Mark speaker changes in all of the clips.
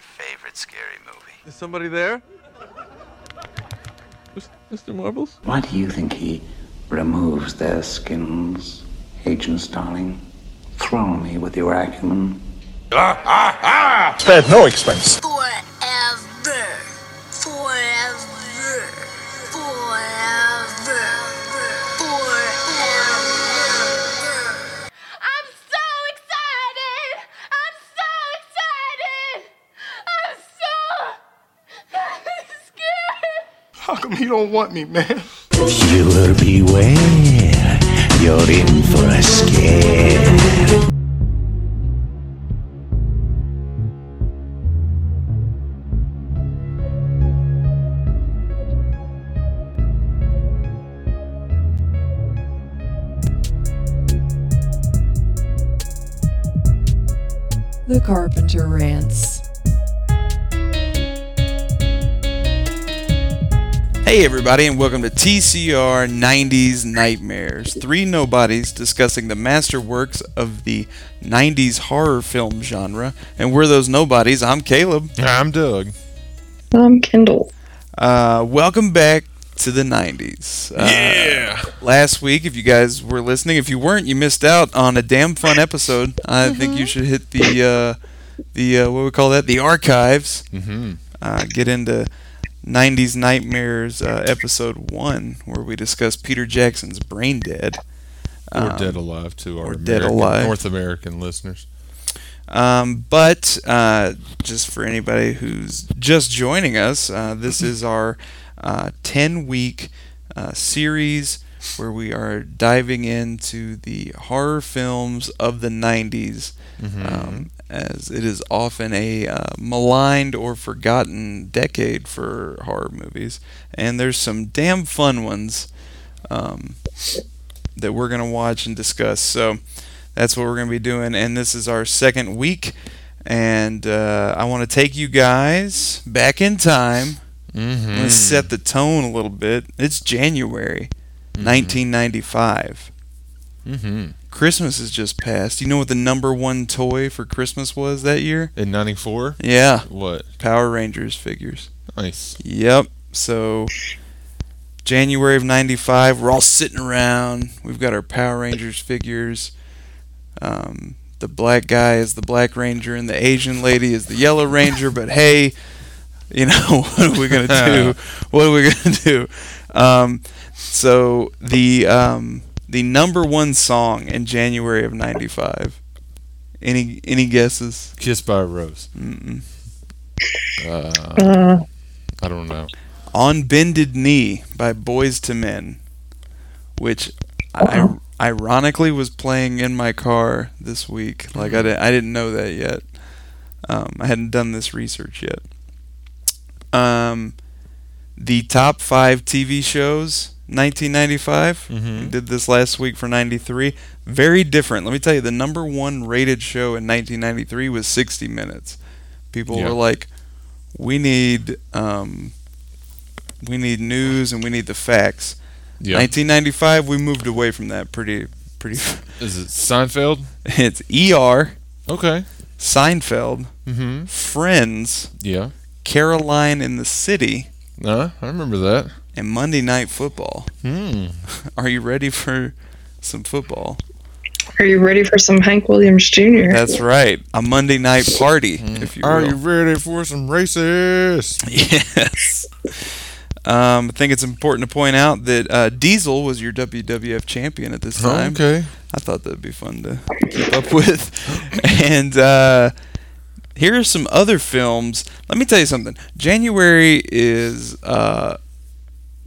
Speaker 1: favorite scary movie.
Speaker 2: Is somebody there? Mis- Mr. Marbles?
Speaker 3: Why do you think he removes their skins, Agent Starling? Thrill me with your acumen.
Speaker 4: Spared no expense.
Speaker 5: Forever. Forever. Forever. Forever.
Speaker 6: I'm so excited! I'm so excited! I'm so scared!
Speaker 4: How come he don't want me, man?
Speaker 7: Viewer beware, you're in for a scare.
Speaker 8: The Carpenter Rants.
Speaker 9: Hey, everybody, and welcome to TCR 90s Nightmares. Three nobodies discussing the masterworks of the 90s horror film genre. And we're those nobodies. I'm Caleb.
Speaker 4: I'm Doug.
Speaker 10: I'm Um, Kendall.
Speaker 9: Uh, welcome back to the 90s. Uh,
Speaker 4: Yeah.
Speaker 9: Last week, if you guys were listening, if you weren't, you missed out on a damn fun episode. I think you should hit the, uh, the uh, what we call that? The archives.
Speaker 4: Mm-hmm.
Speaker 9: uh, get into 90s Nightmares uh, episode one, where we discuss Peter Jackson's Brain Dead. Um,
Speaker 4: or dead alive to our
Speaker 9: or dead
Speaker 4: American-
Speaker 9: alive.
Speaker 4: North American listeners.
Speaker 9: Um, but uh, just for anybody who's just joining us, uh, this is our 10 week uh, series where we are diving into the horror films of the 90s. Um, as it is often a uh, maligned or forgotten decade for horror movies, and there's some damn fun ones um, that we're gonna watch and discuss. So that's what we're gonna be doing, and this is our second week. And uh, I want to take you guys back in time. I'm
Speaker 4: Mm-hmm. Hmm.
Speaker 9: gonna set the tone a little bit. It's January, 1995.
Speaker 4: Mm-hmm.
Speaker 9: Christmas has just passed. You know what the number one toy for Christmas was that year?
Speaker 4: In '94,
Speaker 9: Yeah,
Speaker 4: what?
Speaker 9: Power Rangers figures.
Speaker 4: Nice.
Speaker 9: Yep. So January of '95, we're all sitting around. We've got our Power Rangers figures. Um, the black guy is the Black Ranger, and the Asian lady is the Yellow Ranger. But hey, you know what are we gonna do? What are we gonna do? Um, so the um, the number one song in January of '95. Any any guesses?
Speaker 4: Kissed by a Rose.
Speaker 9: Mm-mm.
Speaker 4: Uh,
Speaker 10: Uh,
Speaker 4: I don't know.
Speaker 9: On Bended Knee by Boys to Men, which I, ironically was playing in my car this week. Like, I, didn't, I didn't know that yet. Um, I hadn't done this research yet. Um, the top five TV shows, 1995. We
Speaker 4: Mm-hmm.
Speaker 9: did this last week for 93. Very different. Let me tell you, the number one rated show in 1993 was 60 Minutes. People
Speaker 4: Yeah.
Speaker 9: were like, we need, um, we need news and we need the facts.
Speaker 4: Yeah.
Speaker 9: 1995, we moved away from that pretty, pretty.
Speaker 4: Is it Seinfeld?
Speaker 9: it's ER,
Speaker 4: Okay.
Speaker 9: Seinfeld,
Speaker 4: Mm-hmm.
Speaker 9: Friends,
Speaker 4: Yeah.
Speaker 9: Caroline in the City,
Speaker 4: Uh, I remember that.
Speaker 9: and Monday Night Football.
Speaker 4: Hmm.
Speaker 9: Are you ready for some football?
Speaker 10: are you ready for some Hank Williams Jr.?
Speaker 9: That's right. A Monday night party, if you will.
Speaker 4: Are you ready for some racist?
Speaker 9: Yes. Um, I think it's important to point out that uh, Diesel was your WWF champion at this time.
Speaker 4: Okay.
Speaker 9: I thought that'd be fun to keep up with. And uh, here are some other films. Let me tell you something. January is uh,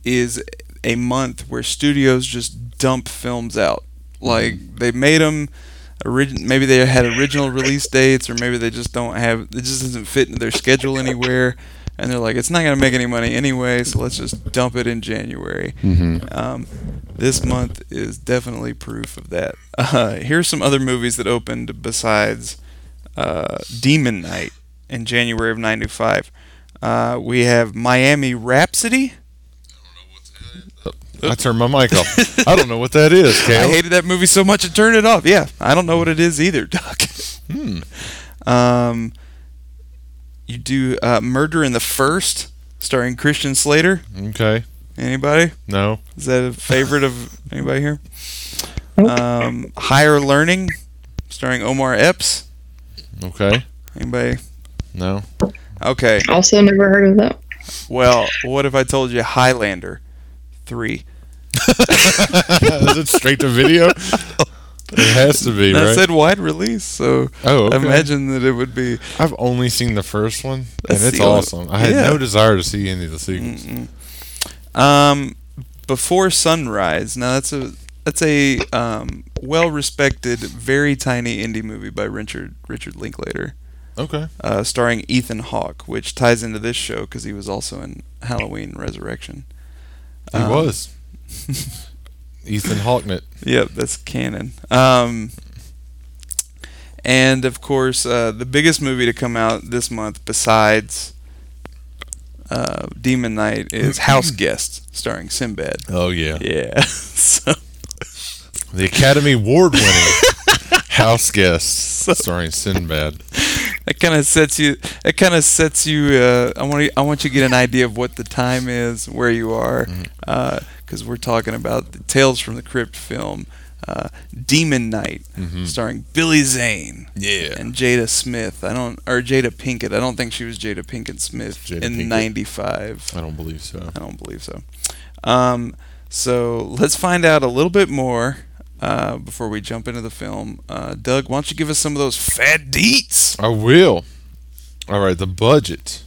Speaker 9: is a month where studios just dump films out. Like they made them. Orig- maybe they had original release dates, or maybe they just don't have. It just doesn't fit into their schedule anywhere, and they're like, it's not gonna make any money anyway, so let's just dump it in January. Um, this month is definitely proof of that. Uh, here's some other movies that opened besides uh, Demon Night in January of '95. Uh, we have Miami Rhapsody.
Speaker 4: I turned my mic off. I don't know what that is,
Speaker 9: I
Speaker 4: Caleb.
Speaker 9: hated that movie so much I turned it
Speaker 4: Hmm.
Speaker 9: off. Yeah, I don't know what it is either, Doc. Um, You do uh, Murder in the First, starring Christian Slater.
Speaker 4: Okay.
Speaker 9: Anybody?
Speaker 4: No.
Speaker 9: Is that a favorite of anybody here? Um, Higher Learning, starring Omar Epps.
Speaker 4: Okay.
Speaker 9: Anybody?
Speaker 4: No.
Speaker 9: Okay.
Speaker 10: Also, never heard of that.
Speaker 9: Well, what if I told you Highlander 3?
Speaker 4: Is it straight to video? It has to be,
Speaker 9: That
Speaker 4: right?
Speaker 9: said wide release, so
Speaker 4: Oh, okay.
Speaker 9: I imagine that it would be.
Speaker 4: I've only seen the first one, and
Speaker 9: That's
Speaker 4: it's
Speaker 9: the only-
Speaker 4: awesome. I had
Speaker 9: Yeah.
Speaker 4: no desire to see any of the sequels.
Speaker 9: Um, Before Sunrise. Now that's a that's a um, well-respected, very tiny indie movie by Richard Richard Linklater,
Speaker 4: Okay.
Speaker 9: uh, starring Ethan Hawke, which ties into this show because he was also in Halloween Resurrection.
Speaker 4: He was. Ethan Hawknett.
Speaker 9: Yep, that's canon. Um, and of course, uh, the biggest movie to come out this month besides uh, Demon Knight is House Guest, starring Sinbad.
Speaker 4: Oh, yeah.
Speaker 9: Yeah. so,
Speaker 4: The Academy Award winning House Guest starring Sinbad.
Speaker 9: that kind of sets you. That kind of sets you. Uh, I want. I want you to get an idea of what the time is, where you are,
Speaker 4: Mm-hmm.
Speaker 9: because we're talking about the Tales from the Crypt film, uh, Demon Knight, starring Billy Zane.
Speaker 4: Mm-hmm. Yeah.
Speaker 9: and Jada Smith. I don't or Jada Pinkett. I don't think she was Jada Pinkett Smith
Speaker 4: Jada
Speaker 9: in
Speaker 4: Pinkett.
Speaker 9: '95.
Speaker 4: I don't believe so.
Speaker 9: I don't believe so. Um, so let's find out a little bit more uh, before we jump into the film. Uh, Doug, why don't you give us some of those fat deets?
Speaker 4: I will. All right, the budget.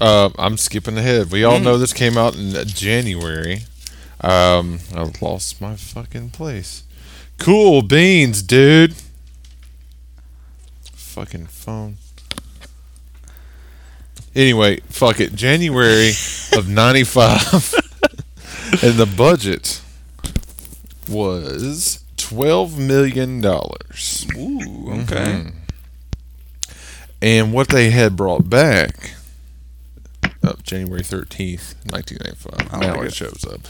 Speaker 4: Uh, I'm skipping ahead. We all know this came out in January. Um, I lost my fucking place. Cool beans, dude. Fucking phone. Anyway, fuck it. January of '95, and the budget was twelve million dollars. Mm-hmm.
Speaker 9: Ooh, okay.
Speaker 4: And what they had brought back up January 13th, 1995.
Speaker 9: I
Speaker 4: now
Speaker 9: like
Speaker 4: it
Speaker 9: it.
Speaker 4: shows up.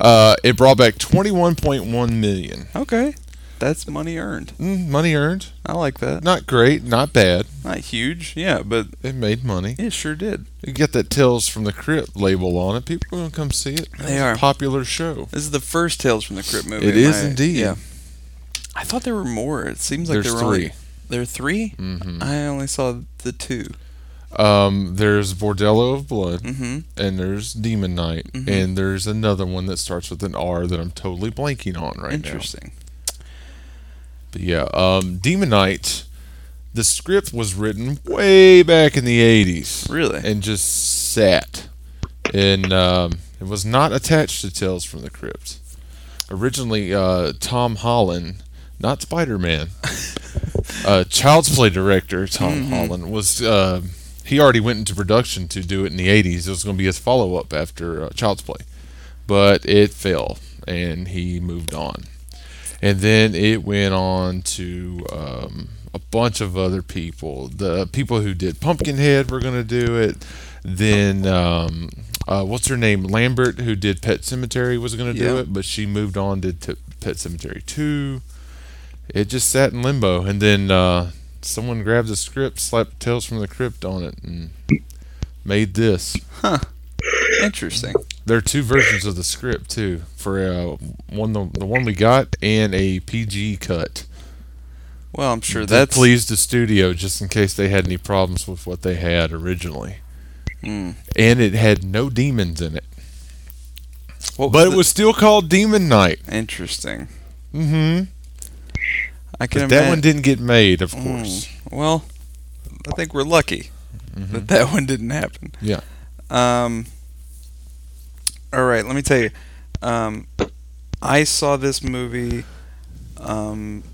Speaker 4: Uh, it brought back 21.1 million.
Speaker 9: Okay, that's money earned.
Speaker 4: Mm, money earned.
Speaker 9: I like that.
Speaker 4: Not great, not bad.
Speaker 9: Not huge, yeah, but
Speaker 4: It made money.
Speaker 9: it sure did.
Speaker 4: You get that Tales from the Crypt label on it. People are going to come see it. That
Speaker 9: They
Speaker 4: was
Speaker 9: are.
Speaker 4: A popular show.
Speaker 9: This is the first Tales from the Crypt movie.
Speaker 4: It
Speaker 9: am
Speaker 4: is
Speaker 9: I-
Speaker 4: indeed.
Speaker 9: Yeah. I thought there were more. It seems like
Speaker 4: There's
Speaker 9: there were only-
Speaker 4: three.
Speaker 9: There are 3 Mm-hmm. I only saw the two.
Speaker 4: Um, there's Bordello of Blood,
Speaker 9: Mhm.
Speaker 4: and there's Demon Knight,
Speaker 9: Mm-hmm.
Speaker 4: and there's another one that starts with an R that I'm totally blanking on right now.
Speaker 9: Interesting.
Speaker 4: But yeah, um, Demon Knight. The script was written way back in the eighties,
Speaker 9: Really?
Speaker 4: and just sat, and um, it was not attached to Tales from the Crypt. Originally, uh, Tom Holland, not Spider-Man, uh, Child's Play director Tom Holland was. Uh, he already went into production to do it in the eighties. It was going to be his follow-up after uh, Child's Play, but it fell, and he moved on and then it went on to um, a bunch of other people. The people who did Pumpkinhead were going to do it. Then um, uh, what's her name? Lambert, who did Pet Cemetery, was going to do
Speaker 9: Yeah.
Speaker 4: it, but she moved on to t- Pet Cemetery Two. It just sat in limbo, and then uh, someone grabbed the script, slapped Tales from the Crypt on it, and made this.
Speaker 9: Interesting.
Speaker 4: There are two versions of the script too. For uh, one, the, the one we got, and a PG cut.
Speaker 9: Well, I'm sure
Speaker 4: that
Speaker 9: that's
Speaker 4: pleased the studio just in case they had any problems with what they had originally. Hmm. And it had no demons in it.
Speaker 9: what
Speaker 4: But it
Speaker 9: the-
Speaker 4: was still called Demon Knight.
Speaker 9: interesting.
Speaker 4: Mm-hmm.
Speaker 9: I can
Speaker 4: But
Speaker 9: imagine.
Speaker 4: that one didn't get made, of course.
Speaker 9: Well, I think we're lucky that that one didn't happen.
Speaker 4: Mm-hmm. Yeah.
Speaker 9: Um. All right, let me tell you. Um, I saw this movie um,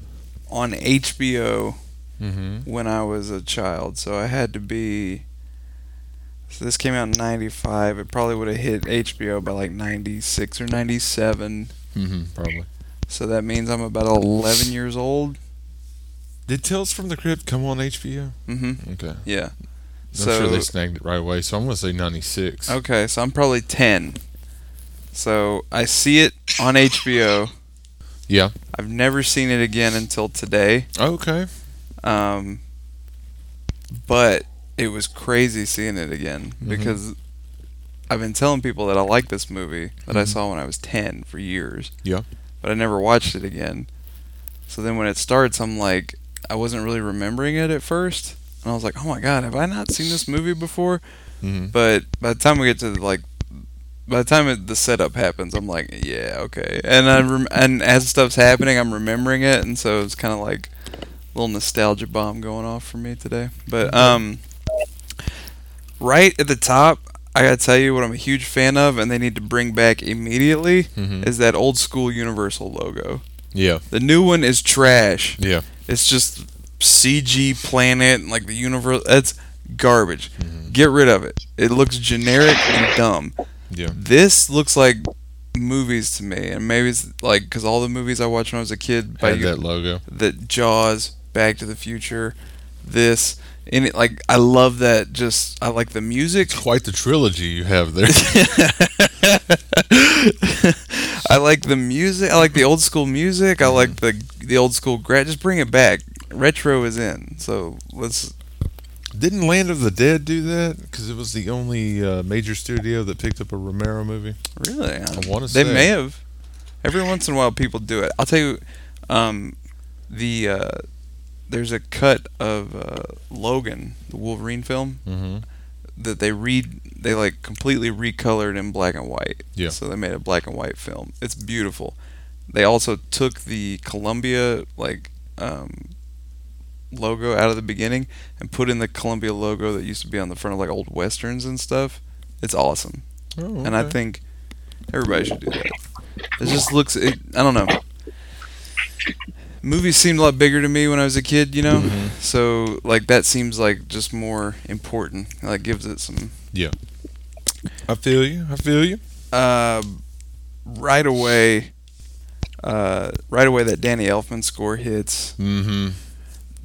Speaker 9: on HBO
Speaker 4: Mm-hmm.
Speaker 9: when I was a child, so I had to be. So this came out in '95. It probably would have hit HBO by like '96 or '97.
Speaker 4: Mm-hmm, probably.
Speaker 9: So that means I'm about 11 years old.
Speaker 4: Did Tales from the Crypt come on HBO?
Speaker 9: Mm-hmm.
Speaker 4: Okay. I'm
Speaker 9: Yeah.
Speaker 4: sure they snagged it right away, so I'm going to say 96.
Speaker 9: okay, so I'm probably 10. So I see it on HBO.
Speaker 4: Yeah.
Speaker 9: I've never seen it again until today.
Speaker 4: Okay.
Speaker 9: Um, but it was crazy seeing it again because I've been telling people that I like this movie that I saw when I was 10 for years.
Speaker 4: Yeah.
Speaker 9: But I never watched it again. So then when it starts, I'm like, I wasn't really remembering it at first. And I was like, oh my God, have I not seen this movie before?
Speaker 4: Mhm.
Speaker 9: But by the time we get to like, by the time it, the setup happens, I'm like, yeah, okay. And I rem- and as stuff's happening, I'm remembering it, and so it's kind of like a little nostalgia bomb going off for me today. But um, right at the top, I gotta tell you what I'm a huge fan of, and they need to bring back immediately
Speaker 4: Mhm.
Speaker 9: is that old school Universal logo.
Speaker 4: Yeah.
Speaker 9: The new one is trash.
Speaker 4: Yeah.
Speaker 9: It's just CG planet and like the universe. That's garbage.
Speaker 4: Mm-hmm.
Speaker 9: Get rid of it. It looks generic and dumb.
Speaker 4: Yeah.
Speaker 9: This looks like movies to me, and maybe it's like because all the movies I watched when I was a kid by
Speaker 4: Had
Speaker 9: you,
Speaker 4: that logo.
Speaker 9: the Jaws, Back to the Future, this. And it, like I love that. Just I like the music.
Speaker 4: Quite the trilogy you have there.
Speaker 9: I like the music. I like the old school music.
Speaker 4: Mm-hmm.
Speaker 9: I like the the old school gra- Just bring it back. Retro is in. So let's.
Speaker 4: Didn't Land of the Dead do that? Because it was the only uh, major studio that picked up a Romero movie.
Speaker 9: Really, I
Speaker 4: wanna
Speaker 9: They
Speaker 4: say.
Speaker 9: may have. Every once in a while, people do it. I'll tell you, um, the uh, there's a cut of uh, Logan, the Wolverine film,
Speaker 4: Mm-hmm.
Speaker 9: that they read. They like completely recolored in black and white.
Speaker 4: Yeah.
Speaker 9: So they made a black and white film. It's beautiful. They also took the Columbia like um, logo out of the beginning and put in the Columbia logo that used to be on the front of like old westerns and stuff. It's awesome,
Speaker 4: Oh,
Speaker 9: and I
Speaker 4: okay.
Speaker 9: think everybody should do that. It just looks. It, I don't know. Movies seemed a lot bigger to me when I was a kid, you know.
Speaker 4: Mm-hmm.
Speaker 9: So like that seems like just more important. Like gives it some
Speaker 4: I feel you. I feel you.
Speaker 9: uh, right away, uh, right away that Danny Elfman score hits
Speaker 4: Mm-hmm.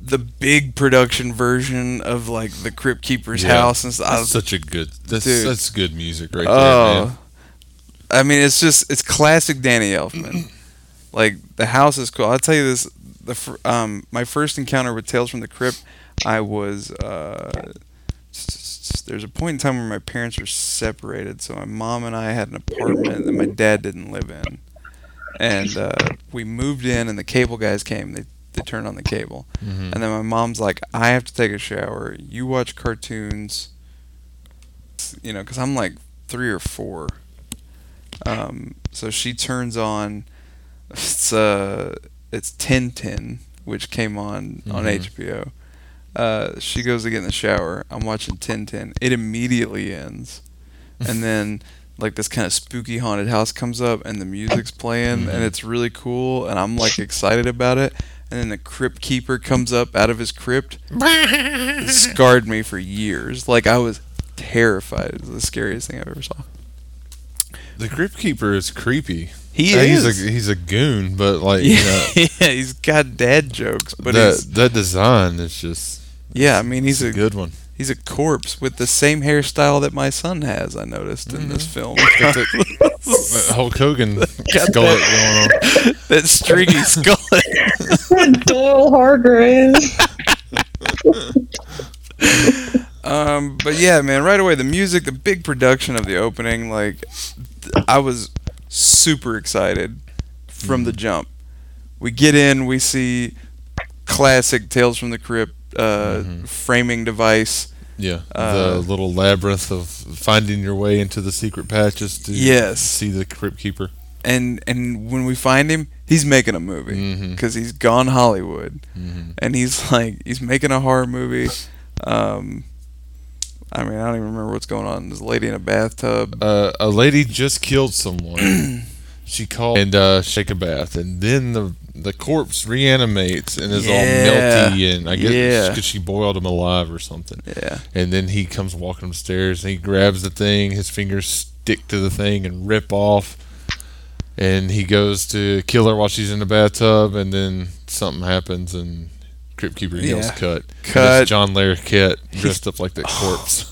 Speaker 9: the big production version of like the Crypt Keeper's
Speaker 4: Yeah.
Speaker 9: house and stuff. I
Speaker 4: That's
Speaker 9: was-
Speaker 4: such a good. That's
Speaker 9: Dude.
Speaker 4: that's good music right there, man.
Speaker 9: Oh, I mean, it's just it's classic Danny Elfman. like the house is cool. I'll tell you this: the fir- um my first encounter with Tales from the Crypt, I was uh, s- s- s- there's a point in time where my parents were separated, so my mom and I had an apartment that my dad didn't live in, and uh, we moved in, and the cable guys came. They they turned on the cable,
Speaker 4: Mhm.
Speaker 9: and then my mom's like, "I have to take a shower. You watch cartoons." You know, because I'm like three or four. Um, so she turns on it's uh it's Ten Ten, which came on on
Speaker 4: Mhm.
Speaker 9: HBO. Uh, she goes to get in the shower. I'm watching Ten Ten. It immediately ends, and then like this kind of spooky haunted house comes up, and the music's playing, and it's really cool, and I'm like excited about it. And then the crypt keeper comes up out of his crypt. it scarred me for years. Like I was terrified. It was the scariest thing I've ever saw.
Speaker 4: The Crypt Keeper is creepy.
Speaker 9: He
Speaker 4: Uh,
Speaker 9: is.
Speaker 4: He's a he's a goon, but like you know,
Speaker 9: yeah, yeah, he's got dad jokes, but
Speaker 4: that
Speaker 9: he's,
Speaker 4: that design is just
Speaker 9: yeah, I mean he's
Speaker 4: it's a
Speaker 9: a
Speaker 4: good one.
Speaker 9: he's a corpse with the same hairstyle that my son has. I noticed in
Speaker 4: Mm-hmm.
Speaker 9: this film
Speaker 4: Got the- that Hulk Hogan skullet going on.
Speaker 9: that stringy skull.
Speaker 10: Doyle Hargraves.
Speaker 9: Um, but yeah, man, right away the music, the big production of the opening, like th- I was super excited from
Speaker 4: Mm-hmm.
Speaker 9: the jump. We get in, we see classic Tales from the Crypt uh,
Speaker 4: Mm-hmm.
Speaker 9: framing device.
Speaker 4: Yeah,
Speaker 9: Uh,
Speaker 4: the little labyrinth of finding your way into the secret patches to
Speaker 9: Yes.
Speaker 4: see the Crypt Keeper.
Speaker 9: and and when we find him, he's making a movie
Speaker 4: Mhm.
Speaker 9: because he's gone Hollywood,
Speaker 4: Mhm.
Speaker 9: and he's like he's making a horror movie. Um, I mean, I don't even remember what's going on. There's a lady in a bathtub.
Speaker 4: Uh, a lady just killed someone. she called and uh, shake a bath, and then the the corpse reanimates and is
Speaker 9: Yeah.
Speaker 4: all melty, and I guess
Speaker 9: Yeah.
Speaker 4: because she boiled him alive or something.
Speaker 9: Yeah,
Speaker 4: And then he comes walking upstairs and he grabs the thing. His fingers stick to the thing and rip off. And he goes to kill her while she's in the bathtub. And then something happens and Crypt Keeper yells
Speaker 9: Yeah.
Speaker 4: cut. And it's
Speaker 9: Cut.
Speaker 4: John Larroquette dressed up like that corpse.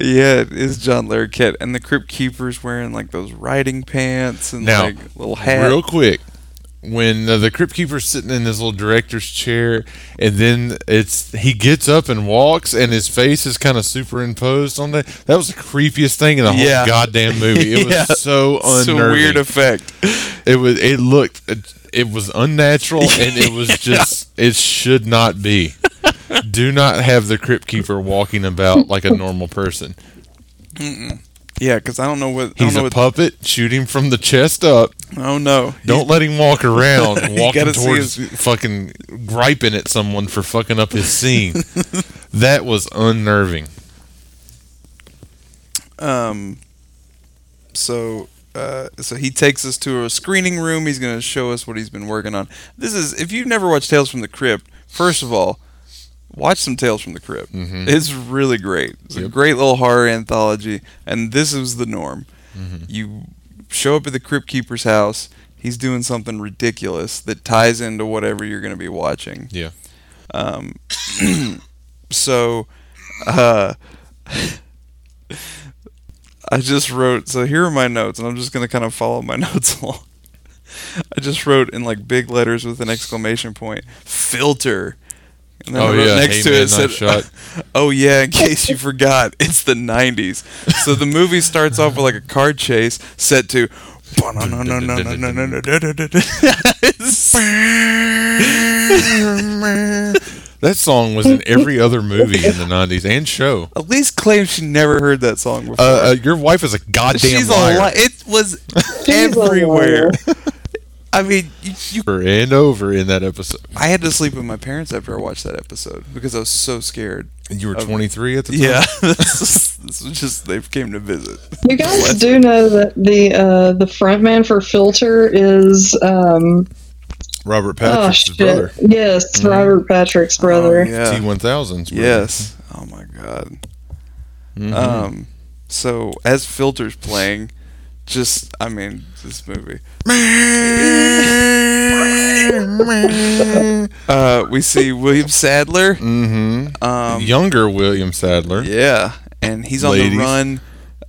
Speaker 9: yeah, it is John Larroquette, and the Crypt Keeper's wearing like those riding pants and
Speaker 4: Now,
Speaker 9: like little hat.
Speaker 4: Real quick, when uh, the crypt keeper's sitting in his little director's chair, and then it's he gets up and walks, and his face is kind of superimposed on that. That was the creepiest thing in the whole
Speaker 9: Yeah.
Speaker 4: goddamn movie. It
Speaker 9: Yeah.
Speaker 4: was so
Speaker 9: It's a
Speaker 4: unnerving.
Speaker 9: weird effect.
Speaker 4: It was. It looked. It, it was unnatural, and it was just. It should not be. Do not have the crypt keeper walking about like a normal person.
Speaker 9: Yeah, because I don't know what. I
Speaker 4: He's
Speaker 9: don't know
Speaker 4: a
Speaker 9: what,
Speaker 4: puppet. Shoot him from the chest up.
Speaker 9: oh no!
Speaker 4: Don't let him walk around
Speaker 9: You
Speaker 4: walking
Speaker 9: gotta see
Speaker 4: towards fucking griping at someone for fucking up his scene. that was unnerving.
Speaker 9: Um. So. Uh, so he takes us to a screening room. He's going to show us what he's been working on. This is if you've never watched Tales from the Crypt. First of all, watch some Tales from the Crypt.
Speaker 4: Mhm.
Speaker 9: It's really great. It's a
Speaker 4: Yep.
Speaker 9: great little horror anthology, and this is the norm. You show up at the Crypt Keeper's house. He's doing something ridiculous that ties into whatever you're going to be watching.
Speaker 4: Yeah.
Speaker 9: Um, so, uh, I just wrote. So here are my notes, and I'm just gonna kind of follow my notes along. I just wrote in like big letters with an exclamation point, filter. And then I
Speaker 4: Oh,
Speaker 9: wrote
Speaker 4: yeah.
Speaker 9: next
Speaker 4: Hey,
Speaker 9: to
Speaker 4: man,
Speaker 9: it said,
Speaker 4: nice shot.
Speaker 9: "Oh yeah, in case you forgot, it's the '90s." So the movie starts off with like a car chase set to.
Speaker 4: That song was in every other movie in the '90s and show.
Speaker 9: At least claim she never heard that song before.
Speaker 4: Uh, uh, your wife is a goddamn
Speaker 9: She's
Speaker 4: liar.
Speaker 9: a li- It was
Speaker 10: She's a
Speaker 9: everywhere.
Speaker 10: liar.
Speaker 9: I mean, you, you,
Speaker 4: over and over in that episode.
Speaker 9: I had to sleep with my parents after I watched that episode because I was so scared.
Speaker 4: And you were
Speaker 9: Of-
Speaker 4: 23 at the time.
Speaker 9: Yeah, this is- this was just they came to visit.
Speaker 10: You guys
Speaker 9: What?
Speaker 10: do know that the uh, the frontman for Filter is um,
Speaker 4: Robert
Speaker 10: oh
Speaker 4: Patrick's
Speaker 10: shit
Speaker 4: brother.
Speaker 10: yes Robert Patrick's brother.
Speaker 9: Mm-hmm. Oh, yeah.
Speaker 4: T1000's brother.
Speaker 9: Yes. Oh my god.
Speaker 4: Mhm.
Speaker 9: Um. So as filters playing, just I mean this movie. uh, we see William Sadler.
Speaker 4: Mhm.
Speaker 9: Um,
Speaker 4: Younger William Sadler.
Speaker 9: Yeah, and he's on the
Speaker 4: Ladies.
Speaker 9: run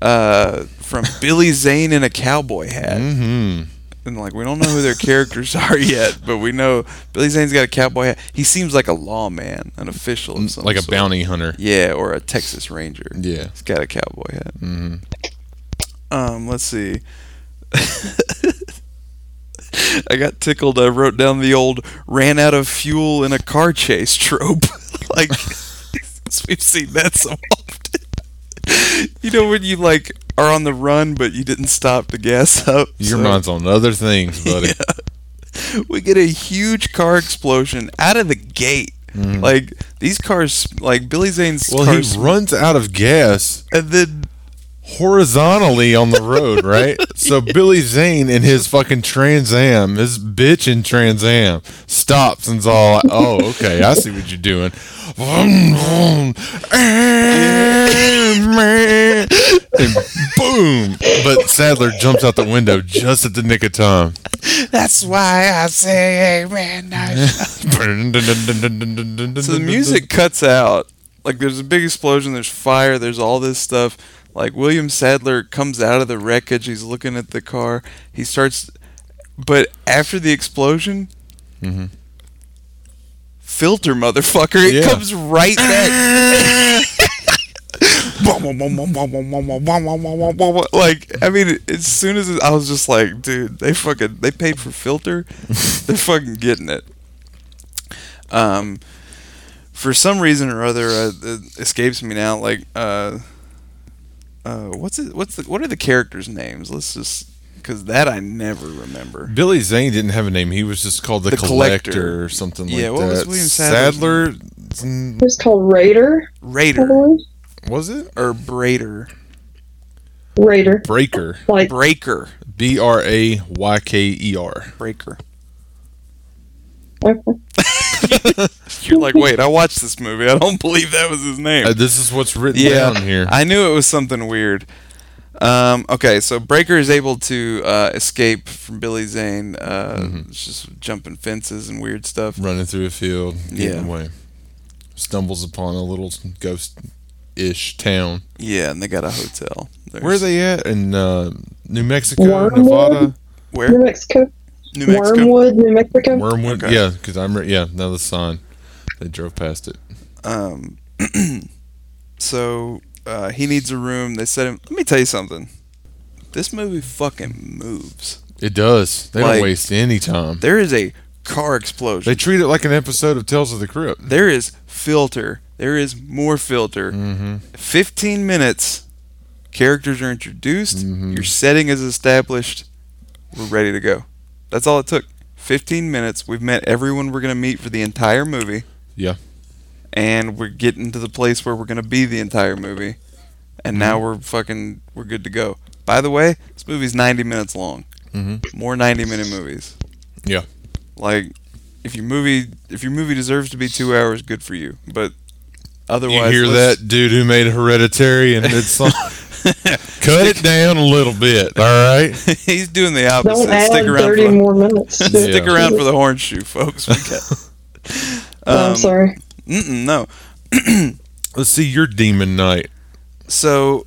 Speaker 9: uh, from Billy Zane in a cowboy hat.
Speaker 4: Mhm.
Speaker 9: And like we don't know who their characters are yet, but we know Billy Zane's got a cowboy hat. He seems like a lawman, an official of some
Speaker 4: Mm, Like a
Speaker 9: sort.
Speaker 4: bounty hunter.
Speaker 9: Yeah, or a Texas Ranger.
Speaker 4: Yeah.
Speaker 9: He's got a cowboy hat.
Speaker 4: Mhm.
Speaker 9: Um, let's see. I got tickled. I wrote down the old ran out of fuel in a car chase trope. like, we've seen that so often. you know, when you, like, are on the run, but you didn't stop to gas up.
Speaker 4: Your
Speaker 9: so-
Speaker 4: mind's on other things, buddy.
Speaker 9: we get a huge car explosion out of the gate. Like, these cars, like, Billy Zane's
Speaker 4: Mm-hmm. Well,
Speaker 9: cars.
Speaker 4: he runs out of gas
Speaker 9: and then
Speaker 4: horizontally on the road, right? So Billy Zane in his fucking Trans Am, his bitch in Trans Am, stops and's all, like, "Oh, okay, I see what you're doing." Vroom, vroom. and boom! But Sadler jumps out the window just at the nick of time.
Speaker 9: that's why I say, hey, man, nice. So
Speaker 4: so
Speaker 9: the music cuts out. Like there's a big explosion, there's fire, there's all this stuff. Like William Sadler comes out of the wreckage, he's looking at the car. He starts but after the explosion, filter motherfucker, it
Speaker 4: Yeah.
Speaker 9: comes right back. like I mean, as soon as it, I was just like, dude, they fucking they paid for filter, they're fucking getting it. Um, for some reason or other, uh, it escapes me now. Like, uh, uh, what's it? What's the? What are the characters' names? Let's just because that I never remember.
Speaker 4: Billy Zane didn't have a name. He was just called the,
Speaker 9: The
Speaker 4: collector,
Speaker 9: Collector.
Speaker 4: or something
Speaker 9: Yeah,
Speaker 4: like
Speaker 9: what was
Speaker 4: that.
Speaker 9: William
Speaker 4: Sadler?
Speaker 9: Sadler's
Speaker 4: mm,
Speaker 10: It was called Raider. I
Speaker 9: Raider
Speaker 10: believe.
Speaker 4: was it?
Speaker 9: or Braider,
Speaker 10: Raider.
Speaker 4: Breaker.
Speaker 10: Like
Speaker 9: Breaker,
Speaker 4: B R A Y K E R.
Speaker 9: Breaker.
Speaker 10: okay.
Speaker 9: You're like, wait, I watched this movie. I don't believe that was his name.
Speaker 4: Uh, This is what's written down here.
Speaker 9: I knew it was something weird. Um, okay, so Breaker is able to uh, escape from Billy Zane, uh,
Speaker 4: Mm-hmm.
Speaker 9: just jumping fences and weird stuff.
Speaker 4: Running through a field, getting
Speaker 9: Yeah.
Speaker 4: away. Stumbles upon a little ghost ish town.
Speaker 9: Yeah, and they got a hotel. There's-
Speaker 4: Where are they at? In uh, New Mexico,
Speaker 10: Wormwood?
Speaker 4: Nevada?
Speaker 9: Where?
Speaker 10: New Mexico.
Speaker 9: New Mexico.
Speaker 10: Wormwood, New Mexico.
Speaker 4: Wormwood.
Speaker 9: Okay.
Speaker 4: Yeah, because I'm re- yeah another sign. They drove past it.
Speaker 9: Um, so uh, he needs a room. They set him. Let me tell you something. This movie fucking moves.
Speaker 4: It does. They
Speaker 9: Like-
Speaker 4: don't waste any time.
Speaker 9: There is a car explosion.
Speaker 4: They treat it like an episode of Tales of the Crypt.
Speaker 9: there is filter. There is more filter.
Speaker 4: Mm-hmm.
Speaker 9: 15 minutes. Characters are introduced. Your setting is established. We're ready to go. That's all it took. 15 minutes. We've met everyone we're going to meet for the entire movie.
Speaker 4: Yeah.
Speaker 9: And we're getting to the place where we're going to be the entire movie. And now
Speaker 4: Mm-hmm.
Speaker 9: we're fucking we're good to go. By the way, this movie's 90 minutes long.
Speaker 4: Mhm.
Speaker 9: More 90 minute movies.
Speaker 4: Yeah.
Speaker 9: Like if your movie if your movie deserves to be 2 hours, good for you. But
Speaker 4: You
Speaker 9: otherwise
Speaker 4: hear
Speaker 9: let's-
Speaker 4: that dude who made Hereditary and did song? Cut it down a little bit, all right?
Speaker 9: He's doing the opposite.
Speaker 10: Don't add
Speaker 9: Stick around for
Speaker 10: thirty
Speaker 9: the-
Speaker 10: more minutes.
Speaker 4: Yeah.
Speaker 9: Stick around for the um, horn shoe, folks. We got,
Speaker 10: Oh, I'm sorry.
Speaker 9: mm-mm, no.
Speaker 4: Let's see your demon knight,
Speaker 9: So,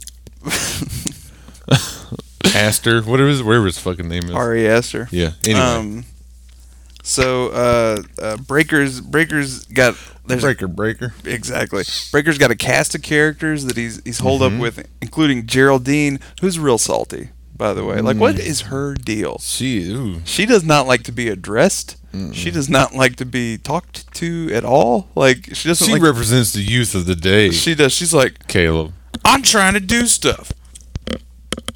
Speaker 4: Aster, whatever his whatever his fucking name is.
Speaker 9: Ari Aster.
Speaker 4: Yeah. Anyway,
Speaker 9: E Um, so uh, uh, Breaker's Breaker's got there's
Speaker 4: breaker, breaker.
Speaker 9: exactly Breaker's got a cast of characters that he's he's holed up with, including Geraldine, who's real salty. By the way, like what is her deal?
Speaker 4: She, ooh,
Speaker 9: She does not like to be addressed. She does not like to be talked to at all. Like she doesn't
Speaker 4: she
Speaker 9: like.
Speaker 4: represents the youth of the day.
Speaker 9: she does. She's like,
Speaker 4: Caleb,
Speaker 9: I'm trying to do stuff.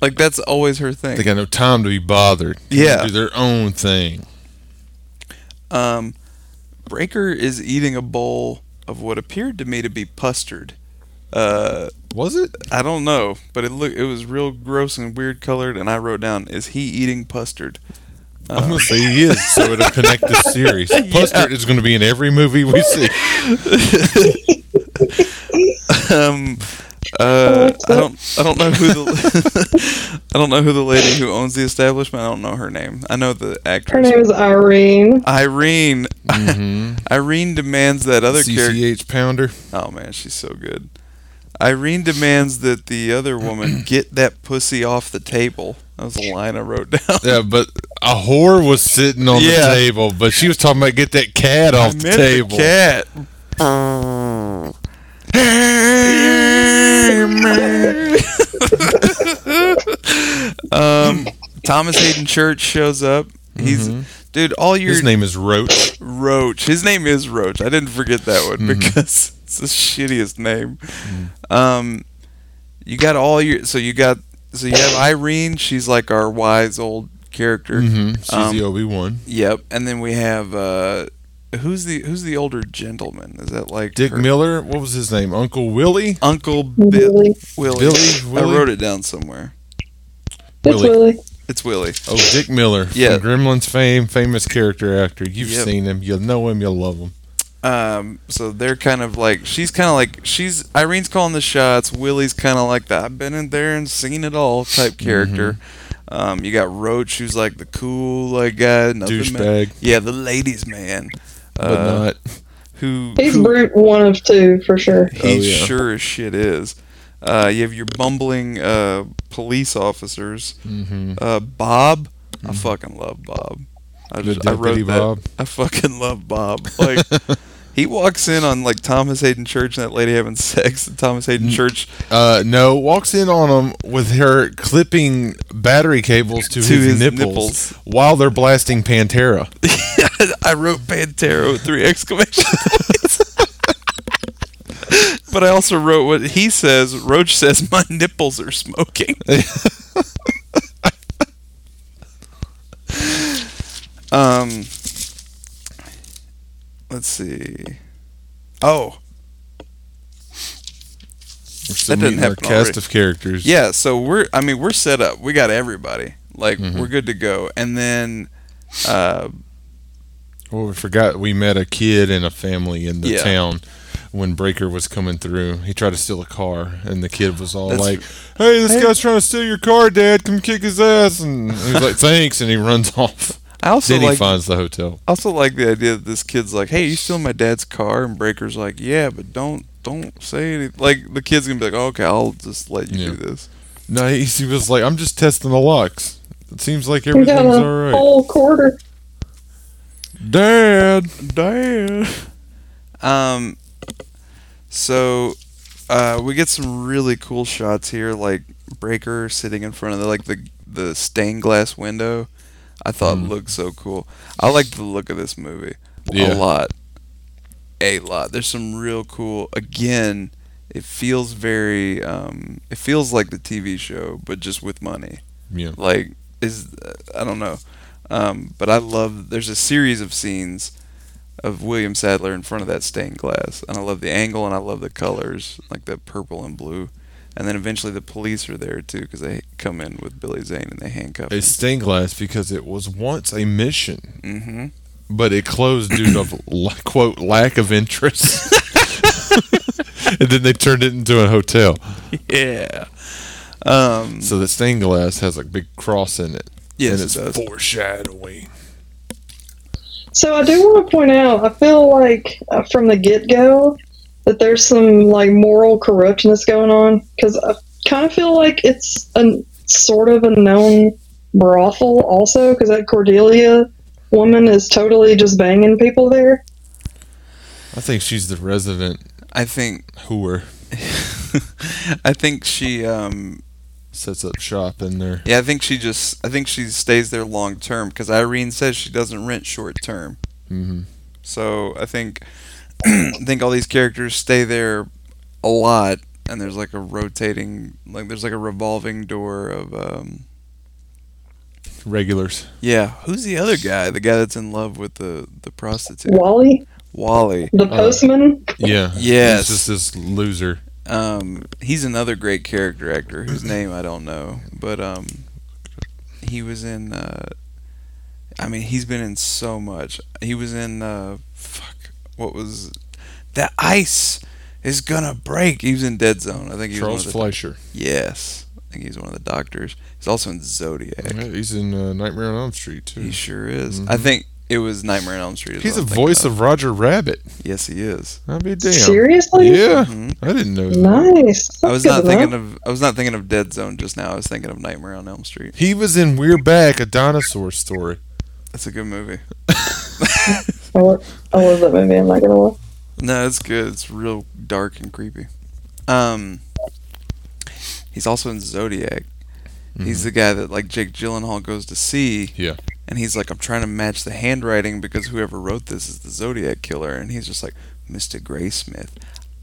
Speaker 9: Like that's always her thing.
Speaker 4: they got no time to be bothered. They
Speaker 9: Yeah.
Speaker 4: do their own thing.
Speaker 9: Um, Breaker is eating a bowl of what appeared to me to be custard. Uh,
Speaker 4: Was it?
Speaker 9: I don't know, but it look it was real gross and weird colored, and I wrote down, "Is he eating custard?" Uh,
Speaker 4: I'm gonna say he is, so it'll connect the series. Mustard is gonna be in every movie we see.
Speaker 9: Um, uh, I don't I don't know who the I don't know who the lady who owns the establishment. I don't know her name. I know the
Speaker 10: Her
Speaker 9: actress.
Speaker 10: name is Irene.
Speaker 9: Irene.
Speaker 4: Mm-hmm.
Speaker 9: Irene demands that other character.
Speaker 4: CCH Pounder.
Speaker 9: Oh man, she's so good. Irene demands that the other woman get that pussy off the table. That was a line I wrote down.
Speaker 4: Yeah, but a whore was sitting on
Speaker 9: Yeah.
Speaker 4: the table, but she was talking about get that cat off the
Speaker 9: Meant
Speaker 4: table.
Speaker 9: cat. um, Thomas Hayden Church shows up. He's dude. All your
Speaker 4: Mm-hmm. His name is Roach.
Speaker 9: Roach. His name is Roach. I didn't forget that one
Speaker 4: Mm-hmm.
Speaker 9: because it's the shittiest name. Um, you got all your so you got so you have Irene. She's like our wise old character.
Speaker 4: Mm-hmm. She's
Speaker 9: Um,
Speaker 4: the Obi Wan.
Speaker 9: Yep. And then we have uh, who's the who's the older gentleman? Is that like
Speaker 4: Dick
Speaker 9: her-
Speaker 4: Miller. What was his name? Uncle Willie.
Speaker 9: Uncle Bill,
Speaker 10: Willie.
Speaker 9: Willie.
Speaker 4: Billy, Willie?
Speaker 9: I wrote it down somewhere.
Speaker 10: It's
Speaker 4: Willie.
Speaker 10: Willie.
Speaker 9: It's Willie.
Speaker 4: Oh, Dick Miller.
Speaker 9: Yeah.
Speaker 4: From Gremlins fame, famous character actor. You've
Speaker 9: Yep.
Speaker 4: seen him. You'll know him. You'll love him.
Speaker 9: Um, so they're kind of like she's kind of like she's Irene's calling the shots. Willie's kind of like the I've been in there and seen it all
Speaker 4: Mm-hmm.
Speaker 9: type character. Um, you got Roach, who's like the cool like guy, nothing man-
Speaker 4: Douchebag.
Speaker 9: Yeah, the ladies man.
Speaker 4: But
Speaker 9: Uh,
Speaker 4: not.
Speaker 9: who,
Speaker 10: He's
Speaker 9: who
Speaker 10: brute one of two for sure.
Speaker 9: he
Speaker 4: Oh, yeah.
Speaker 9: sure as shit is. Uh, you have your bumbling uh, police officers.
Speaker 4: Mm-hmm.
Speaker 9: Uh, Bob, I fucking love Bob. I
Speaker 4: The
Speaker 9: just I wrote
Speaker 4: deputy
Speaker 9: that.
Speaker 4: Bob.
Speaker 9: I fucking love Bob. Like he walks in on like Thomas Hayden Church and that lady having sex, and Thomas Hayden Church
Speaker 4: Uh, no, walks in on him with her clipping battery cables to,
Speaker 9: To
Speaker 4: his,
Speaker 9: his
Speaker 4: nipples,
Speaker 9: nipples.
Speaker 4: while they're blasting Pantera.
Speaker 9: I wrote Pantera with three exclamation points. but I also wrote what he says. Roach says, My nipples are smoking. um, let's see. Oh,
Speaker 4: We're still
Speaker 9: That doesn't
Speaker 4: meeting our
Speaker 9: happen
Speaker 4: cast
Speaker 9: already.
Speaker 4: of characters.
Speaker 9: yeah. So we're, I mean, we're set up. We got everybody. Like, we're good to go. And then, uh,
Speaker 4: Well, we forgot we met a kid and a family in the
Speaker 9: Yeah.
Speaker 4: town when Breaker was coming through. He tried to steal a car, and the kid was all
Speaker 9: That's-
Speaker 4: like, "Hey, this guy's trying to steal your car, Dad. Come kick his ass!" And he was like, "Thanks," and he runs off.
Speaker 9: I also
Speaker 4: then he
Speaker 9: like
Speaker 4: finds the hotel.
Speaker 9: I also like the idea that this kid's like, "Hey, you stealing my dad's car?" And Breaker's like, "Yeah, but don't don't say anything." Like the kid's gonna be like, "Okay, I'll just let you
Speaker 4: Yeah.
Speaker 9: do this."
Speaker 4: No, he, he was like, "I'm just testing the locks. It seems like
Speaker 10: We got
Speaker 4: everything's
Speaker 10: a
Speaker 4: all right."
Speaker 10: whole quarter.
Speaker 4: Dad, Dad.
Speaker 9: Um, so uh, we get some really cool shots here, like Breaker sitting in front of the, like the the stained glass window. I thought looked so cool. I like the look of this movie
Speaker 4: Yeah.
Speaker 9: a lot, a lot. There's some real cool. Again, it feels very. Um, it feels like the TV show, but just with money
Speaker 4: Yeah.
Speaker 9: like is I don't know, um, but I love. There's a series of scenes of William Sadler in front of that stained glass, and I love the angle and I love the colors, like the purple and blue, and then eventually the police are there too because they come in with Billy Zane and they handcuff
Speaker 4: It's stained glass because it was once a mission,
Speaker 9: him. hmm
Speaker 4: but it closed due to la- quote lack of interest. and then they turned it into a hotel.
Speaker 9: Yeah. Um,
Speaker 4: So the stained glass has a big cross in it.
Speaker 9: yes,
Speaker 4: and
Speaker 9: it
Speaker 4: it's
Speaker 9: does.
Speaker 4: foreshadowing.
Speaker 10: So I do want to point out, I feel like uh, from the get go that there's some like moral corruptness going on because I kind of feel like it's a sort of a known brothel also because that Cordelia woman is totally just banging people there.
Speaker 4: I think she's the resident
Speaker 9: I think
Speaker 4: whore.
Speaker 9: I think she um,
Speaker 4: Sets up shop in there.
Speaker 9: Yeah, I think she just. I think she stays there long term because Irene says she doesn't rent short term.
Speaker 4: Mhm.
Speaker 9: So I think, I think all these characters stay there a lot, and there's like a rotating, like there's like a revolving door of. um
Speaker 4: Regulars.
Speaker 9: Yeah, who's the other guy? The guy that's in love with the the prostitute,
Speaker 10: Wally,
Speaker 9: Wally.
Speaker 10: the postman,
Speaker 4: Yeah.
Speaker 9: Yes.
Speaker 4: It's just this loser.
Speaker 9: Um, he's another great character actor whose name I don't know, but um, he was in. Uh, I mean, he's been in so much. He was in. Uh, fuck, what was the ice is gonna break? He was in Dead Zone. I think he was
Speaker 4: Charles
Speaker 9: one of the,
Speaker 4: Fleischer.
Speaker 9: Yes, I think he's one of the doctors. He's also in Zodiac.
Speaker 4: Yeah, he's in uh, Nightmare on Elm Street too.
Speaker 9: He
Speaker 4: He's,
Speaker 9: sure is. I think it was Nightmare on Elm Street. is
Speaker 4: the
Speaker 9: what I'm
Speaker 4: voice
Speaker 9: thinking
Speaker 4: of Roger Rabbit.
Speaker 9: Yes, he is.
Speaker 4: I'll be damned.
Speaker 10: seriously,
Speaker 4: Yeah,
Speaker 9: Mhm.
Speaker 4: I didn't know that.
Speaker 10: nice.
Speaker 9: I was not thinking of. I was not thinking of Dead Zone just now. I was thinking of Nightmare on Elm Street.
Speaker 4: He was in We're Back, a dinosaur story.
Speaker 9: That's a good movie.
Speaker 10: I love, I love that movie. I'm not gonna lie.
Speaker 9: No, it's good. It's real dark and creepy. Um, he's also in Zodiac. He's the guy that like Jake Gyllenhaal goes to see,
Speaker 4: Mm-hmm. Yeah.
Speaker 9: and he's like, "I'm trying to match the handwriting because whoever wrote this is the Zodiac killer," and he's just like, "Mr. Graysmith,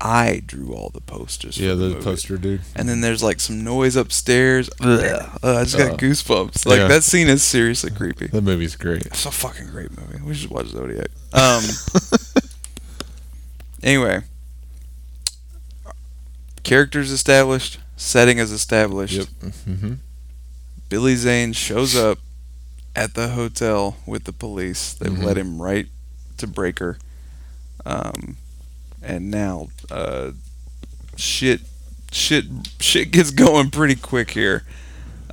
Speaker 9: I drew all the posters."
Speaker 4: Yeah,
Speaker 9: for the,
Speaker 4: the
Speaker 9: movie."
Speaker 4: poster dude.
Speaker 9: And then there's like some noise upstairs. Ugh. Uh, I just got
Speaker 4: Uh,
Speaker 9: goosebumps. Like
Speaker 4: yeah.
Speaker 9: that scene is seriously creepy.
Speaker 4: That movie's great.
Speaker 9: It's a fucking great movie. We should watch Zodiac. Um. anyway, characters established, setting is established.
Speaker 4: Yep. Mm-hmm.
Speaker 9: Billy Zane shows up at the hotel with the police. They've
Speaker 4: Mhm.
Speaker 9: led him right to Breaker. Um, and now, uh, shit, shit, shit gets going pretty quick here.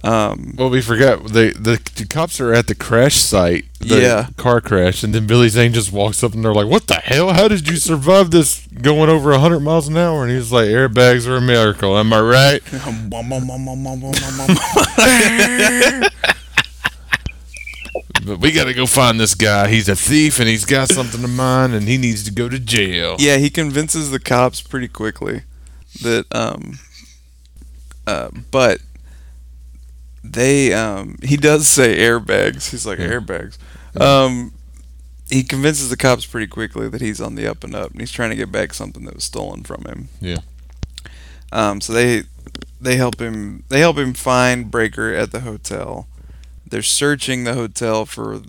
Speaker 9: Um,
Speaker 4: Well, we forgot they the, the cops are at the crash site. The
Speaker 9: Yeah.
Speaker 4: Car crash, and then Billy Zane just walks up and they're like, "What the hell? How did you survive this going over hundred miles an hour?" And he's like, "Airbags are a miracle. Am I right?" But we got to go find this guy. He's a thief and he's got something to mine and he needs to go to jail.
Speaker 9: Yeah, he convinces the cops pretty quickly that um uh but they um he does say airbags. He's like airbags. Um he convinces the cops pretty quickly that he's on the up and up and he's trying to get back something that was stolen from him.
Speaker 4: Yeah.
Speaker 9: Um so they they help him they help him find Breaker at the hotel. They're searching the hotel for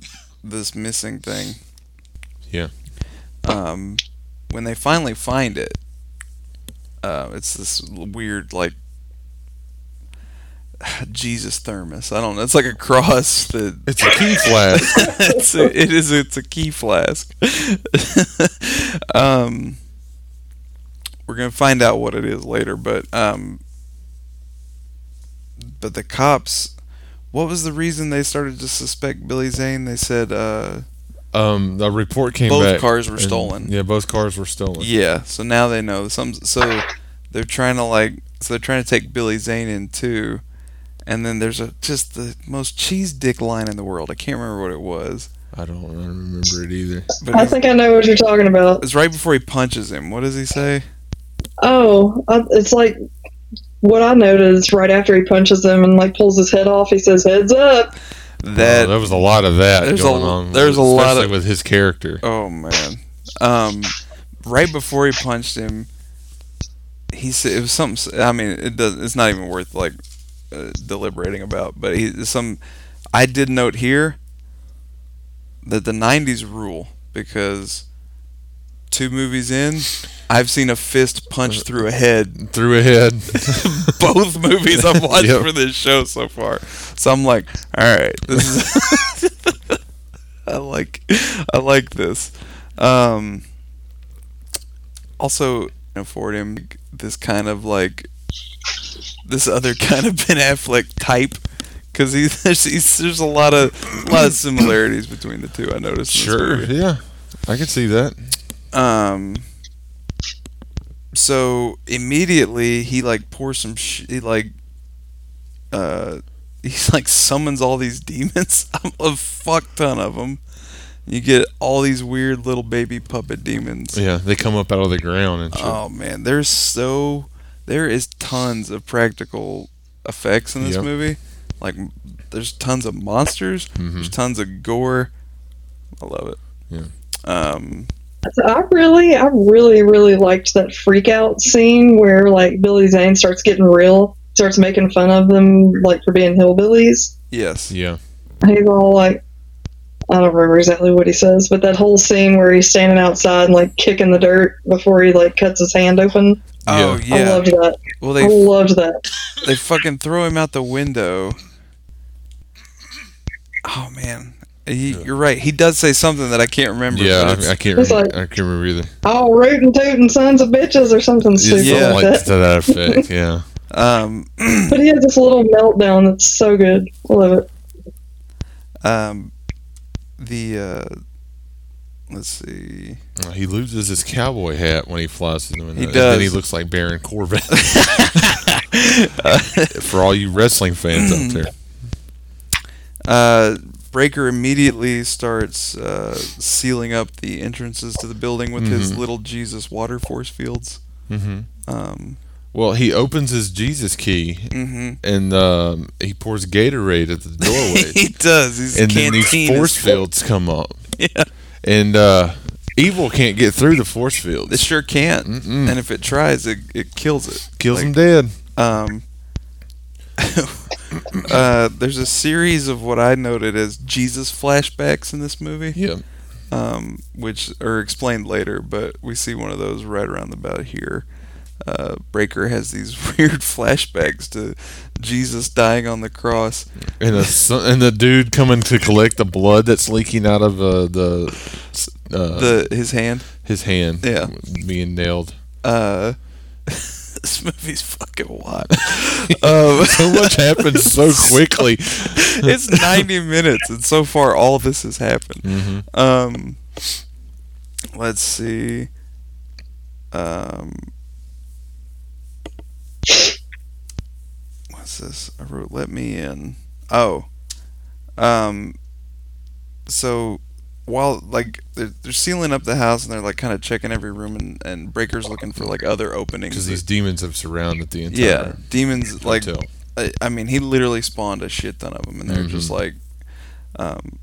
Speaker 9: this missing thing.
Speaker 4: Yeah.
Speaker 9: Um when they finally find it, uh, it's this weird like Jesus thermos. I don't know. It's like a cross that
Speaker 4: It's a key flash.
Speaker 9: it's a, it is it's a key flask. um, we're gonna find out what it is later, but um, but the cops. What was the reason they started to suspect Billy Zane? They said, uh,
Speaker 4: Um, the report came
Speaker 9: Both
Speaker 4: back.
Speaker 9: cars were stolen.
Speaker 4: Yeah, both cars were stolen.
Speaker 9: yeah. So now they know. Some so they're trying to like so they're trying to take Billy Zane in too, and then there's a just the most cheese dick line in the world. I can't remember what it was.
Speaker 4: I don't remember it either.
Speaker 9: But
Speaker 10: I
Speaker 9: it's-
Speaker 10: think I know what you're talking about.
Speaker 9: it's right before he punches him. What does he say?
Speaker 10: Oh, I, it's like what I noted is right after he punches him and like pulls his head off, he says, "Heads up!"
Speaker 9: That
Speaker 4: Oh, there was a lot of that
Speaker 9: there's a-
Speaker 4: going on.
Speaker 9: there's a lot
Speaker 4: especially
Speaker 9: of-
Speaker 4: with his character.
Speaker 9: Oh man. Um, right before he punched him, he said it was something. I mean, it does. It's not even worth like uh, deliberating about. But he some. I did note here that the '90s rule because two movies in, I've seen a fist punch through a head.
Speaker 4: Through a head.
Speaker 9: Both movies I've watched
Speaker 4: Yep.
Speaker 9: for this show so far. So I'm like, all right, this is. I like, I like this. Um, also afford him this kind of like this other kind of Ben Affleck type because he, there's he's, there's a lot of a lot of similarities between the two. I noticed. in this
Speaker 4: sure.
Speaker 9: movie.
Speaker 4: Yeah. I can see that.
Speaker 9: Um. So immediately he like pours some sh- he like uh he's like summons all these demons a fuck ton of them. You get all these weird little baby puppet demons.
Speaker 4: Yeah, they come up out of the ground and shit.
Speaker 9: Oh man, there's so there is tons of practical effects in this
Speaker 4: Yep.
Speaker 9: movie. Like m- there's tons of monsters, there's tons of gore. I love it.
Speaker 4: Mm-hmm. Yeah.
Speaker 9: Um
Speaker 10: So I really, I really, really liked that freak out scene where like Billy Zane starts getting real, starts making fun of them like for being hillbillies.
Speaker 9: yes.
Speaker 4: Yeah.
Speaker 10: He's all like, I don't remember exactly what he says, but that whole scene where he's standing outside and like kicking the dirt before he like cuts his hand open.
Speaker 9: Oh yeah.
Speaker 4: Yeah.
Speaker 10: I loved that.
Speaker 9: well
Speaker 10: I
Speaker 9: they
Speaker 10: loved that.
Speaker 9: they fucking throw him out the window. Oh man. He, You're right. He does say something that I can't remember. but
Speaker 4: Yeah,
Speaker 9: it's-
Speaker 4: I, I can't
Speaker 10: It's
Speaker 4: remember,
Speaker 10: like-
Speaker 4: I can't remember either.
Speaker 10: all rootin' tootin' sons of bitches or something stupid
Speaker 9: Yeah.
Speaker 4: Something
Speaker 10: like
Speaker 4: like
Speaker 10: that.
Speaker 4: to that effect, yeah.
Speaker 9: um,
Speaker 10: But he had this little meltdown that's so good. I love it.
Speaker 9: um, the uh, let's see.
Speaker 4: Uh, He loses his cowboy hat when he flies to the window.
Speaker 9: He
Speaker 4: And then he
Speaker 9: does.
Speaker 4: looks like Baron Corbin. For all you wrestling fans out there.
Speaker 9: Uh, Breaker immediately starts uh, sealing up the entrances to the building with
Speaker 4: Mm-hmm.
Speaker 9: his little Jesus water force fields.
Speaker 4: hmm
Speaker 9: Um,
Speaker 4: Well, he opens his Jesus key
Speaker 9: mhm.
Speaker 4: and um, he pours Gatorade at the doorway.
Speaker 9: he does. He's
Speaker 4: and then these
Speaker 9: canteen
Speaker 4: force
Speaker 9: is-
Speaker 4: fields come up.
Speaker 9: Yeah.
Speaker 4: And uh, Evil can't get through the force field.
Speaker 9: It sure can't.
Speaker 4: Mm-mm.
Speaker 9: And if it tries, it, it kills it.
Speaker 4: Kills
Speaker 9: like-
Speaker 4: him dead.
Speaker 9: Um, uh, there's a series of what I noted as Jesus flashbacks in this movie,
Speaker 4: Yeah.
Speaker 9: um, which are explained later, but we see one of those right around about here. Uh, Breaker has these weird flashbacks to Jesus dying on the cross.
Speaker 4: And a son, and the dude coming to collect the blood that's leaking out of uh, the uh,
Speaker 9: The his hand.
Speaker 4: his hand
Speaker 9: Yeah.
Speaker 4: being nailed.
Speaker 9: Uh, this movie's fucking wild. um,
Speaker 4: So much happens so quickly.
Speaker 9: it's 90 minutes, and so far all this has happened. Um, let's see. Um, what's this? I wrote "Let me in." Oh, um, so while like they're, they're sealing up the house and they're like kind of checking every room and, and breakers looking for like other openings.
Speaker 4: Because
Speaker 9: that-
Speaker 4: these demons have surrounded the entire
Speaker 9: yeah, demons like
Speaker 4: hotel.
Speaker 9: I, I mean, he literally spawned a shit ton of them, and they're just
Speaker 4: Mm-hmm.
Speaker 9: like, um,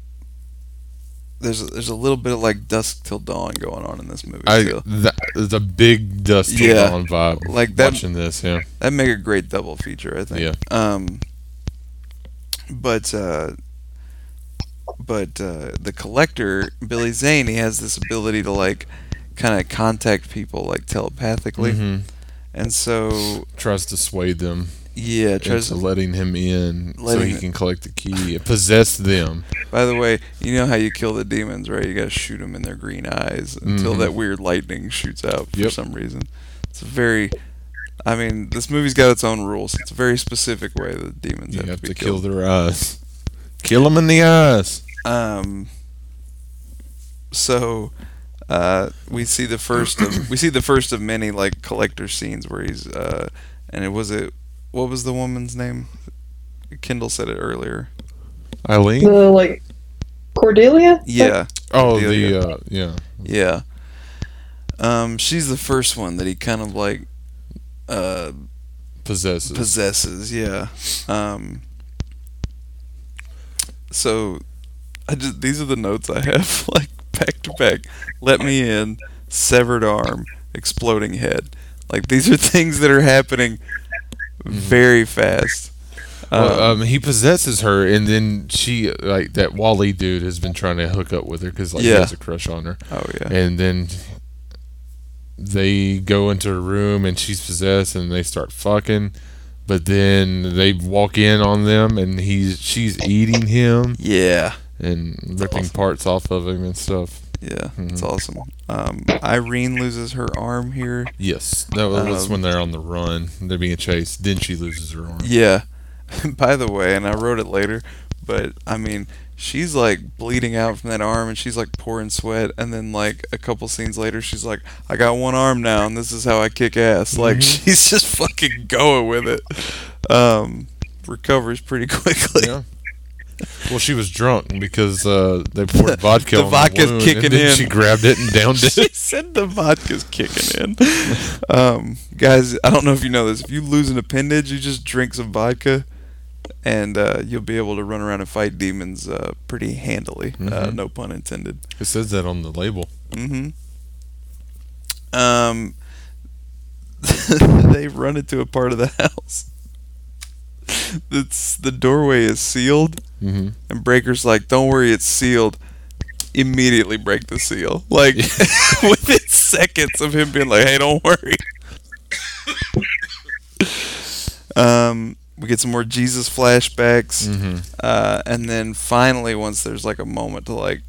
Speaker 9: there's a, there's a little bit of like dusk till dawn going on in this movie.
Speaker 4: I
Speaker 9: too.
Speaker 4: that, the big dust till
Speaker 9: Yeah.
Speaker 4: dawn vibe.
Speaker 9: Like that-
Speaker 4: watching this, yeah.
Speaker 9: That'd make a great double feature, I think.
Speaker 4: Yeah.
Speaker 9: Um. But uh, but uh, the collector Billy Zane, he has this ability to like kind of contact people like telepathically,
Speaker 4: Mhm.
Speaker 9: and so
Speaker 4: Tries to sway them
Speaker 9: yeah, tries
Speaker 4: into
Speaker 9: to
Speaker 4: letting him in so
Speaker 9: Letting
Speaker 4: he
Speaker 9: it-
Speaker 4: can collect the key and possess them.
Speaker 9: By the way, you know how you kill the demons, right? You gotta shoot them in their green eyes until
Speaker 4: Mhm.
Speaker 9: that weird lightning shoots out for
Speaker 4: Yep.
Speaker 9: some reason. It's a very, I mean, this movie's got its own rules. It's a very specific way that the demons
Speaker 4: You
Speaker 9: have,
Speaker 4: have
Speaker 9: be
Speaker 4: to kill
Speaker 9: killed.
Speaker 4: their eyes. Kill them in the eyes.
Speaker 9: Um, so, uh, we see the first of we see the first of many like collector scenes where he's uh, and it was it what was the woman's name? Kendall said it earlier.
Speaker 4: Eileen.
Speaker 10: The like Cordelia?
Speaker 9: Yeah.
Speaker 4: Oh, the
Speaker 9: Cordelia.
Speaker 4: uh, yeah.
Speaker 9: Yeah. Um, she's the first one that he kind of like uh,
Speaker 4: Possesses.
Speaker 9: possesses. Yeah. Um, so, I just these are the notes I have like back to back. Let me in. Severed arm. Exploding head. Like these are things that are happening Mm-hmm. very fast.
Speaker 4: Well,
Speaker 9: uh,
Speaker 4: um, he possesses her, and then she like that Wally dude has been trying to hook up with her because like he
Speaker 9: Yeah.
Speaker 4: has a crush on her,
Speaker 9: Oh yeah.
Speaker 4: and then they go into her room and she's possessed, and they start fucking. But then they walk in on them, and he's she's eating him
Speaker 9: Yeah.
Speaker 4: and ripping parts off of him and stuff.
Speaker 9: Yeah. It's awesome. Um, Irene loses her arm here.
Speaker 4: Yes, that was
Speaker 9: Um,
Speaker 4: when they're on the run. They're being chased. Then she loses her arm.
Speaker 9: Yeah. By the way, and I wrote it later, but I mean, she's like bleeding out from that arm and she's like pouring sweat. And then, like, a couple scenes later, she's like, I got one arm now and this is how I kick ass. Like, she's just fucking going with it. Um, recovers pretty quickly.
Speaker 4: Yeah. Well, she was drunk because uh, they poured vodka
Speaker 9: The
Speaker 4: on
Speaker 9: vodka's
Speaker 4: the wound,
Speaker 9: kicking
Speaker 4: and then
Speaker 9: in.
Speaker 4: She grabbed it and downed
Speaker 9: She
Speaker 4: it.
Speaker 9: said the vodka's kicking in. Um, guys, I don't know if you know this. If you lose an appendage, you just drink some vodka, and uh, you'll be able to run around and fight demons uh, pretty handily. Uh, no pun intended.
Speaker 4: It says that on the label.
Speaker 9: Mm-hmm. Um, they run into a part of the house. That's the doorway is sealed,
Speaker 4: Mm-hmm.
Speaker 9: and Breaker's like, "Don't worry, it's sealed." Immediately break the seal, like within seconds of him being like, "Hey, don't worry." um, we get some more Jesus flashbacks, uh, and then finally, once there's like a moment to like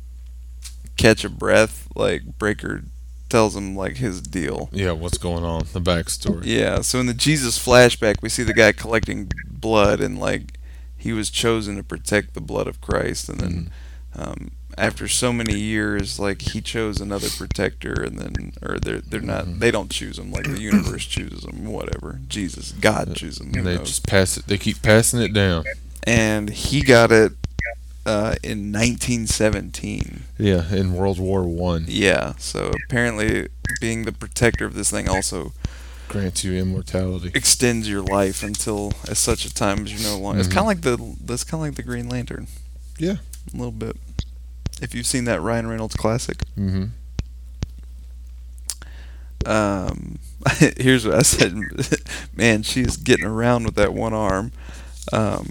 Speaker 9: catch a breath, like Breaker tells him like his deal.
Speaker 4: Yeah, what's going on? The backstory.
Speaker 9: Yeah, so in the Jesus flashback, we see the guy collecting blood, and like he was chosen to protect the blood of Christ, and then
Speaker 4: Mm-hmm.
Speaker 9: um, after so many years, like he chose another protector, and then or they're they're
Speaker 4: Mm-hmm.
Speaker 9: not they don't choose him like the universe chooses him, whatever. Jesus, God chooses him. who
Speaker 4: And they
Speaker 9: knows?
Speaker 4: just pass it. They keep passing it down.
Speaker 9: And he got it uh, in 1917.
Speaker 4: Yeah, in World War One,
Speaker 9: Yeah, so apparently being the protector of this thing also
Speaker 4: grants you immortality.
Speaker 9: extends your life until at such a time as you're no longer. It's
Speaker 4: Mhm.
Speaker 9: kind of like the that's kind of like the Green Lantern.
Speaker 4: Yeah.
Speaker 9: a little bit. If you've seen that Ryan Reynolds classic,
Speaker 4: Mm-hmm.
Speaker 9: um, here's what I said. Man, she is getting around with that one arm. Um,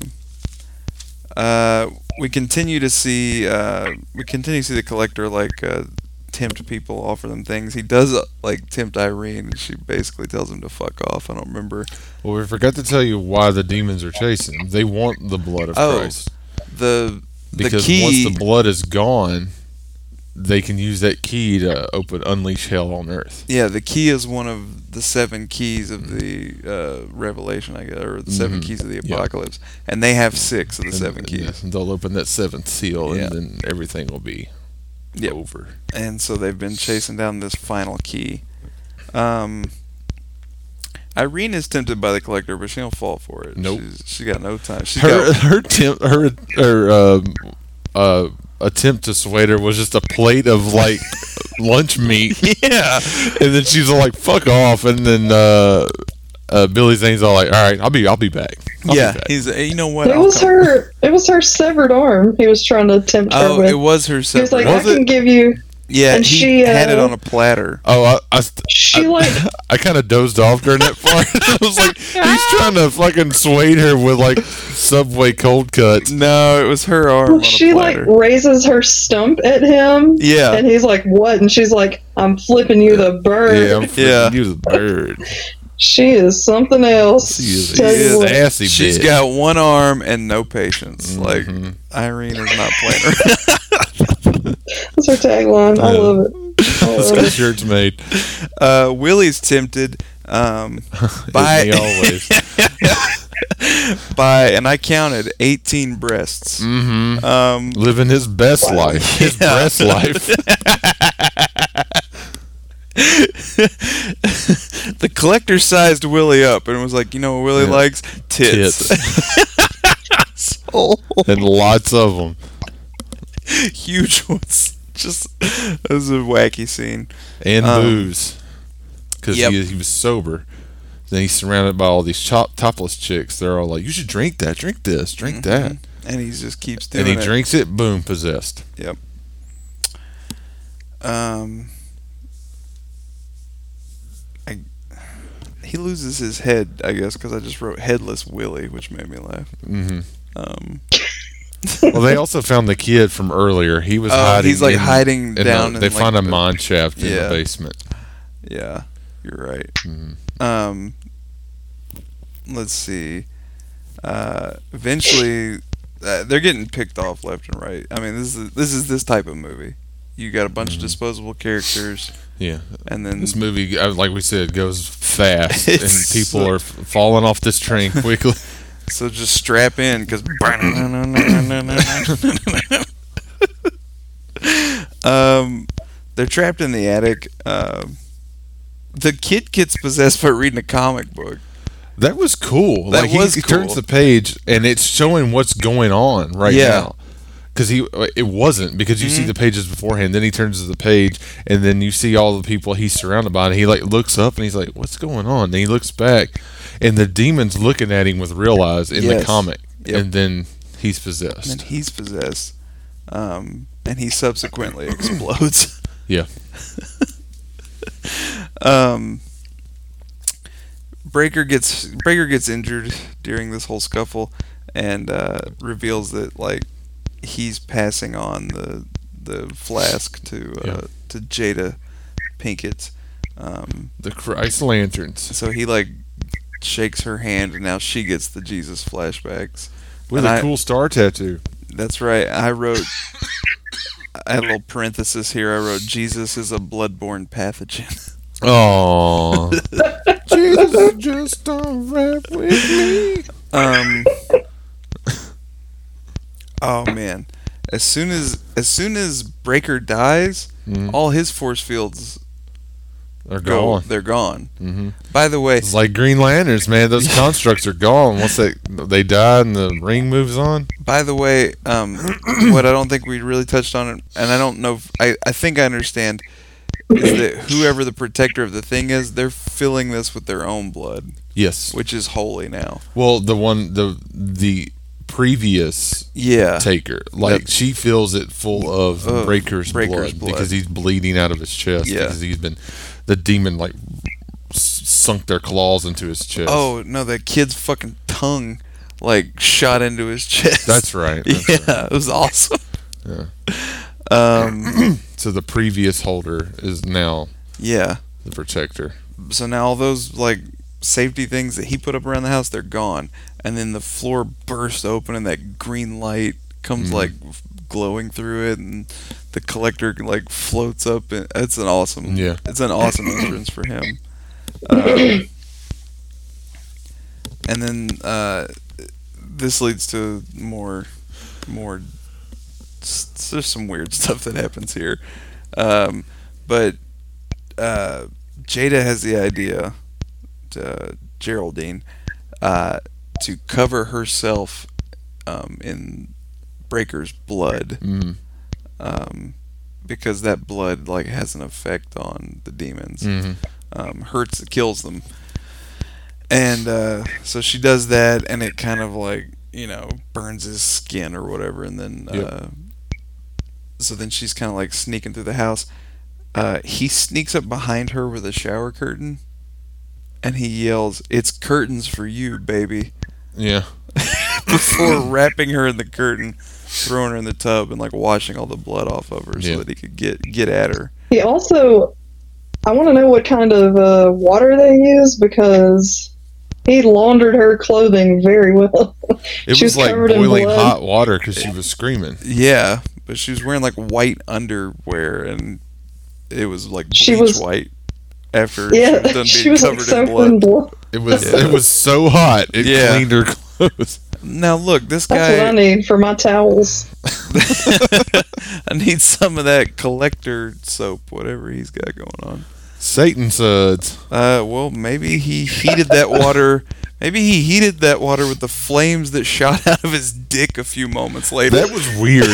Speaker 9: uh, we continue to see uh, we continue to see the collector like uh, tempt people, offer them things. He does uh, like tempt Irene, and she basically tells him to fuck off. I don't remember
Speaker 4: Well, we forgot to tell you why the demons are chasing. them. They want the blood of
Speaker 9: Oh,
Speaker 4: Christ
Speaker 9: the
Speaker 4: because
Speaker 9: the key.
Speaker 4: once the blood is gone, they can use that key to open unleash hell on earth.
Speaker 9: yeah, the key is one of the seven keys of the uh, Revelation, I guess, or the 7
Speaker 4: Mhm.
Speaker 9: keys of the
Speaker 4: Yeah.
Speaker 9: apocalypse, Mm-hmm. and they have six of the
Speaker 4: And-
Speaker 9: seven
Speaker 4: and
Speaker 9: keys.
Speaker 4: yes, and they'll open that seventh seal,
Speaker 9: Yeah.
Speaker 4: and then everything will be
Speaker 9: Yeah.
Speaker 4: over.
Speaker 9: and so they've been chasing down this final key. Um, Irene is tempted by the collector, but she don't fall for it.
Speaker 4: Nope.
Speaker 9: She's, she got no time. She
Speaker 4: Her
Speaker 9: got,
Speaker 4: her temp, her her um, uh, attempt to sway her was just a plate of like lunch meat,
Speaker 9: yeah,
Speaker 4: and then she's all like, "Fuck off!" And then uh, uh, Billy Zane's all like, "All right, I'll be I'll be back." I'll
Speaker 9: yeah.
Speaker 4: be back.
Speaker 9: He's hey, you know what?
Speaker 10: It
Speaker 9: I'll
Speaker 10: was
Speaker 9: come-
Speaker 10: her. It was her severed arm. He was trying to tempt her
Speaker 9: Oh,
Speaker 10: with.
Speaker 9: it was her.
Speaker 10: he was
Speaker 9: separate-
Speaker 10: like,
Speaker 4: Was
Speaker 10: I can
Speaker 4: it?
Speaker 10: give you.
Speaker 9: yeah,
Speaker 10: and
Speaker 9: he
Speaker 10: she,
Speaker 9: had it
Speaker 10: uh,
Speaker 9: on a platter.
Speaker 4: Oh, I, I, st-
Speaker 10: She like
Speaker 4: I kind of dozed off during that part. I was like, he's trying to fucking sway her with like Subway cold cuts.
Speaker 9: No, it was her arm on
Speaker 10: she
Speaker 9: a
Speaker 10: like
Speaker 9: platter.
Speaker 10: raises her stump at him.
Speaker 9: Yeah.
Speaker 10: And he's like, "What?" And she's like, "I'm flipping you the bird."
Speaker 4: Yeah, I'm freaking
Speaker 9: Yeah.
Speaker 4: you the bird.
Speaker 10: She is something else.
Speaker 4: She is
Speaker 10: Tell you
Speaker 9: is
Speaker 10: what.
Speaker 4: a sassy
Speaker 9: She's
Speaker 4: bitch.
Speaker 9: got one arm and no patience.
Speaker 4: Mm-hmm.
Speaker 9: Like Irene is not playing. around.
Speaker 10: That's her tagline. I
Speaker 4: Yeah.
Speaker 10: love it. I
Speaker 4: That's
Speaker 10: love
Speaker 4: what
Speaker 10: it.
Speaker 4: shirt's made.
Speaker 9: uh, Willie's tempted um, by
Speaker 4: Isn't he always.
Speaker 9: by, and I counted eighteen breasts.
Speaker 4: hmm
Speaker 9: Um,
Speaker 4: living his best life, his
Speaker 9: Yeah.
Speaker 4: breast life.
Speaker 9: the collector sized Willie up and was like, you know what Willie
Speaker 4: Yeah.
Speaker 9: likes? Tits.
Speaker 4: Tits. and lots of them.
Speaker 9: huge ones. Just it was a wacky scene.
Speaker 4: and
Speaker 9: Um,
Speaker 4: booze because
Speaker 9: yep.
Speaker 4: he, he was sober. Then he's surrounded by all these chop, topless chicks. They're all like, "You should drink that, drink this, drink that,"
Speaker 9: And he just keeps Mm-hmm. doing
Speaker 4: and he
Speaker 9: it.
Speaker 4: drinks it. Boom, possessed.
Speaker 9: Um, I, he loses his head, I guess, because I just wrote headless Willie, which made me laugh.
Speaker 4: hmm
Speaker 9: Um,
Speaker 4: well, they also found the kid from earlier. He was
Speaker 9: Oh,
Speaker 4: hiding.
Speaker 9: he's, like,
Speaker 4: in-
Speaker 9: hiding
Speaker 4: in the-
Speaker 9: down in,
Speaker 4: they
Speaker 9: like,
Speaker 4: find a
Speaker 9: the-
Speaker 4: mine shaft in
Speaker 9: Yeah.
Speaker 4: the basement.
Speaker 9: yeah, you're right.
Speaker 4: Mhm.
Speaker 9: Um, let's see. Uh, eventually, uh, they're getting picked off left and right. I mean, this is this is this type of movie. You got a bunch of disposable characters,
Speaker 4: Yeah,
Speaker 9: and then
Speaker 4: this movie, uh, like we said, goes fast, and
Speaker 9: It's
Speaker 4: people
Speaker 9: like-
Speaker 4: are f- falling off this train quickly.
Speaker 9: So just strap in, because. um, they're trapped in the attic. Um, the kid gets possessed by reading a comic book.
Speaker 4: That was cool.
Speaker 9: That
Speaker 4: like he,
Speaker 9: was
Speaker 4: he
Speaker 9: cool.
Speaker 4: turns the page and it's showing what's going on right
Speaker 9: Yeah. Mm-hmm.
Speaker 4: now. Because he, uh, it wasn't because you see the pages beforehand. Then he turns to the page, and then you see all the people he's surrounded by. And he like looks up and he's like, "What's going on?" And he looks back, and the demon's looking at him with real eyes in
Speaker 9: Yes.
Speaker 4: the comic.
Speaker 9: Yep.
Speaker 4: And then he's
Speaker 9: And then
Speaker 4: possessed.
Speaker 9: he's possessed. Um, and he subsequently explodes.
Speaker 4: Yeah.
Speaker 9: um, Breaker gets Breaker gets injured during this whole scuffle, and uh, reveals that like he's passing on the the flask to uh,
Speaker 4: Yeah.
Speaker 9: to Jada Pinkett. Um,
Speaker 4: The Christ lanterns
Speaker 9: so he like shakes her hand, and now she gets the Jesus flashbacks.
Speaker 4: with
Speaker 9: And
Speaker 4: a
Speaker 9: I-
Speaker 4: cool star tattoo.
Speaker 9: That's right. I wrote. I had a little parenthesis here. I wrote Jesus is a bloodborne pathogen.
Speaker 4: Oh, Jesus, just don't rap with me.
Speaker 9: Um. oh man, as soon as as soon as Breaker dies,
Speaker 4: Mhm.
Speaker 9: all his force fields
Speaker 4: They're
Speaker 9: go.
Speaker 4: gone.
Speaker 9: They're gone.
Speaker 4: Mm-hmm.
Speaker 9: By the way,
Speaker 4: It's like Green Lanterns, man. Those constructs are gone once they they die and the ring moves on.
Speaker 9: By the way, um, what I don't think we really touched on, and I don't know, if, I, I think I understand, is that whoever the protector of the thing is, they're filling this with their own blood,
Speaker 4: Yes.
Speaker 9: which is holy now.
Speaker 4: Well, the one the the previous
Speaker 9: Yeah.
Speaker 4: taker, like
Speaker 9: Yep.
Speaker 4: she fills it full of
Speaker 9: Of
Speaker 4: Breaker's,
Speaker 9: Breaker's
Speaker 4: blood,
Speaker 9: blood.
Speaker 4: because he's bleeding out of his chest
Speaker 9: Yeah.
Speaker 4: because he's been the demon like s- sunk their claws into his chest.
Speaker 9: Oh no, that kid's fucking tongue, like shot into his chest.
Speaker 4: that's right. That's
Speaker 9: yeah,
Speaker 4: right.
Speaker 9: it was awesome.
Speaker 4: Yeah.
Speaker 9: Um,
Speaker 4: So the previous holder is now
Speaker 9: yeah.
Speaker 4: the protector.
Speaker 9: So now all those like safety things that he put up around the house, they're gone. And then the floor bursts open, and that green light comes
Speaker 4: Mhm.
Speaker 9: like f- glowing through it, and the collector like floats up. And it's an awesome,
Speaker 4: Yeah.
Speaker 9: it's an awesome entrance for him. Uh, and then uh, this leads to more, more. s- There's some weird stuff that happens here, um, but uh, Jada has the idea, to, Geraldine, uh, to cover herself um, in Breaker's blood
Speaker 4: Mm.
Speaker 9: um, because that blood like has an effect on the demons.
Speaker 4: Mhm.
Speaker 9: Um, hurts, kills them, and uh, so she does that, and it kind of like you know burns his skin or whatever, and then
Speaker 4: Yep.
Speaker 9: uh, so then she's kind of like sneaking through the house. Uh, he sneaks up behind her with a shower curtain, and he yells, "It's curtains for you, baby."
Speaker 4: Yeah.
Speaker 9: before wrapping her in the curtain, throwing her in the tub, and like washing all the blood off of her so
Speaker 4: Yeah.
Speaker 9: that he could get get at her.
Speaker 10: He also, I want to know what kind of uh, water they use because he laundered her clothing very well.
Speaker 4: It
Speaker 10: She
Speaker 4: was
Speaker 10: was
Speaker 4: like
Speaker 10: covered in
Speaker 4: boiling
Speaker 10: blood.
Speaker 4: hot water because she was screaming.
Speaker 9: Yeah, but she was wearing like white underwear, and it was like bleach
Speaker 10: She was-
Speaker 9: white. After she was
Speaker 10: yeah,
Speaker 9: done
Speaker 10: she
Speaker 9: being
Speaker 10: was like
Speaker 9: covered in
Speaker 10: soaked
Speaker 9: blood.
Speaker 10: in blood.
Speaker 4: It was
Speaker 9: Yeah.
Speaker 4: it was so hot it
Speaker 9: Yeah.
Speaker 4: cleaned her clothes.
Speaker 9: Now look, this
Speaker 10: That's what I
Speaker 9: guy.
Speaker 10: need for my towels.
Speaker 9: I need some of that collector soap, whatever he's got going on.
Speaker 4: Satan suds.
Speaker 9: Uh, well, maybe he heated that water. Maybe he heated that water with the flames that shot out of his dick a few moments later.
Speaker 4: That was weird.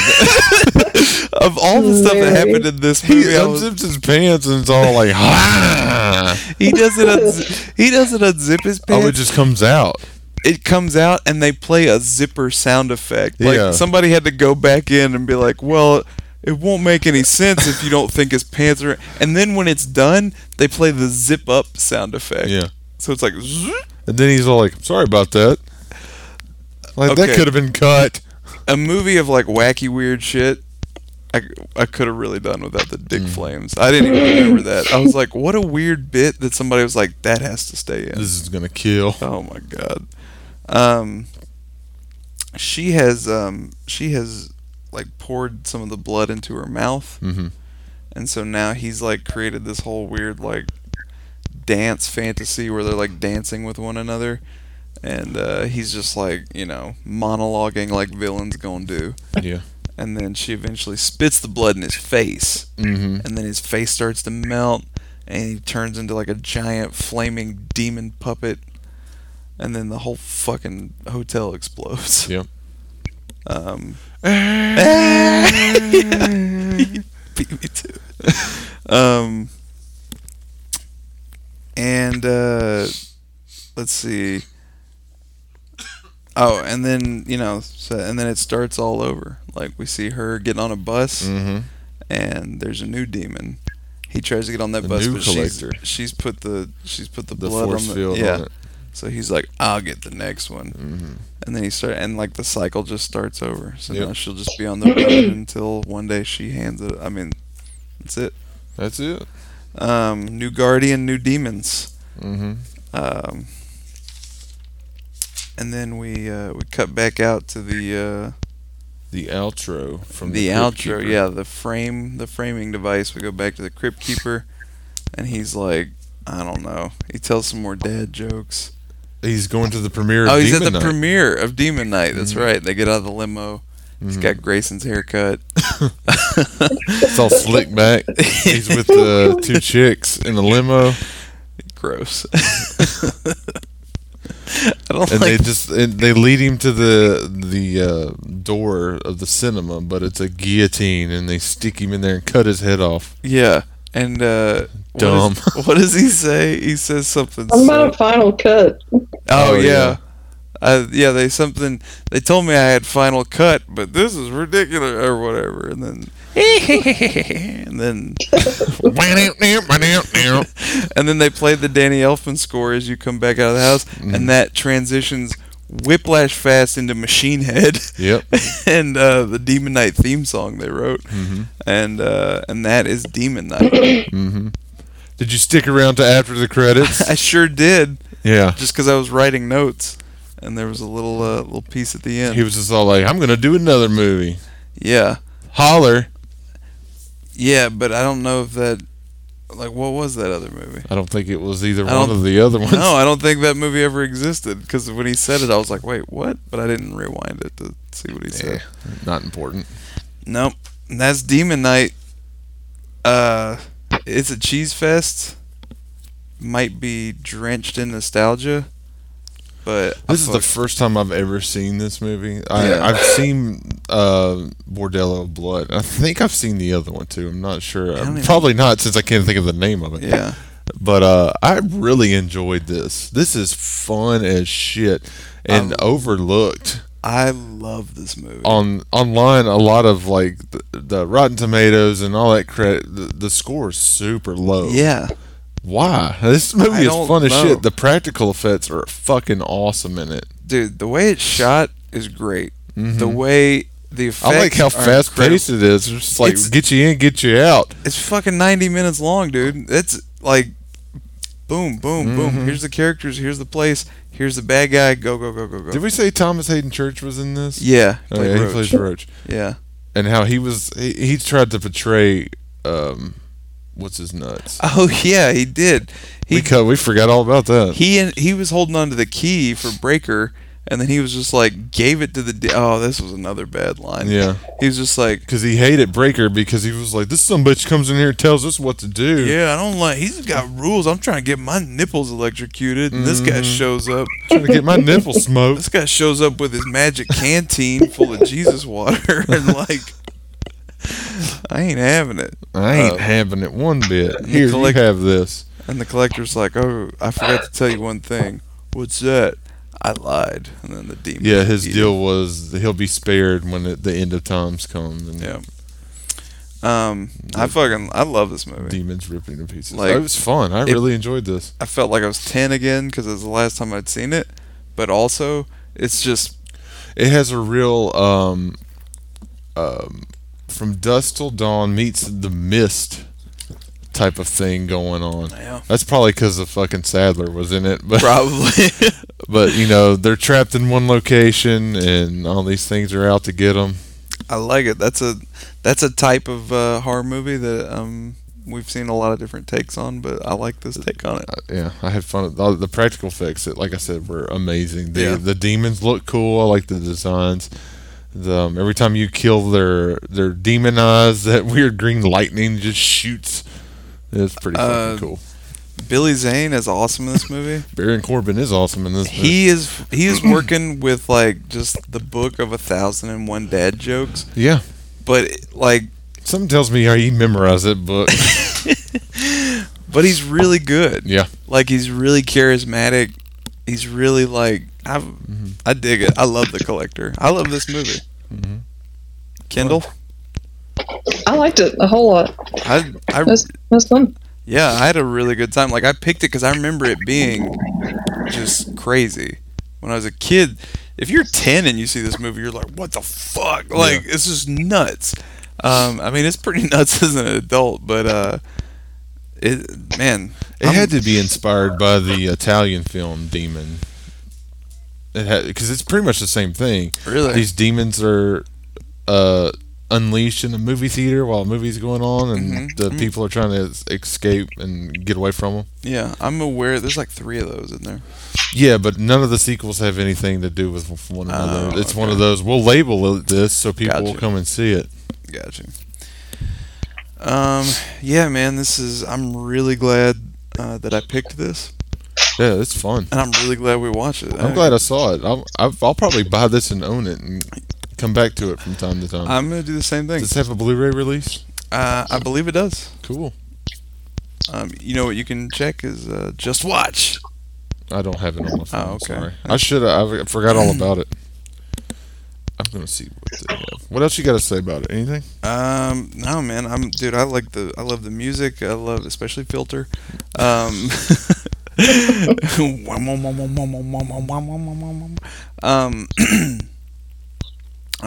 Speaker 9: of all the stuff that
Speaker 10: Mary.
Speaker 9: happened in this
Speaker 4: he
Speaker 9: movie, I was-
Speaker 4: unzips his pants and it's all like, ah,
Speaker 9: he doesn't unzi- he doesn't unzip his pants.
Speaker 4: oh, it just comes out.
Speaker 9: it comes out and they play a zipper sound effect. Like
Speaker 4: Yeah.
Speaker 9: somebody had to go back in and be like, "Well, it won't make any sense if you don't think his pants are." And then when it's done, they play the zip up sound effect.
Speaker 4: Yeah.
Speaker 9: So it's like, "Zzz."
Speaker 4: And then he's all like, I'm sorry about that. Like,
Speaker 9: Okay.
Speaker 4: that could have been cut.
Speaker 9: a movie of like wacky weird shit. I, I could have really done without the dick flames. I didn't even remember that. I was like, what a weird bit that somebody was like, that has to stay in.
Speaker 4: This is going to kill.
Speaker 9: Oh my god. Um she has um she has like poured some of the blood into her mouth.
Speaker 4: Mhm.
Speaker 9: And so now he's like created this whole weird like dance fantasy where they're like dancing with one another and uh, he's just like, you know, monologuing like villains going to do.
Speaker 4: Yeah.
Speaker 9: And then she eventually spits the blood in his face.
Speaker 4: Mm-hmm.
Speaker 9: And then his face starts to melt and he turns into like a giant flaming demon puppet and then the whole fucking hotel explodes
Speaker 4: Yep.
Speaker 9: um Yeah. beat me to it. um and uh let's see oh and then you know so, and then it starts all over like we see her getting on a bus
Speaker 4: Mm-hmm.
Speaker 9: and there's a new demon. He tries to get on that
Speaker 4: The
Speaker 9: bus,
Speaker 4: new
Speaker 9: but she's, she's put the she's put the,
Speaker 4: The
Speaker 9: blood
Speaker 4: force
Speaker 9: on the
Speaker 4: field
Speaker 9: yeah.
Speaker 4: on it. Mm-hmm.
Speaker 9: So he's like, "I'll get the next one," and then he start and like the cycle just starts over. So
Speaker 4: Yep.
Speaker 9: now she'll just be on the road until one day she hands it. I mean, that's it.
Speaker 4: That's it.
Speaker 9: Um, new guardian, new demons.
Speaker 4: Mm-hmm.
Speaker 9: Um, and then we uh, we cut back out to the uh,
Speaker 4: The outro from
Speaker 9: the,
Speaker 4: the, Crypt
Speaker 9: outro.
Speaker 4: Keeper.
Speaker 9: Yeah, the frame, the framing device. We go back to the crypt keeper, and he's like, I don't know. He tells some more dad jokes.
Speaker 4: He's going to the premiere. Of
Speaker 9: Oh, he's at
Speaker 4: Demon
Speaker 9: the
Speaker 4: Knight. Mm-hmm.
Speaker 9: premiere of Demon Night. That's right. They get out of the limo. He's
Speaker 4: Mhm.
Speaker 9: got Grayson's haircut.
Speaker 4: It's all slick back. He's with the two chicks in the limo,
Speaker 9: Gross. I don't
Speaker 4: and they
Speaker 9: like.
Speaker 4: just and they lead him to the the uh, door of the cinema, but it's a guillotine, and they stick him in there and cut his head off.
Speaker 9: yeah, and uh, what
Speaker 4: Dumb.
Speaker 9: is- What, does he say? He says something. so-
Speaker 10: I'm about a final cut.
Speaker 9: Oh,
Speaker 4: Oh,
Speaker 9: yeah.
Speaker 4: yeah.
Speaker 9: Uh, yeah, they something they told me I had final cut, but this is ridiculous or whatever. And then and then and then they played the Danny Elfman score as you come back out of the house,
Speaker 4: Mm-hmm.
Speaker 9: and that transitions whiplash fast into Machine Head
Speaker 4: yep.
Speaker 9: and uh, the Demon Knight theme song they wrote,
Speaker 4: Mm-hmm.
Speaker 9: and uh, and that is Demon Knight.
Speaker 4: Did you stick around to after the credits?
Speaker 9: I sure did,
Speaker 4: yeah.
Speaker 9: just because I was writing notes, and there was a little uh, little piece at the end.
Speaker 4: He was just all like, "I'm gonna do another movie."
Speaker 9: yeah.
Speaker 4: Holler!
Speaker 9: Yeah, but I don't know if that. Like, what was that other movie?
Speaker 4: I don't think it was either
Speaker 9: I
Speaker 4: one
Speaker 9: don't-
Speaker 4: of the other ones.
Speaker 9: No, I don't think that movie ever existed. Because when he said it, I was like, "Wait, what?" But I didn't rewind it to see what he
Speaker 4: Eh,
Speaker 9: said.
Speaker 4: not important.
Speaker 9: Nope. And that's Demon Night. Uh, it's a cheese fest. Might be drenched in nostalgia, but I
Speaker 4: This is the
Speaker 9: fuck-
Speaker 4: first time I've ever seen this movie. I,
Speaker 9: Yeah.
Speaker 4: I've seen uh, Bordello of Blood. I think I've seen the other one too. I'm not sure.
Speaker 9: don't even-
Speaker 4: Probably not since I can't think of the name of it.
Speaker 9: yeah.
Speaker 4: But uh, I really enjoyed this. This is fun as shit and
Speaker 9: Um,
Speaker 4: overlooked
Speaker 9: I love this movie.
Speaker 4: on online. A lot of like the, the Rotten Tomatoes and all that credit. The, the score is super low.
Speaker 9: yeah,
Speaker 4: Why? This movie
Speaker 9: I
Speaker 4: is
Speaker 9: don't
Speaker 4: fun as
Speaker 9: know.
Speaker 4: shit. The practical effects are fucking awesome in it.
Speaker 9: dude, the way it's shot is great. The way the effects
Speaker 4: Mm-hmm. I like how
Speaker 9: are
Speaker 4: fast
Speaker 9: incredible.
Speaker 4: paced it is. It's just like
Speaker 9: It's-
Speaker 4: get you in, get you out.
Speaker 9: it's fucking 90 minutes long, dude. That's like boom, boom, boom.
Speaker 4: Mm-hmm.
Speaker 9: Here's the characters, here's the place, here's the bad guy. Go, go, go, go, go.
Speaker 4: Did we say Thomas Hayden Church was in this?
Speaker 9: yeah,
Speaker 4: Oh,
Speaker 9: played
Speaker 4: yeah, he
Speaker 9: Roach.
Speaker 4: plays Roach,
Speaker 9: yeah.
Speaker 4: and how he was he, he tried to portray um, what's his nuts.
Speaker 9: Oh yeah, he did.
Speaker 4: we
Speaker 9: He
Speaker 4: cut, we forgot all about that.
Speaker 9: he and he was holding on to the key for Breaker and then he was just like gave it to the. Di- oh, this was another bad line.
Speaker 4: Yeah.
Speaker 9: he was just like,
Speaker 4: Because he hated Breaker because he was like, this some bitch comes in here and tells us what to do.
Speaker 9: yeah, I don't like. He's got rules. I'm trying to get my nipples electrocuted, and this
Speaker 4: Mm-hmm.
Speaker 9: guy shows up.
Speaker 4: Trying to get my nipple smoked.
Speaker 9: This guy shows up with his magic canteen full of Jesus water, and like, I ain't having it.
Speaker 4: I ain't having it one bit. Uh, Here, you
Speaker 9: collect-
Speaker 4: have this.
Speaker 9: And the collector's like, "Oh, I forgot to tell you one thing. What's that? I lied." And then the demon.
Speaker 4: Yeah, his
Speaker 9: eat it.
Speaker 4: deal was that he'll be spared when the, the end of times comes and
Speaker 9: Yeah. Um, I fucking I love this movie.
Speaker 4: demons ripping to pieces.
Speaker 9: Like,
Speaker 4: it was fun. I
Speaker 9: it-
Speaker 4: really enjoyed this.
Speaker 9: I felt like I was ten again because it was the last time I'd seen it, but also it's just
Speaker 4: It has a real um, um, from dusk till dawn meets the mist type of thing going on.
Speaker 9: Yeah.
Speaker 4: That's probably because the fucking Sadler was in it, but
Speaker 9: probably
Speaker 4: but you know they're trapped in one location and all these things are out to get them.
Speaker 9: I like it. That's a that's a type of uh, horror movie that um we've seen a lot of different takes on, but I like this take on it.
Speaker 4: yeah, I had fun. with all The practical effects, that, like I said, were amazing. The
Speaker 9: Yeah.
Speaker 4: the demons look cool. I like the designs. The, um, every time you kill their their demon eyes, that weird green lightning just shoots. It's pretty
Speaker 9: Uh,
Speaker 4: fucking cool.
Speaker 9: Billy Zane is awesome in this movie.
Speaker 4: Baron Corbin is awesome in this. movie.
Speaker 9: He is he is working with like just the book of a thousand and one dad jokes,
Speaker 4: yeah.
Speaker 9: but like
Speaker 4: Something tells me how he memorized that book.
Speaker 9: but he's really good.
Speaker 4: yeah,
Speaker 9: Like he's really charismatic. He's really like I I dig it. I love the collector. I love this movie. Kendall,
Speaker 10: I liked it a whole lot.
Speaker 9: I I
Speaker 10: That's that's fun.
Speaker 9: yeah, I had a really good time. Like I picked it because I remember it being just crazy when I was a kid. If you're ten and you see this movie, you're like, "What the fuck?" Like it's just nuts. Um, I mean, it's pretty nuts as an adult, but uh, it man,
Speaker 4: it had to be inspired by the Italian film Demon. It had because it's pretty much the same thing.
Speaker 9: really
Speaker 4: these demons are uh, unleashed in a movie theater while a movie's going on, and
Speaker 9: Mhm.
Speaker 4: the
Speaker 9: Mhm.
Speaker 4: people are trying to escape and get away from them.
Speaker 9: Yeah, I'm aware. There's like three of those in there.
Speaker 4: Yeah, but none of the sequels have anything to do with f- one another.
Speaker 9: Oh,
Speaker 4: it's one
Speaker 9: okay.
Speaker 4: of those we'll label it this so people will
Speaker 9: Gotcha.
Speaker 4: come and see it.
Speaker 9: Gotcha. Um, yeah, man, this is. I'm really glad uh, that I picked this,
Speaker 4: Yeah, it's fun.
Speaker 9: and I'm really glad we watched it.
Speaker 4: I'm glad I saw it. I'll, I've- I'll probably buy this and own it and come back to it from time to time.
Speaker 9: I'm gonna do the same thing.
Speaker 4: Does this have a Blu-ray release?
Speaker 9: Uh, I believe it does.
Speaker 4: Cool.
Speaker 9: Um, you know what you can check is uh, just watch.
Speaker 4: I don't have it on my phone.
Speaker 9: Oh,
Speaker 4: I'm
Speaker 9: okay.
Speaker 4: Sorry. I should have. I forgot all about it. I'm gonna see what they have. What else you got to say about it? Anything?
Speaker 9: Um, no, man, I'm dude. I like the. I love the music. I love especially Filter. Um, um, I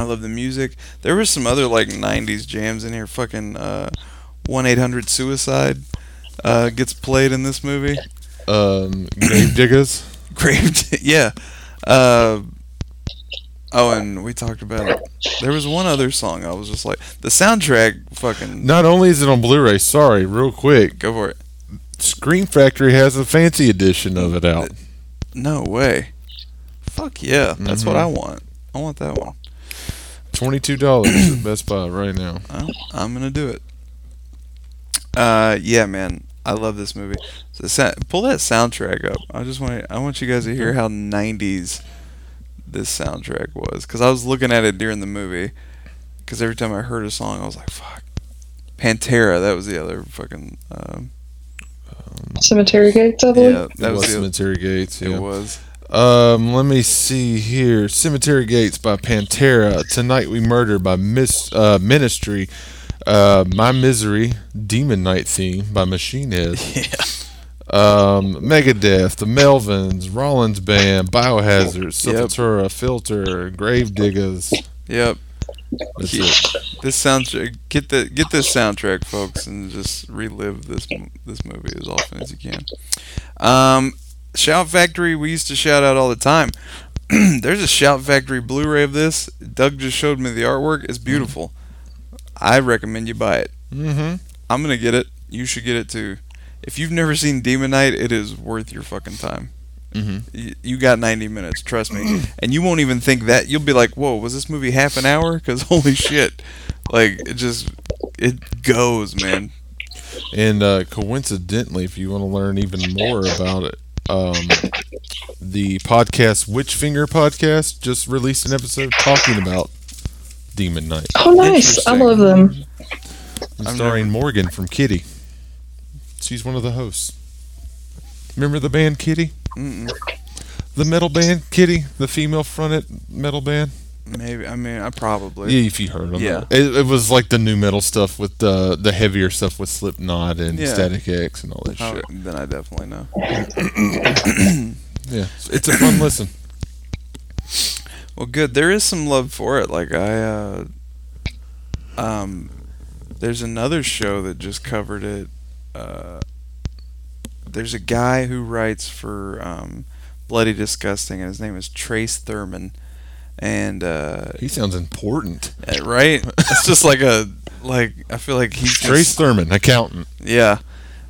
Speaker 9: love the music. There were some other like '90s jams in here. Fucking uh, one eight hundred suicide uh, gets played in this movie.
Speaker 4: Um, Grave Diggers.
Speaker 9: Grave, Dig- yeah. Uh, oh, and we talked about. There was one other song. I was just like the soundtrack. Fucking
Speaker 4: Not only is it on Blu-ray. Sorry, real quick.
Speaker 9: go for it.
Speaker 4: Scream Factory has a fancy edition of it out.
Speaker 9: No way. Fuck yeah. That's what
Speaker 4: Mhm.
Speaker 9: I want. I want that one.
Speaker 4: Twenty-two dollars at Best Buy right now.
Speaker 9: Well, I'm gonna do it. Uh, yeah, man. I love this movie. So sa- pull that soundtrack up. I just want I want you guys to hear how '90s this soundtrack was. Cause I was looking at it during the movie. Cause every time I heard a song, I was like, "Fuck." Pantera. That was the other fucking. Um,
Speaker 10: Cemetery Gates, I believe.
Speaker 9: yeah, that
Speaker 4: it
Speaker 9: was,
Speaker 4: was
Speaker 9: the.
Speaker 4: Cemetery Gates.
Speaker 9: It
Speaker 4: Yeah.
Speaker 9: was.
Speaker 4: Um, let me see here. Cemetery Gates by Pantera. Tonight We Murder by Miss uh, Ministry. Uh, My Misery, Demon Night Theme by Machine Head. Um, Megadeth, The Melvins, Rollins Band, Biohazard,
Speaker 9: Yep.
Speaker 4: Sepultura, Filter, Grave Diggers.
Speaker 9: Yep.
Speaker 4: That's
Speaker 9: Yeah.
Speaker 4: it.
Speaker 9: This soundtrack, get the get this soundtrack, folks, and just relive this m- this movie as often as you can. Um, Shout Factory, we used to shout out all the time. There's a Shout Factory Blu-ray of this. Doug just showed me the artwork. It's beautiful. I recommend you buy it.
Speaker 4: Mm-hmm.
Speaker 9: I'm gonna get it. You should get it too. If you've never seen Demon Knight, it is worth your fucking time.
Speaker 4: Mhm.
Speaker 9: y- you got 90 minutes, trust me. And you won't even think that. You'll be like, whoa, was this movie half an hour? Because holy shit. Like, it just, it goes, man.
Speaker 4: And uh, coincidentally, if you want to learn even more about it, um, the podcast Witch Finger Podcast just released an episode talking about Demon Knight,
Speaker 10: Oh, nice! I
Speaker 9: Interesting.
Speaker 10: love them.
Speaker 4: and
Speaker 9: I've
Speaker 4: starring Morgan from Kitty. She's one of the hosts. Remember the band Kitty?
Speaker 9: Mm-mm.
Speaker 4: The metal band Kitty, the female fronted metal band.
Speaker 9: Maybe, I mean, I probably.
Speaker 4: Yeah, if you heard them.
Speaker 9: Yeah.
Speaker 4: it, it was like the new metal stuff with the the heavier stuff with Slipknot and
Speaker 9: Yeah.
Speaker 4: Static X and all that
Speaker 9: Oh,
Speaker 4: shit.
Speaker 9: then I definitely know.
Speaker 4: Yeah, it's a fun listen.
Speaker 9: Well, good. There is some love for it. Like I, uh, um, there's another show that just covered it. Uh, there's a guy who writes for um, Bloody Disgusting, and his name is Trace Thurman. And uh,
Speaker 4: He sounds important.
Speaker 9: eh, right, it's just like a like I feel like he's
Speaker 4: Trace Thurman, accountant.
Speaker 9: Yeah.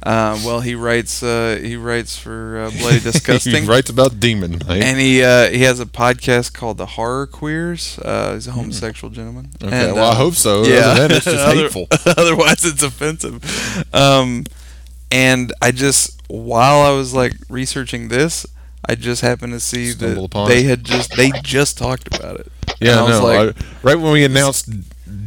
Speaker 9: Uh, well, he writes. Uh, he writes for uh, Bloody Disgusting.
Speaker 4: he writes about Demon Knight.
Speaker 9: and he uh, he has a podcast called The Horror Queers. Uh, he's a homosexual gentleman.
Speaker 4: Hmm. okay,
Speaker 9: And,
Speaker 4: well,
Speaker 9: uh,
Speaker 4: I hope so.
Speaker 9: yeah.
Speaker 4: Other than that, it's just
Speaker 9: Other-
Speaker 4: hateful.
Speaker 9: Otherwise, it's offensive. Um, and I just while I was like researching this, I just happened to see
Speaker 4: Stumbled
Speaker 9: that
Speaker 4: upon
Speaker 9: they
Speaker 4: it.
Speaker 9: had just they just talked about it.
Speaker 4: Yeah,
Speaker 9: and I was
Speaker 4: no.
Speaker 9: like-
Speaker 4: I- right when we announced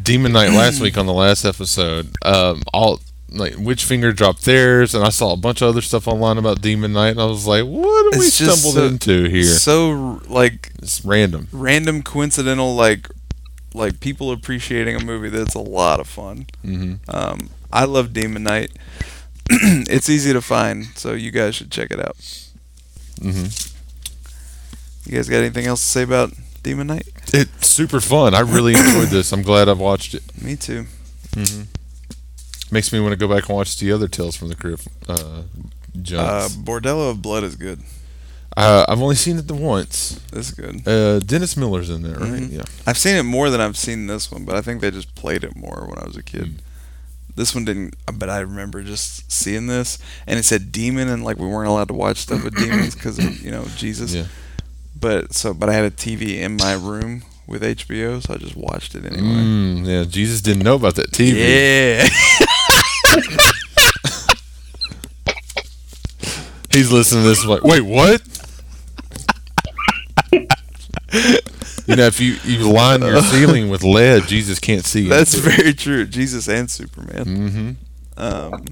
Speaker 4: Demon Knight last week on the last episode, um, all like Witchfinger dropped theirs, and I saw a bunch of other stuff online about Demon Knight, and I was like, "What have we
Speaker 9: It's just
Speaker 4: stumbled
Speaker 9: so-
Speaker 4: into here?
Speaker 9: So like
Speaker 4: It's random."
Speaker 9: random coincidental like like people appreciating a movie that's a lot of fun.
Speaker 4: Mhm.
Speaker 9: Um, I love Demon Knight. it's easy to find, so you guys should check it out.
Speaker 4: hmm
Speaker 9: You guys got anything else to say about Demon Knight?
Speaker 4: It's super fun. I really enjoyed this. I'm glad I've watched it.
Speaker 9: Me too.
Speaker 4: Makes me want to go back and watch the other Tales from the Crypt. Uh,
Speaker 9: Uh,
Speaker 4: jumps.
Speaker 9: Bordello of Blood is good.
Speaker 4: uh, I've only seen it the once.
Speaker 9: That's good.
Speaker 4: Uh, Dennis Miller's in there, right?
Speaker 9: Mhm.
Speaker 4: Yeah.
Speaker 9: I've seen it more than I've seen this one, but I think they just played it more when I was a kid.
Speaker 4: Hmm.
Speaker 9: This one didn't, but I remember just seeing this, and it said demon, and like we weren't allowed to watch stuff with demons because you know Jesus.
Speaker 4: Yeah.
Speaker 9: But so, but I had a TV in my room with HBO, so I just watched it anyway.
Speaker 4: Mm, yeah, Jesus didn't know about that TV.
Speaker 9: Yeah.
Speaker 4: He's listening to this like, wait, what? you know, if you, you line your ceiling with lead, Jesus can't see.
Speaker 9: That's very true. Jesus and Superman.
Speaker 4: Mm-hmm.
Speaker 9: Um,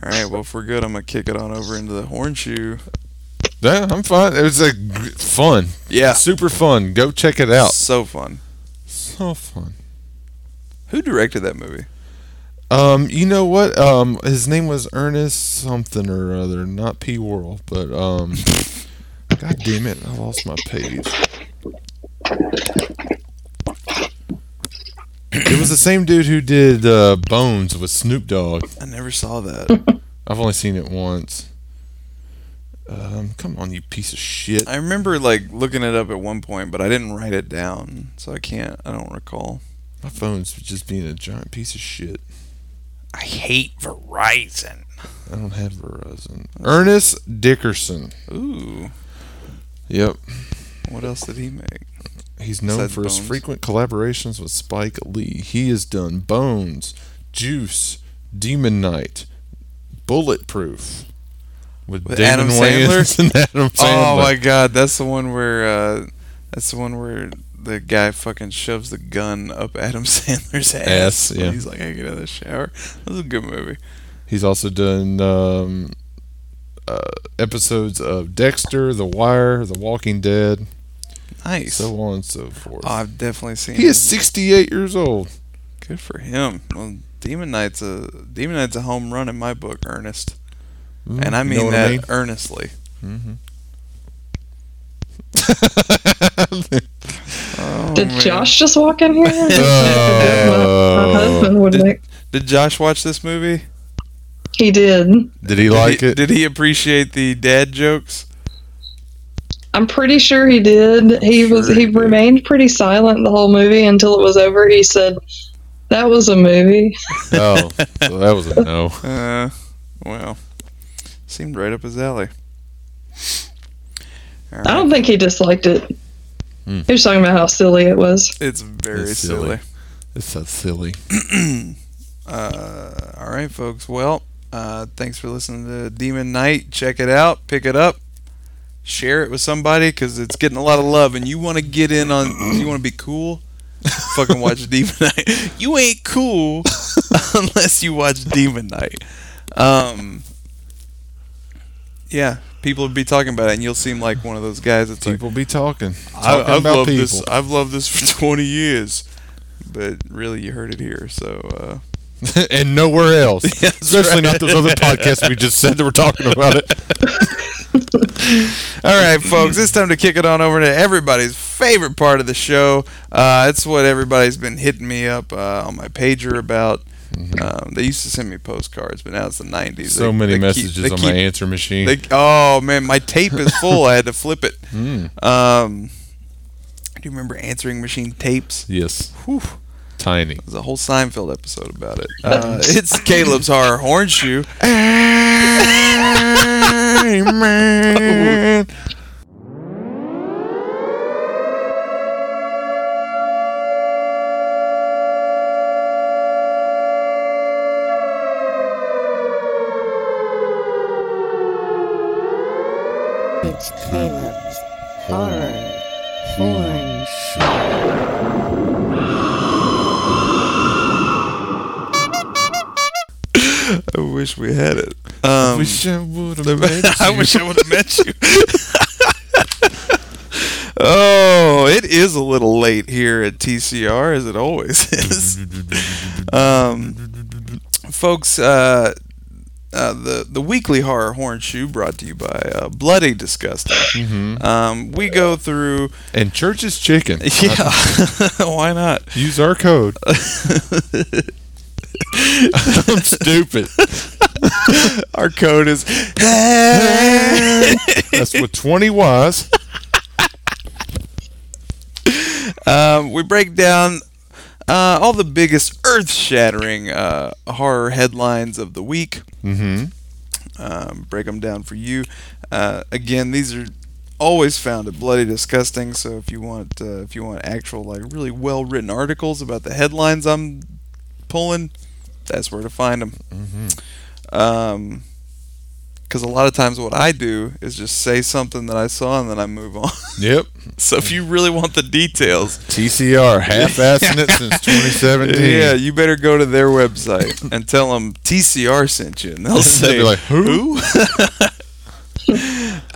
Speaker 9: all right. Well, if we're good, I'm gonna kick it on over into the horseshoe.
Speaker 4: Yeah, I'm fine. It was a gr- fun,
Speaker 9: Yeah.
Speaker 4: super fun. Go check it out.
Speaker 9: So fun.
Speaker 4: So fun.
Speaker 9: Who directed that movie?
Speaker 4: Um, you know what? Um, his name was Ernest something or other, not P. Worrell, but um, God damn it, I lost my page. It was the same dude who did uh, Bones with Snoop Dogg.
Speaker 9: I never saw that.
Speaker 4: I've only seen it once. Um, come on, you piece of shit.
Speaker 9: I remember like looking it up at one point, but I didn't write it down, so I can't. I don't recall.
Speaker 4: My phone's just being a giant piece of shit.
Speaker 9: I hate Verizon.
Speaker 4: I don't have Verizon. Ernest Dickerson.
Speaker 9: Ooh,
Speaker 4: Yep.
Speaker 9: what else did he make?
Speaker 4: He's known
Speaker 9: Besides
Speaker 4: for
Speaker 9: Bones.
Speaker 4: his frequent collaborations with Spike Lee. He has done Bones, Juice, Demon Knight, Bulletproof, with,
Speaker 9: With
Speaker 4: Damon
Speaker 9: Adam
Speaker 4: Wayans
Speaker 9: Sandler?
Speaker 4: and Adam Sandler.
Speaker 9: Oh my god, that's the one where uh, that's the one where the guy fucking shoves the gun up Adam Sandler's ass.
Speaker 4: Ass,
Speaker 9: when
Speaker 4: yeah.
Speaker 9: He's like, I get out of the shower. That was a good movie.
Speaker 4: He's also done um, uh, episodes of Dexter, The Wire, The Walking Dead,
Speaker 9: Nice.
Speaker 4: so on and so forth.
Speaker 9: Oh, I've definitely seen.
Speaker 4: he
Speaker 9: it.
Speaker 4: is 68 years old.
Speaker 9: good for him. Well, Demon Knight's a Demon Knight's a home run in my book, Ernest, and I
Speaker 4: Mm, You
Speaker 9: mean
Speaker 4: know what
Speaker 9: that
Speaker 4: I mean?
Speaker 9: earnestly.
Speaker 10: Did Josh just walk in here? my, my husband would
Speaker 9: Did-
Speaker 10: make.
Speaker 9: Did Josh watch this movie?
Speaker 10: He did.
Speaker 4: Did he like
Speaker 9: did,
Speaker 4: it?
Speaker 9: Did he appreciate the dad jokes?
Speaker 10: I'm pretty sure he did. He was.
Speaker 9: sure
Speaker 10: He
Speaker 9: he did.
Speaker 10: remained pretty silent the whole movie until it was over. He said, "That was a movie."
Speaker 4: oh, well, that was a no.
Speaker 9: Uh, well, seemed right up his alley. All
Speaker 10: I
Speaker 9: right.
Speaker 10: don't think he disliked it.
Speaker 9: Hmm.
Speaker 10: He was talking about how silly it was.
Speaker 9: It's very
Speaker 4: It's
Speaker 9: silly.
Speaker 4: silly. It's so silly.
Speaker 9: Uh, all right, folks. Well, uh, thanks for listening to Demon Night. Check it out. Pick it up. Share it with somebody because it's getting a lot of love, and you want to get in on. You want to be cool. Fucking watch Demon Night. You ain't cool unless you watch Demon Night. Um, yeah, people would be talking about it, and you'll seem like one of those guys that's like,
Speaker 4: People be talking.
Speaker 9: I,
Speaker 4: Talking
Speaker 9: I've
Speaker 4: about
Speaker 9: loved
Speaker 4: people.
Speaker 9: this. I've loved this for 20 years, but really, you heard it here. So. Uh,
Speaker 4: and nowhere else.
Speaker 9: that's
Speaker 4: Especially
Speaker 9: right.
Speaker 4: not those other podcasts we just said that we're talking about it.
Speaker 9: All right, folks, it's time to kick it on over to everybody's favorite part of the show. Uh, it's what everybody's been hitting me up uh, on my pager about. Um, they used to send me postcards, but now it's the 90s.
Speaker 4: So
Speaker 9: They-
Speaker 4: many
Speaker 9: they keep-
Speaker 4: messages
Speaker 9: they
Speaker 4: on
Speaker 9: keep-
Speaker 4: my answer machine.
Speaker 9: they- oh, man, my tape is full. I had to flip it. Um, do you remember answering machine tapes?
Speaker 4: yes.
Speaker 9: Whew.
Speaker 4: Tiny.
Speaker 9: There's a whole Seinfeld episode about it. Uh, it's Caleb's Horror Hornshoe.
Speaker 1: It's Caleb's horror porn show.
Speaker 9: I wish we had it. Um,
Speaker 4: wish I would have met
Speaker 9: I
Speaker 4: you.
Speaker 9: wish I would have met you. oh, it is a little late here at TCR, as it always is. um, folks, uh, uh, the the weekly horror horn shoe brought to you by uh, Bloody Disgusting. Um, we go through,
Speaker 4: And Church's Chicken.
Speaker 9: yeah, why not?
Speaker 4: Use our code. I'm stupid.
Speaker 9: Our code is
Speaker 4: That's what 20 was.
Speaker 9: Um, we break down uh, all the biggest earth-shattering uh, horror headlines of the week.
Speaker 4: Mm-hmm.
Speaker 9: Um, break them down for you. Uh, again, these are always found at Bloody Disgusting. So if you want, uh, if you want actual like really well-written articles about the headlines I'm pulling, that's where to find them. Um, because a lot of times what I do is just say something that I saw and then I move on.
Speaker 4: Yep.
Speaker 9: so if you really want the details,
Speaker 4: TCR, half-assing it since 2017.
Speaker 9: Yeah, you better go to their website and tell them TCR sent you, and they'll
Speaker 4: They'd
Speaker 9: say,
Speaker 4: be like, who?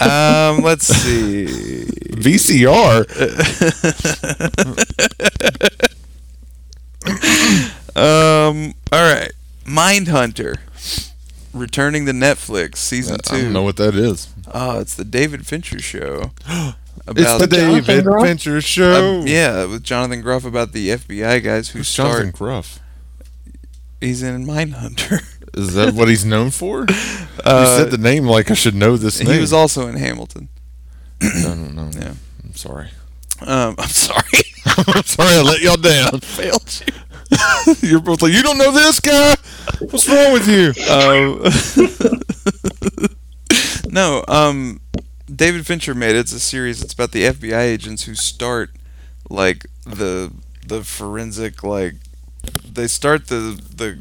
Speaker 9: um, let's see.
Speaker 4: VCR?
Speaker 9: Um, all right, Mindhunter returning to Netflix season
Speaker 4: Uh, I don't
Speaker 9: two.
Speaker 4: know what that is.
Speaker 9: Oh, it's the David Fincher show.
Speaker 4: It's
Speaker 9: About
Speaker 4: the David
Speaker 10: Groff?
Speaker 4: Venture Show.
Speaker 9: um, yeah, with Jonathan Gruff about the FBI guys who
Speaker 4: Who's
Speaker 9: start.
Speaker 4: Jonathan Gruff?
Speaker 9: He's in Mindhunter.
Speaker 4: Is that what he's known for?
Speaker 9: Uh,
Speaker 4: you said the name like I should know this name.
Speaker 9: he was also in Hamilton.
Speaker 4: I don't know.
Speaker 9: Yeah.
Speaker 4: I'm sorry.
Speaker 9: Um, I'm sorry,
Speaker 4: I'm sorry I let y'all down.
Speaker 9: failed you.
Speaker 4: You're both like, you don't know this guy? What's wrong with you?
Speaker 9: Um, no, um, David Fincher made it. It's a series. It's about the FBI agents who start like the the forensic like they start the the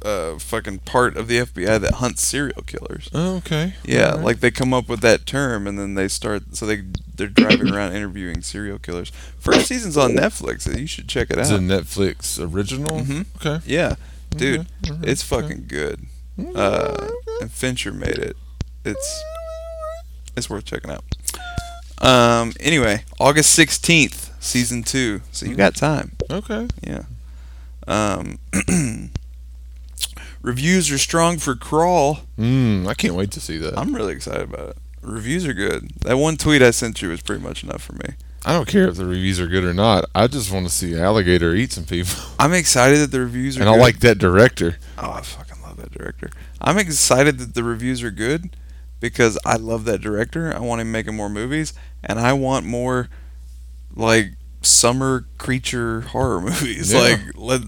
Speaker 9: uh, fucking part of the FBI that hunts serial killers.
Speaker 4: Oh, Okay.
Speaker 9: Yeah,
Speaker 4: Alright.
Speaker 9: like they come up with that term and then they start. So they they're driving around interviewing serial killers. First season's on Netflix. so You should check it
Speaker 4: It's a
Speaker 9: out.
Speaker 4: Netflix original.
Speaker 9: Mhm.
Speaker 4: Okay.
Speaker 9: Yeah, dude,
Speaker 4: Okay, alright,
Speaker 9: it's fucking good.
Speaker 4: Mm-hmm.
Speaker 9: Uh, and Fincher made it. It's it's worth checking out. Um. Anyway, August sixteenth, season two. So
Speaker 4: Mm-hmm.
Speaker 9: you got time.
Speaker 4: Okay.
Speaker 9: Yeah. Um. reviews are strong for Crawl.
Speaker 4: Mm, I can't wait to see that.
Speaker 9: I'm really excited about it. Reviews are good. That one tweet I sent you was pretty much enough for me.
Speaker 4: I don't care if the reviews are good or not. I just want to see alligator eat some people.
Speaker 9: I'm excited that the reviews are
Speaker 4: And
Speaker 9: good.
Speaker 4: I like that director.
Speaker 9: Oh, I fucking love that director. I'm excited that the reviews are good because I love that director. I want him making more movies, and I want more like summer creature horror movies.
Speaker 4: Yeah.
Speaker 9: Like, let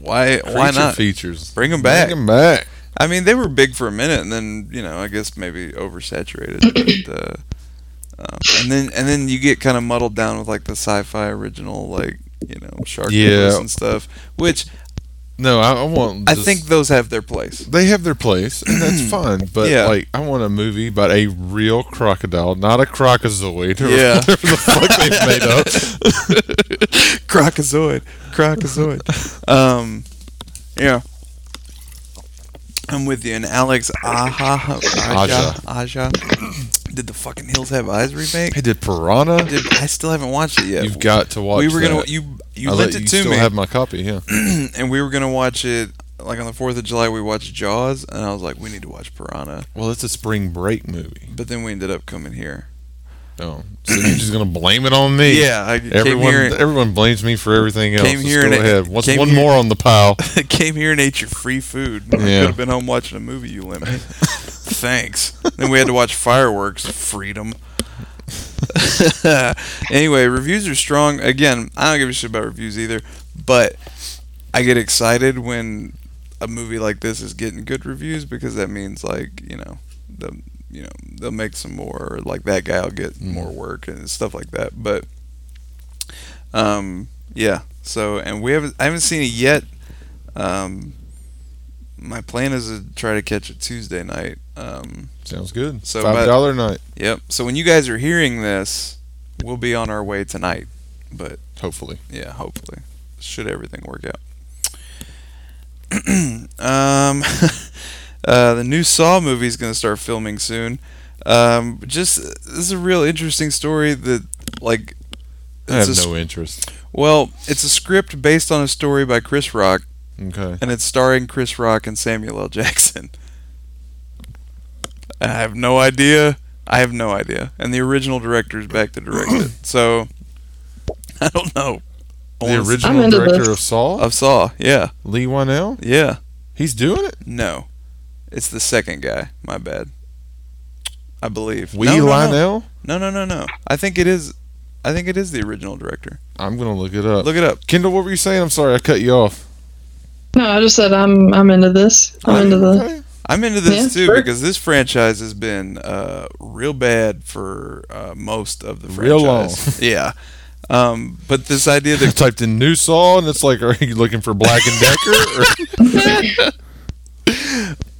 Speaker 9: why why
Speaker 4: Creature
Speaker 9: not?
Speaker 4: features?
Speaker 9: Bring 'em back.
Speaker 4: Bring 'em back.
Speaker 9: I mean, they were big for a minute, and then you know, I guess maybe oversaturated. but, uh, Um, and then and then you get kind of muddled down with like the sci-fi original like you know shark
Speaker 4: Yeah.
Speaker 9: movies and stuff, which
Speaker 4: No, I, I want.
Speaker 9: I
Speaker 4: just-
Speaker 9: think those have their place.
Speaker 4: they have their place, and that's fine. But
Speaker 9: Yeah.
Speaker 4: like, I want a movie about a real crocodile, not a crocozoid or
Speaker 9: Yeah.
Speaker 4: whatever the fuck they've made up.
Speaker 9: Crocozoid, crocozoid. um, yeah. I'm with you. And Alex Aha, Aja, Aja, did the fucking Hills Have Eyes remake?
Speaker 4: Hey, did Piranha?
Speaker 9: Dude, I still haven't watched it yet.
Speaker 4: You've got to watch.
Speaker 9: We were gonna
Speaker 4: that.
Speaker 9: you you
Speaker 4: I
Speaker 9: lent
Speaker 4: let
Speaker 9: it
Speaker 4: you
Speaker 9: to
Speaker 4: still
Speaker 9: me,
Speaker 4: have my copy. Yeah,
Speaker 9: and we were gonna watch it like on the Fourth of July. We watched Jaws, and I was like, we need to watch Piranha.
Speaker 4: well, it's a spring break movie.
Speaker 9: But then we ended up coming here.
Speaker 4: Oh, so you're just gonna blame it on me?
Speaker 9: Yeah, I came
Speaker 4: Everyone,
Speaker 9: here-
Speaker 4: everyone blames me for everything else.
Speaker 9: Came
Speaker 4: Let's
Speaker 9: here
Speaker 4: go
Speaker 9: and-
Speaker 4: ahead. What's
Speaker 9: came
Speaker 4: one
Speaker 9: here-
Speaker 4: more on the pile?
Speaker 9: Came here and ate your free food. I
Speaker 4: Yeah.
Speaker 9: could have been home watching a movie. You lent me. Thanks. Then we had to watch fireworks. Freedom. anyway, reviews are strong. Again, I don't give a shit about reviews either, but I get excited when a movie like this is getting good reviews because that means like you know the you know they'll make some more or like that guy will get more work and stuff like that. But um, yeah. So and we haven't I haven't seen it yet. Um, my plan is to try to catch it Tuesday night. Um,
Speaker 4: Sounds good.
Speaker 9: So, but-
Speaker 4: Five dollar night,
Speaker 9: Yep. So when you guys are hearing this, we'll be on our way tonight. But
Speaker 4: hopefully.
Speaker 9: yeah, hopefully, should everything work out. um, uh, the new Saw movie is going to start filming soon. Um, just this is a real interesting story that like
Speaker 4: I
Speaker 9: it's
Speaker 4: have
Speaker 9: a s-
Speaker 4: no interest.
Speaker 9: well, it's a script based on a story by Chris Rock,
Speaker 4: Okay.
Speaker 9: and it's starring Chris Rock and Samuel L. Jackson. I have no idea. I have no idea. And the original director is back to direct it. So I don't know. I wanna
Speaker 4: The
Speaker 9: s-
Speaker 10: I'm
Speaker 4: original
Speaker 10: into
Speaker 4: director
Speaker 10: this.
Speaker 4: of Saw,
Speaker 9: of Saw. Yeah.
Speaker 4: Lee Wanell,
Speaker 9: Yeah.
Speaker 4: he's doing it.
Speaker 9: No. It's the second guy. My bad. I believe.
Speaker 4: Wee
Speaker 9: no, no,
Speaker 4: Lionel.
Speaker 9: No. no, no, no, no. I think it is I think it is the original director.
Speaker 4: I'm gonna look it up.
Speaker 9: Look it up.
Speaker 4: Kendall, what were you saying? I'm sorry, I cut you off.
Speaker 10: No, I just said I'm I'm into this. I'm into the.
Speaker 4: Okay.
Speaker 9: I'm into this
Speaker 10: Yeah,
Speaker 9: too
Speaker 10: sure.
Speaker 9: because this franchise has been uh, real bad for uh, most of the franchise.
Speaker 4: Real long.
Speaker 9: yeah. Um, but this idea
Speaker 4: I
Speaker 9: that
Speaker 4: typed in new Saw, and it's like, are you looking for Black and Decker? Or-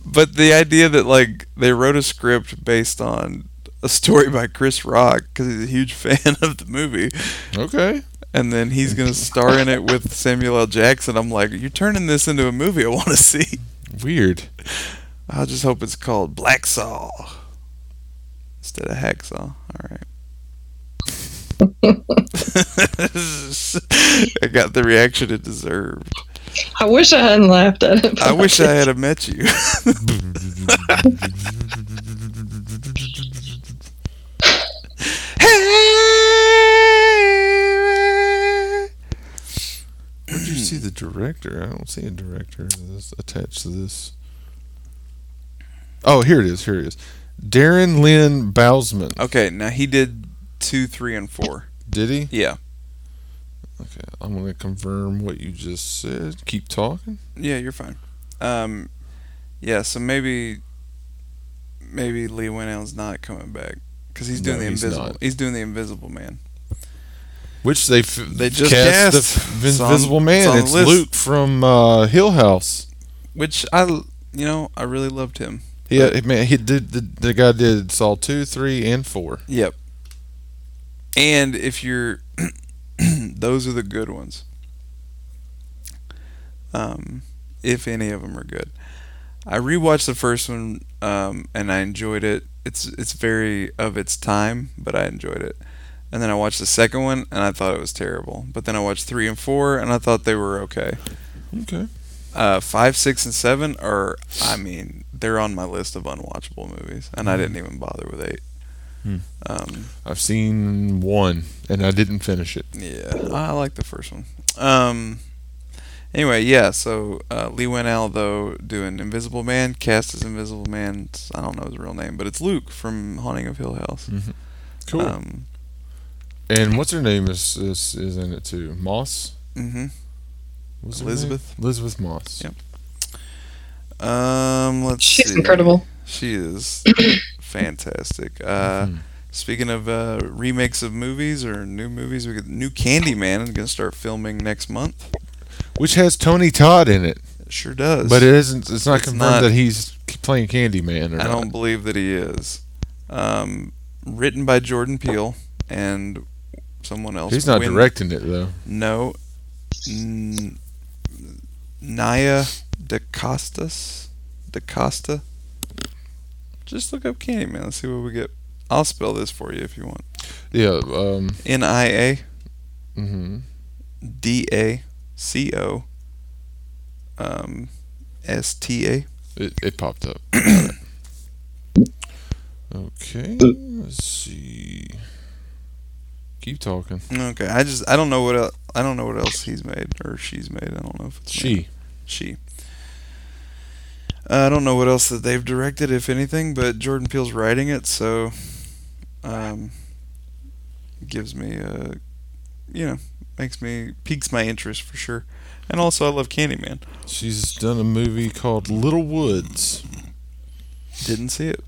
Speaker 9: but the idea that like they wrote a script based on a story by Chris Rock because he's a huge fan of the movie,
Speaker 4: okay.
Speaker 9: and then he's gonna star in it with Samuel L. Jackson. I'm like, you're turning this into a movie I want to see.
Speaker 4: Weird.
Speaker 9: I just hope it's called Black Saw instead of Hacksaw. All right. I got the reaction it deserved.
Speaker 10: I wish I hadn't laughed at it.
Speaker 9: I wish I had have met you. Hey,
Speaker 4: Where did you see the director? I don't see a director that's attached to this. Oh, here it is. Here it is. Darren Lynn Bousman.
Speaker 9: Okay, now he did two, three, and four.
Speaker 4: Did he?
Speaker 9: Yeah.
Speaker 4: Okay. I'm gonna confirm what you just said. Keep talking.
Speaker 9: Yeah, you're fine. Um, yeah, so maybe maybe Lee Winnell's not coming back because he's doing
Speaker 4: No,
Speaker 9: the
Speaker 4: he's
Speaker 9: invisible.
Speaker 4: not.
Speaker 9: He's doing the Invisible Man.
Speaker 4: Which they f-
Speaker 9: They just
Speaker 4: cast, the
Speaker 9: cast.
Speaker 4: f-
Speaker 9: It's on-
Speaker 4: Invisible
Speaker 9: it's on
Speaker 4: Man.
Speaker 9: the
Speaker 4: It's,
Speaker 9: list.
Speaker 4: Luke from uh, Hill House.
Speaker 9: which I l- you know I really loved him.
Speaker 4: Yeah, man. He did. The, the guy did Saw two, three, and four.
Speaker 9: Yep. And if you're, those are the good ones. Um, if any of them are good, I rewatched the first one, um, and I enjoyed it. It's it's very of its time, but I enjoyed it. And then I watched the second one, and I thought it was terrible. But then I watched three and four, and I thought they were okay.
Speaker 4: Okay.
Speaker 9: Uh, five, six, and seven are, I mean, they're on my list of unwatchable movies, and I didn't even bother with eight.
Speaker 4: Hmm.
Speaker 9: Um,
Speaker 4: I've seen one, and I didn't finish it.
Speaker 9: yeah, I like the first one. Um, anyway, yeah. So uh, Lee Winnell, though, doing Invisible Man, cast as Invisible Man. it's- I don't know his real name, but it's Luke from Haunting of Hill House.
Speaker 4: Mm-hmm. Cool.
Speaker 9: Um,
Speaker 4: and what's her name is, is is in it too? Moss.
Speaker 9: hmm
Speaker 4: What's her name?
Speaker 9: Elizabeth.
Speaker 4: Elizabeth Moss.
Speaker 9: Yep. Um, let's
Speaker 10: She's
Speaker 9: Um, see.
Speaker 10: incredible.
Speaker 4: Mm-hmm.
Speaker 9: She is fantastic. Uh, Speaking of uh, remakes of movies or new movies, we got new Candyman is going to start filming next month.
Speaker 4: which has Tony Todd in it,
Speaker 9: It sure does.
Speaker 4: but it isn't. It's not
Speaker 9: It's
Speaker 4: confirmed
Speaker 9: not-
Speaker 4: that he's playing Candyman or
Speaker 9: I
Speaker 4: not.
Speaker 9: don't believe that he is. Um, written by Jordan Peele and someone else.
Speaker 4: He's not
Speaker 9: Win-
Speaker 4: directing it though.
Speaker 9: No. N- Naya DaCostas? DaCosta? Just look up Candyman. Let's see what we get. I'll spell this for you if you want.
Speaker 4: Yeah. Um.
Speaker 9: N I A
Speaker 4: hmm
Speaker 9: D A C O um, S T A.
Speaker 4: It, it popped up. okay. Let's see. Keep talking.
Speaker 9: Okay, I just I don't know what el- I don't know what else he's made or she's made. I don't know if it's made.
Speaker 4: She.
Speaker 9: she. Uh, I don't know what else that they've directed, if anything, but Jordan Peele's writing it, so um, gives me a, you know, makes me piques my interest for sure. And also, I love Candyman.
Speaker 4: She's done a movie called Little Woods.
Speaker 9: Didn't see it.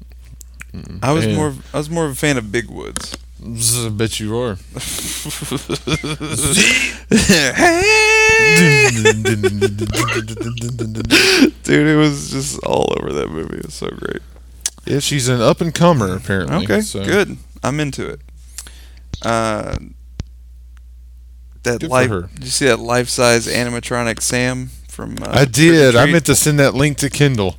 Speaker 9: I was
Speaker 4: Yeah.
Speaker 9: more of, I was more of a fan of Big Woods.
Speaker 4: Zzz, I bet you are.
Speaker 9: Dude, it was just all over that movie. It was so great.
Speaker 4: yeah, she's an up and comer apparently.
Speaker 9: Okay,
Speaker 4: so-
Speaker 9: good. I'm into it. Uh, that
Speaker 4: Good for
Speaker 9: life.
Speaker 4: her.
Speaker 9: Did you see that life-size animatronic Sam from? Uh,
Speaker 4: I did. I
Speaker 9: Trick or
Speaker 4: meant to send that link to Kindle.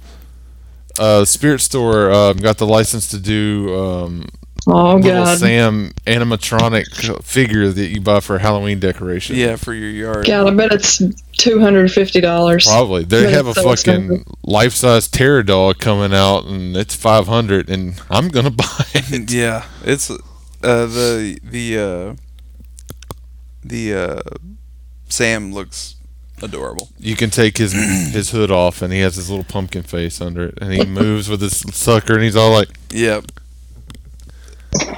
Speaker 4: Uh, Spirit Store um, got the license to do um,
Speaker 10: Oh
Speaker 4: little
Speaker 10: god.
Speaker 4: Sam animatronic figure that you buy for Halloween decoration.
Speaker 9: Treat? Yeah, for your yard.
Speaker 10: God, I bet it's two hundred and fifty dollars.
Speaker 4: Probably. They
Speaker 10: That's
Speaker 4: have a
Speaker 10: so
Speaker 4: fucking
Speaker 10: expensive.
Speaker 4: life size terror doll coming out and it's 500 and I'm going to buy it.
Speaker 9: yeah, it's uh, the the uh, the uh, Sam looks adorable.
Speaker 4: You can take his his hood off and he has his little pumpkin face under it and he moves with his sucker and he's all like,
Speaker 9: Yep.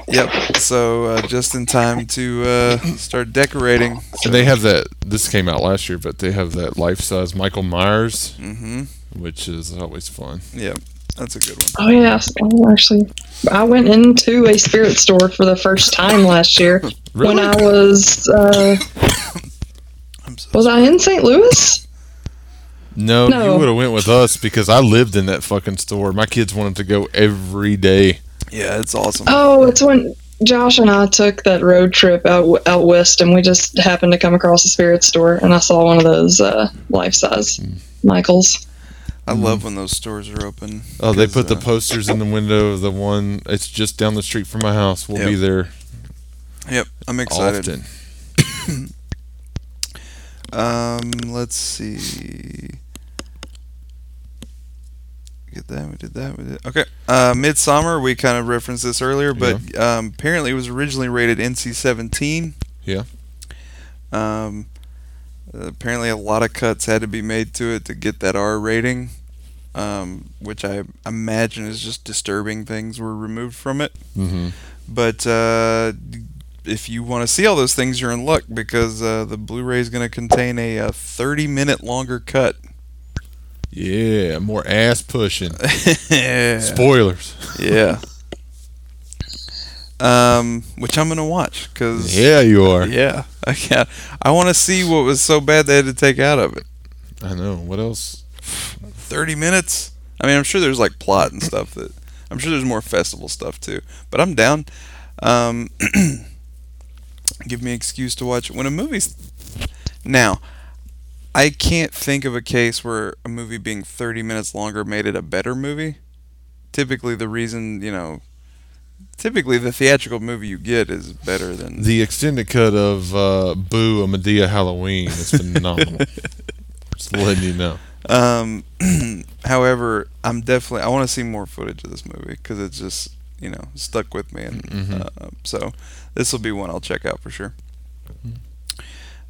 Speaker 9: Yep. So uh, just in time to uh, start decorating. So,
Speaker 4: and they have that. This came out last year, but they have that life size Michael Myers,
Speaker 10: Mm-hmm.
Speaker 9: hmm
Speaker 4: which is always fun.
Speaker 9: Yep. That's a good one.
Speaker 10: Oh yeah, I actually, I went into a spirit store for the first time last year
Speaker 4: Really?
Speaker 10: when I was uh,
Speaker 9: I'm so
Speaker 10: was I in St. Louis?
Speaker 4: No, you
Speaker 10: No.
Speaker 4: would have went with us because I lived in that fucking store. My kids wanted to go every day.
Speaker 9: Yeah, it's awesome.
Speaker 10: Oh, it's when Josh and I took that road trip out w- out west, and we just happened to come across a spirit store, and I saw one of those uh, life size
Speaker 9: Hmm.
Speaker 10: Michaels.
Speaker 9: I love when those stores are open.
Speaker 4: Mm-hmm. Oh, they
Speaker 9: 'cause,
Speaker 4: put the
Speaker 9: uh,
Speaker 4: posters in the window of the one. It's just down the street from my house. We'll be
Speaker 9: Yep.
Speaker 4: there
Speaker 9: Yep, I'm excited.
Speaker 4: often.
Speaker 9: Um, let's see. Get that. We did that. We did. Okay. Uh, Midsummer. We kind of referenced this earlier, but um, apparently it was originally rated NC-17.
Speaker 4: Yeah.
Speaker 9: Um, apparently a lot of cuts had to be made to it to get that R rating, um, which I imagine is just disturbing things were removed from it.
Speaker 4: hmm
Speaker 9: But uh, if you want to see all those things, you're in luck because uh, the Blu-ray is going to contain a, uh 30 minute longer cut.
Speaker 4: Yeah, more ass pushing.
Speaker 9: yeah.
Speaker 4: Spoilers.
Speaker 9: Um, which I'm going to watch because
Speaker 4: Yeah, you are.
Speaker 9: yeah, I can't. I want to see what was so bad they had to take out of it.
Speaker 4: I know. What else?
Speaker 9: 30 minutes. I mean, I'm sure there's like plot and stuff that I'm sure there's more festival stuff too. But I'm down. Um, give me an excuse to watch when a movie's now. I can't think of a case where a movie being 30 minutes longer made it a better movie. Typically, the reason you know, typically the theatrical movie you get is better than
Speaker 4: The extended cut of uh, Boo, a Medea Halloween is phenomenal. Just letting you know.
Speaker 9: Um, however, I'm definitely I want to see more footage of this movie because it's just you know stuck with me, and uh, so this will be one I'll check out for sure.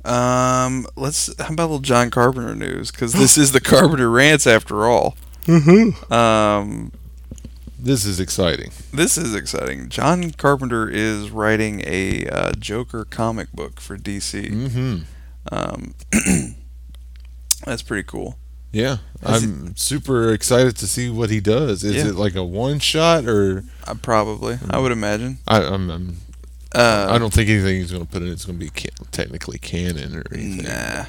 Speaker 9: Um, let's how about a little John Carpenter news because this is the Carpenter rants after all. Mm-hmm. Um,
Speaker 4: This is exciting.
Speaker 9: this is exciting. John Carpenter is writing a uh, Joker comic book for DC.
Speaker 4: hmm
Speaker 9: Um, that's pretty cool.
Speaker 4: Yeah, I'm super excited to see what he does. Is
Speaker 9: Yeah.
Speaker 4: it like a one shot or
Speaker 9: Uh, probably, I would imagine.
Speaker 4: I, I'm, I'm
Speaker 9: Uh,
Speaker 4: I don't think anything he's going to put in it's going to be ca- technically canon or anything.
Speaker 9: Nah.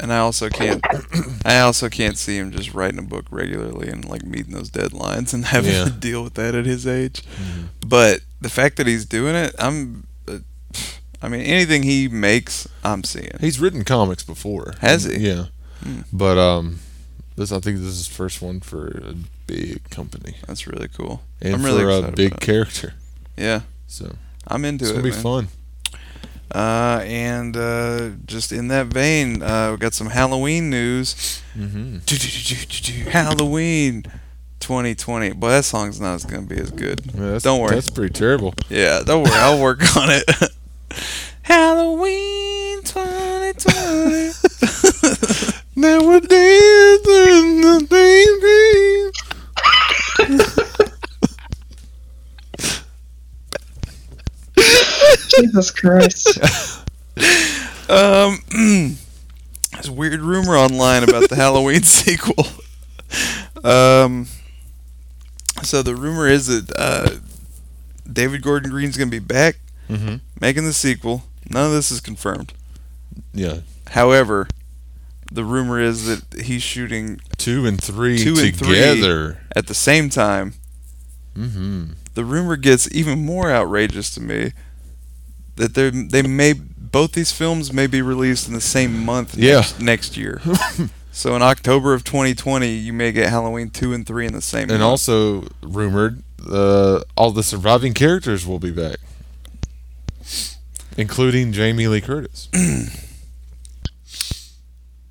Speaker 9: And I also can't. I also can't see him just writing a book regularly and like meeting those deadlines and having
Speaker 4: Yeah. Mm-hmm.
Speaker 9: to deal with that at his age. But the fact that he's doing it, I'm. Uh, I mean, anything he makes, I'm seeing.
Speaker 4: He's written comics before.
Speaker 9: Has he? Hmm.
Speaker 4: Yeah, but um, this I think this is his first one for a big company
Speaker 9: That's really cool.
Speaker 4: and
Speaker 9: I'm really
Speaker 4: for a
Speaker 9: excited
Speaker 4: big
Speaker 9: about it.
Speaker 4: character.
Speaker 9: Yeah,
Speaker 4: So
Speaker 9: I'm into
Speaker 4: it's
Speaker 9: it.
Speaker 4: going to be
Speaker 9: man.
Speaker 4: fun.
Speaker 9: Uh, and uh, just in that vein, uh, we got some Halloween news.
Speaker 4: Mm-hmm.
Speaker 9: Halloween 2020. Boy, that song's not as gonna be as good.
Speaker 4: Yeah, that's,
Speaker 9: don't worry.
Speaker 4: That's pretty terrible.
Speaker 9: Yeah, don't worry. I'll work on it. Halloween 2020.
Speaker 4: Now we're dancing the baby.
Speaker 10: Jesus Christ.
Speaker 9: Um, there's a weird rumor online about the Halloween sequel. Um, so the rumor is that uh, David Gordon Green's going to be back
Speaker 4: Mhm.
Speaker 9: making the sequel. None of this is confirmed.
Speaker 4: Yeah,
Speaker 9: However, the rumor is that he's shooting
Speaker 4: two and three
Speaker 9: Two and three.
Speaker 4: together.
Speaker 9: at the same time.
Speaker 4: hmm
Speaker 9: The rumor gets even more outrageous to me that they they may both these films may be released in the same month
Speaker 4: Yeah.
Speaker 9: next, next year. So in October of 2020, you may get Halloween two and three in the same.
Speaker 4: And
Speaker 9: month.
Speaker 4: also rumored, uh, all the surviving characters will be back, including Jamie Lee Curtis.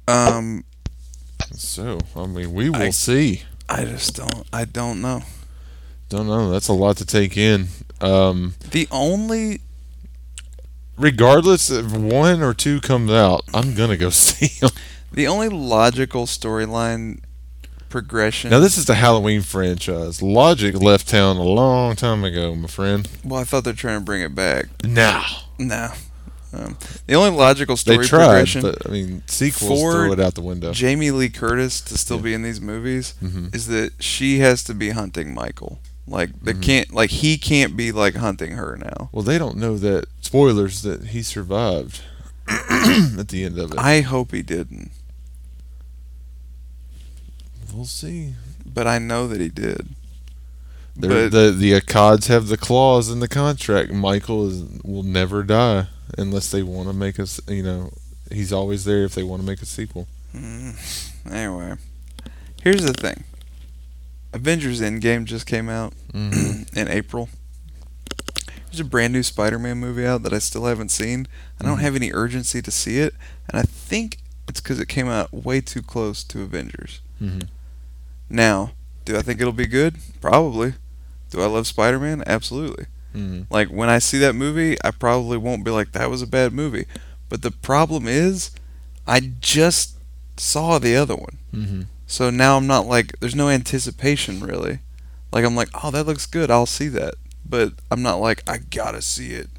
Speaker 9: um,
Speaker 4: so I mean, we will
Speaker 9: I-
Speaker 4: see.
Speaker 9: I just don't. I don't know.
Speaker 4: Don't know. That's a lot to take in. Um,
Speaker 9: The only
Speaker 4: regardless if one or two comes out, I'm gonna go see them.
Speaker 9: the only logical storyline progression.
Speaker 4: Now this is the Halloween franchise. Logic left town a long time ago, my friend.
Speaker 9: well, I thought they're trying to bring it back.
Speaker 4: Now
Speaker 9: No. Um, the only logical
Speaker 4: they
Speaker 9: story
Speaker 4: tried,
Speaker 9: progression.
Speaker 4: but I mean, sequels
Speaker 9: for
Speaker 4: threw it out the window.
Speaker 9: Jamie Lee Curtis to still be in these movies
Speaker 4: Mm-hmm.
Speaker 9: is that she has to be hunting Michael. Like
Speaker 4: Mm-hmm.
Speaker 9: they can't like he can't be like hunting her now.
Speaker 4: Well, they don't know that spoilers that he survived at the end of it.
Speaker 9: I hope he didn't,
Speaker 4: we'll see.
Speaker 9: but I know that he did.
Speaker 4: They're-
Speaker 9: But-
Speaker 4: the the Akkads have the clause in the contract. Michael is, will never die unless they want to make us. You know, he's always there if they want to make a sequel.
Speaker 9: Anyway, here's the thing. Avengers Endgame just came out in April. There's a brand new Spider-Man movie out that I still haven't seen. I don't have any urgency to see it, and I think it's because it came out way too close to Avengers.
Speaker 4: Mhm.
Speaker 9: Now, do I think it'll be good? Probably. Do I love Spider-Man? Absolutely.
Speaker 4: Mhm.
Speaker 9: Like when I see that movie, I probably won't be like that was a bad movie. But the problem is, I just saw the other one.
Speaker 4: Mm-hmm.
Speaker 9: So now I'm not like there's no anticipation really. Like I'm like, oh, that looks good. I'll see that. But I'm not like I gotta see it.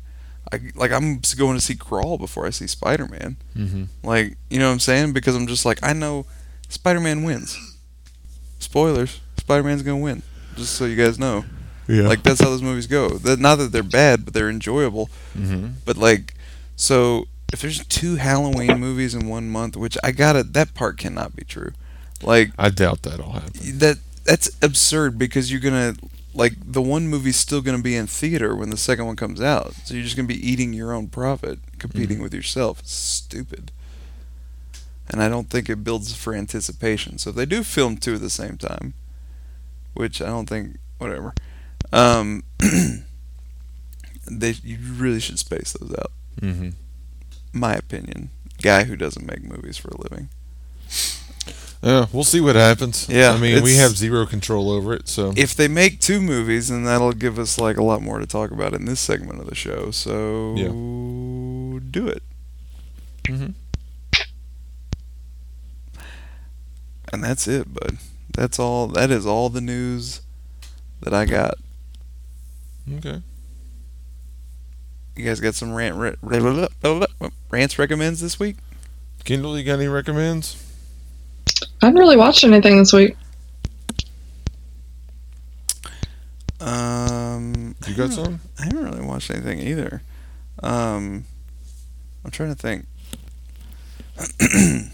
Speaker 9: I like I'm s- going to see Crawl before I see Spider Man.
Speaker 4: Mm-hmm.
Speaker 9: Like you know what I'm saying? Because I'm just like I know Spider Man wins. Spoilers: Spider Man's gonna win. Just so you guys know.
Speaker 4: Yeah.
Speaker 9: Like that's how those movies go. That not that they're bad, but they're enjoyable.
Speaker 4: Mhm.
Speaker 9: But like, so if there's two Halloween movies in one month, which I gotta, that part cannot be true. Like
Speaker 4: I doubt that'll happen.
Speaker 9: that that's absurd because you're gonna like the one movie's still gonna be in theater when the second one comes out. So you're just gonna be eating your own profit, competing with yourself. It's stupid. And I don't think it builds for anticipation. So if they do film two at the same time, which I don't think whatever. Um they you really should space those out.
Speaker 4: Mm-hmm.
Speaker 9: My opinion. Guy who doesn't make movies for a living.
Speaker 4: Yeah, we'll see what happens.
Speaker 9: Yeah,
Speaker 4: I mean, we
Speaker 9: it's-
Speaker 4: have zero control over it, so
Speaker 9: if they make two movies, then that'll give us like a lot more to talk about in this segment of the show. So
Speaker 4: Yeah.
Speaker 9: do it.
Speaker 4: Mhm.
Speaker 9: And that's it, bud. That's all. That is all the news that I got.
Speaker 4: okay.
Speaker 9: You guys got some rant re- re- re- re- re- rants recommends this week?
Speaker 4: Kendall, you got any recommends?
Speaker 10: I haven't really watched anything this week.
Speaker 9: Um,
Speaker 4: You
Speaker 9: I
Speaker 4: got
Speaker 9: don't-
Speaker 4: some?
Speaker 9: I haven't really watched anything either. Um, I'm trying to think.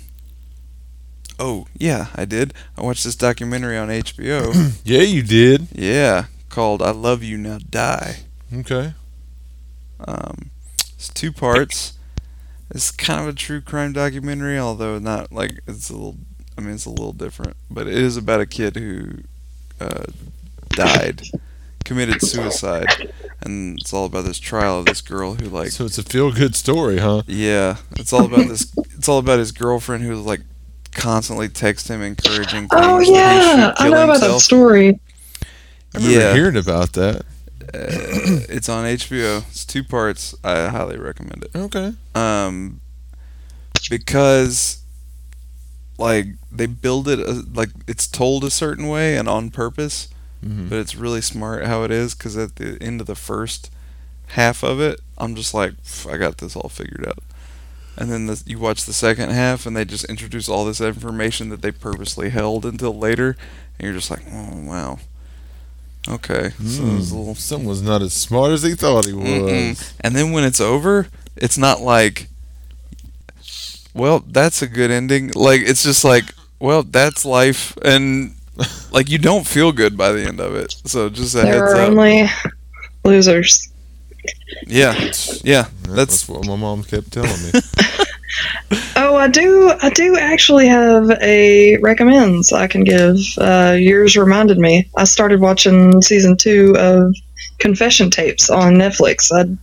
Speaker 9: oh yeah, I did. I watched this documentary on HBO.
Speaker 4: Yeah, you did.
Speaker 9: yeah, called "I Love You Now Die."
Speaker 4: Okay.
Speaker 9: Um, it's two parts. It's kind of a true crime documentary, although not like it's a little. I mean, it's a little different, but it is about a kid who uh, died, committed suicide, and it's all about this trial of this girl who like.
Speaker 4: So it's a feel good story, huh?
Speaker 9: Yeah, it's all about this. It's all about his girlfriend who like constantly texts him encouraging. things that
Speaker 10: Oh
Speaker 9: he should
Speaker 10: yeah, I
Speaker 9: kill
Speaker 10: know about that
Speaker 9: himself.
Speaker 10: story.
Speaker 4: I remember
Speaker 9: Yeah.
Speaker 4: hearing about that.
Speaker 9: Uh, it's on HBO. It's two parts. I highly recommend it.
Speaker 4: Okay.
Speaker 9: um, because like they build it uh, like it's told a certain way and on purpose,
Speaker 4: Mhm.
Speaker 9: but it's really smart how it is because at the end of the first half of it, I'm just like, "Pff, I got this all figured out. And then the, you watch the second half, and they just introduce all this information that they purposely held until later, and you're just like, oh wow, okay. So there's a
Speaker 4: Hmm.
Speaker 9: little
Speaker 4: Someone was not as smart as he thought he was.
Speaker 9: Mm-mm. And then when it's over, it's not like, well, that's a good ending. Like it's just like, well, that's life, and like you don't feel good by the end of it. So just a
Speaker 10: There
Speaker 9: heads
Speaker 10: are
Speaker 9: up.
Speaker 10: only losers.
Speaker 9: yeah, yeah.
Speaker 4: Yeah,
Speaker 9: That's
Speaker 4: that's what my mom kept telling me.
Speaker 10: Oh, I do. I do actually have a recommends I can give. Uh, yours reminded me. I started watching season two of Confession Tapes on Netflix. I'd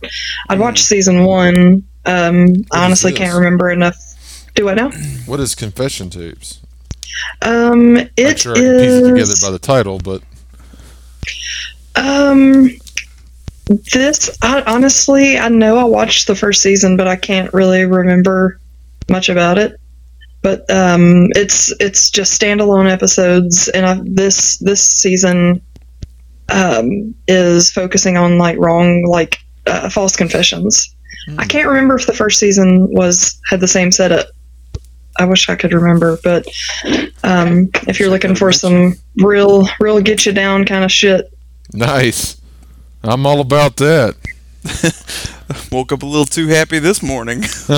Speaker 10: I'd watched season one. Um,
Speaker 4: Mm. is
Speaker 10: I honestly
Speaker 4: this?
Speaker 10: can't remember enough. Do I know?
Speaker 4: what is confession tapes?
Speaker 10: Um,
Speaker 4: I'm
Speaker 10: it
Speaker 4: sure I can piece it together
Speaker 10: is-
Speaker 4: by the title, but
Speaker 10: Um, this I, honestly, I know I watched the first season, but I can't really remember much about it. But um, it's it's just standalone episodes, and I, this this season um, is focusing on like wrong, like uh, false confessions. I can't remember if the first season was had the same setup. I wish I could remember, but um, if you're looking for some real, real get you down kind of shit,
Speaker 4: nice. I'm all about that.
Speaker 9: woke up a little too happy this morning.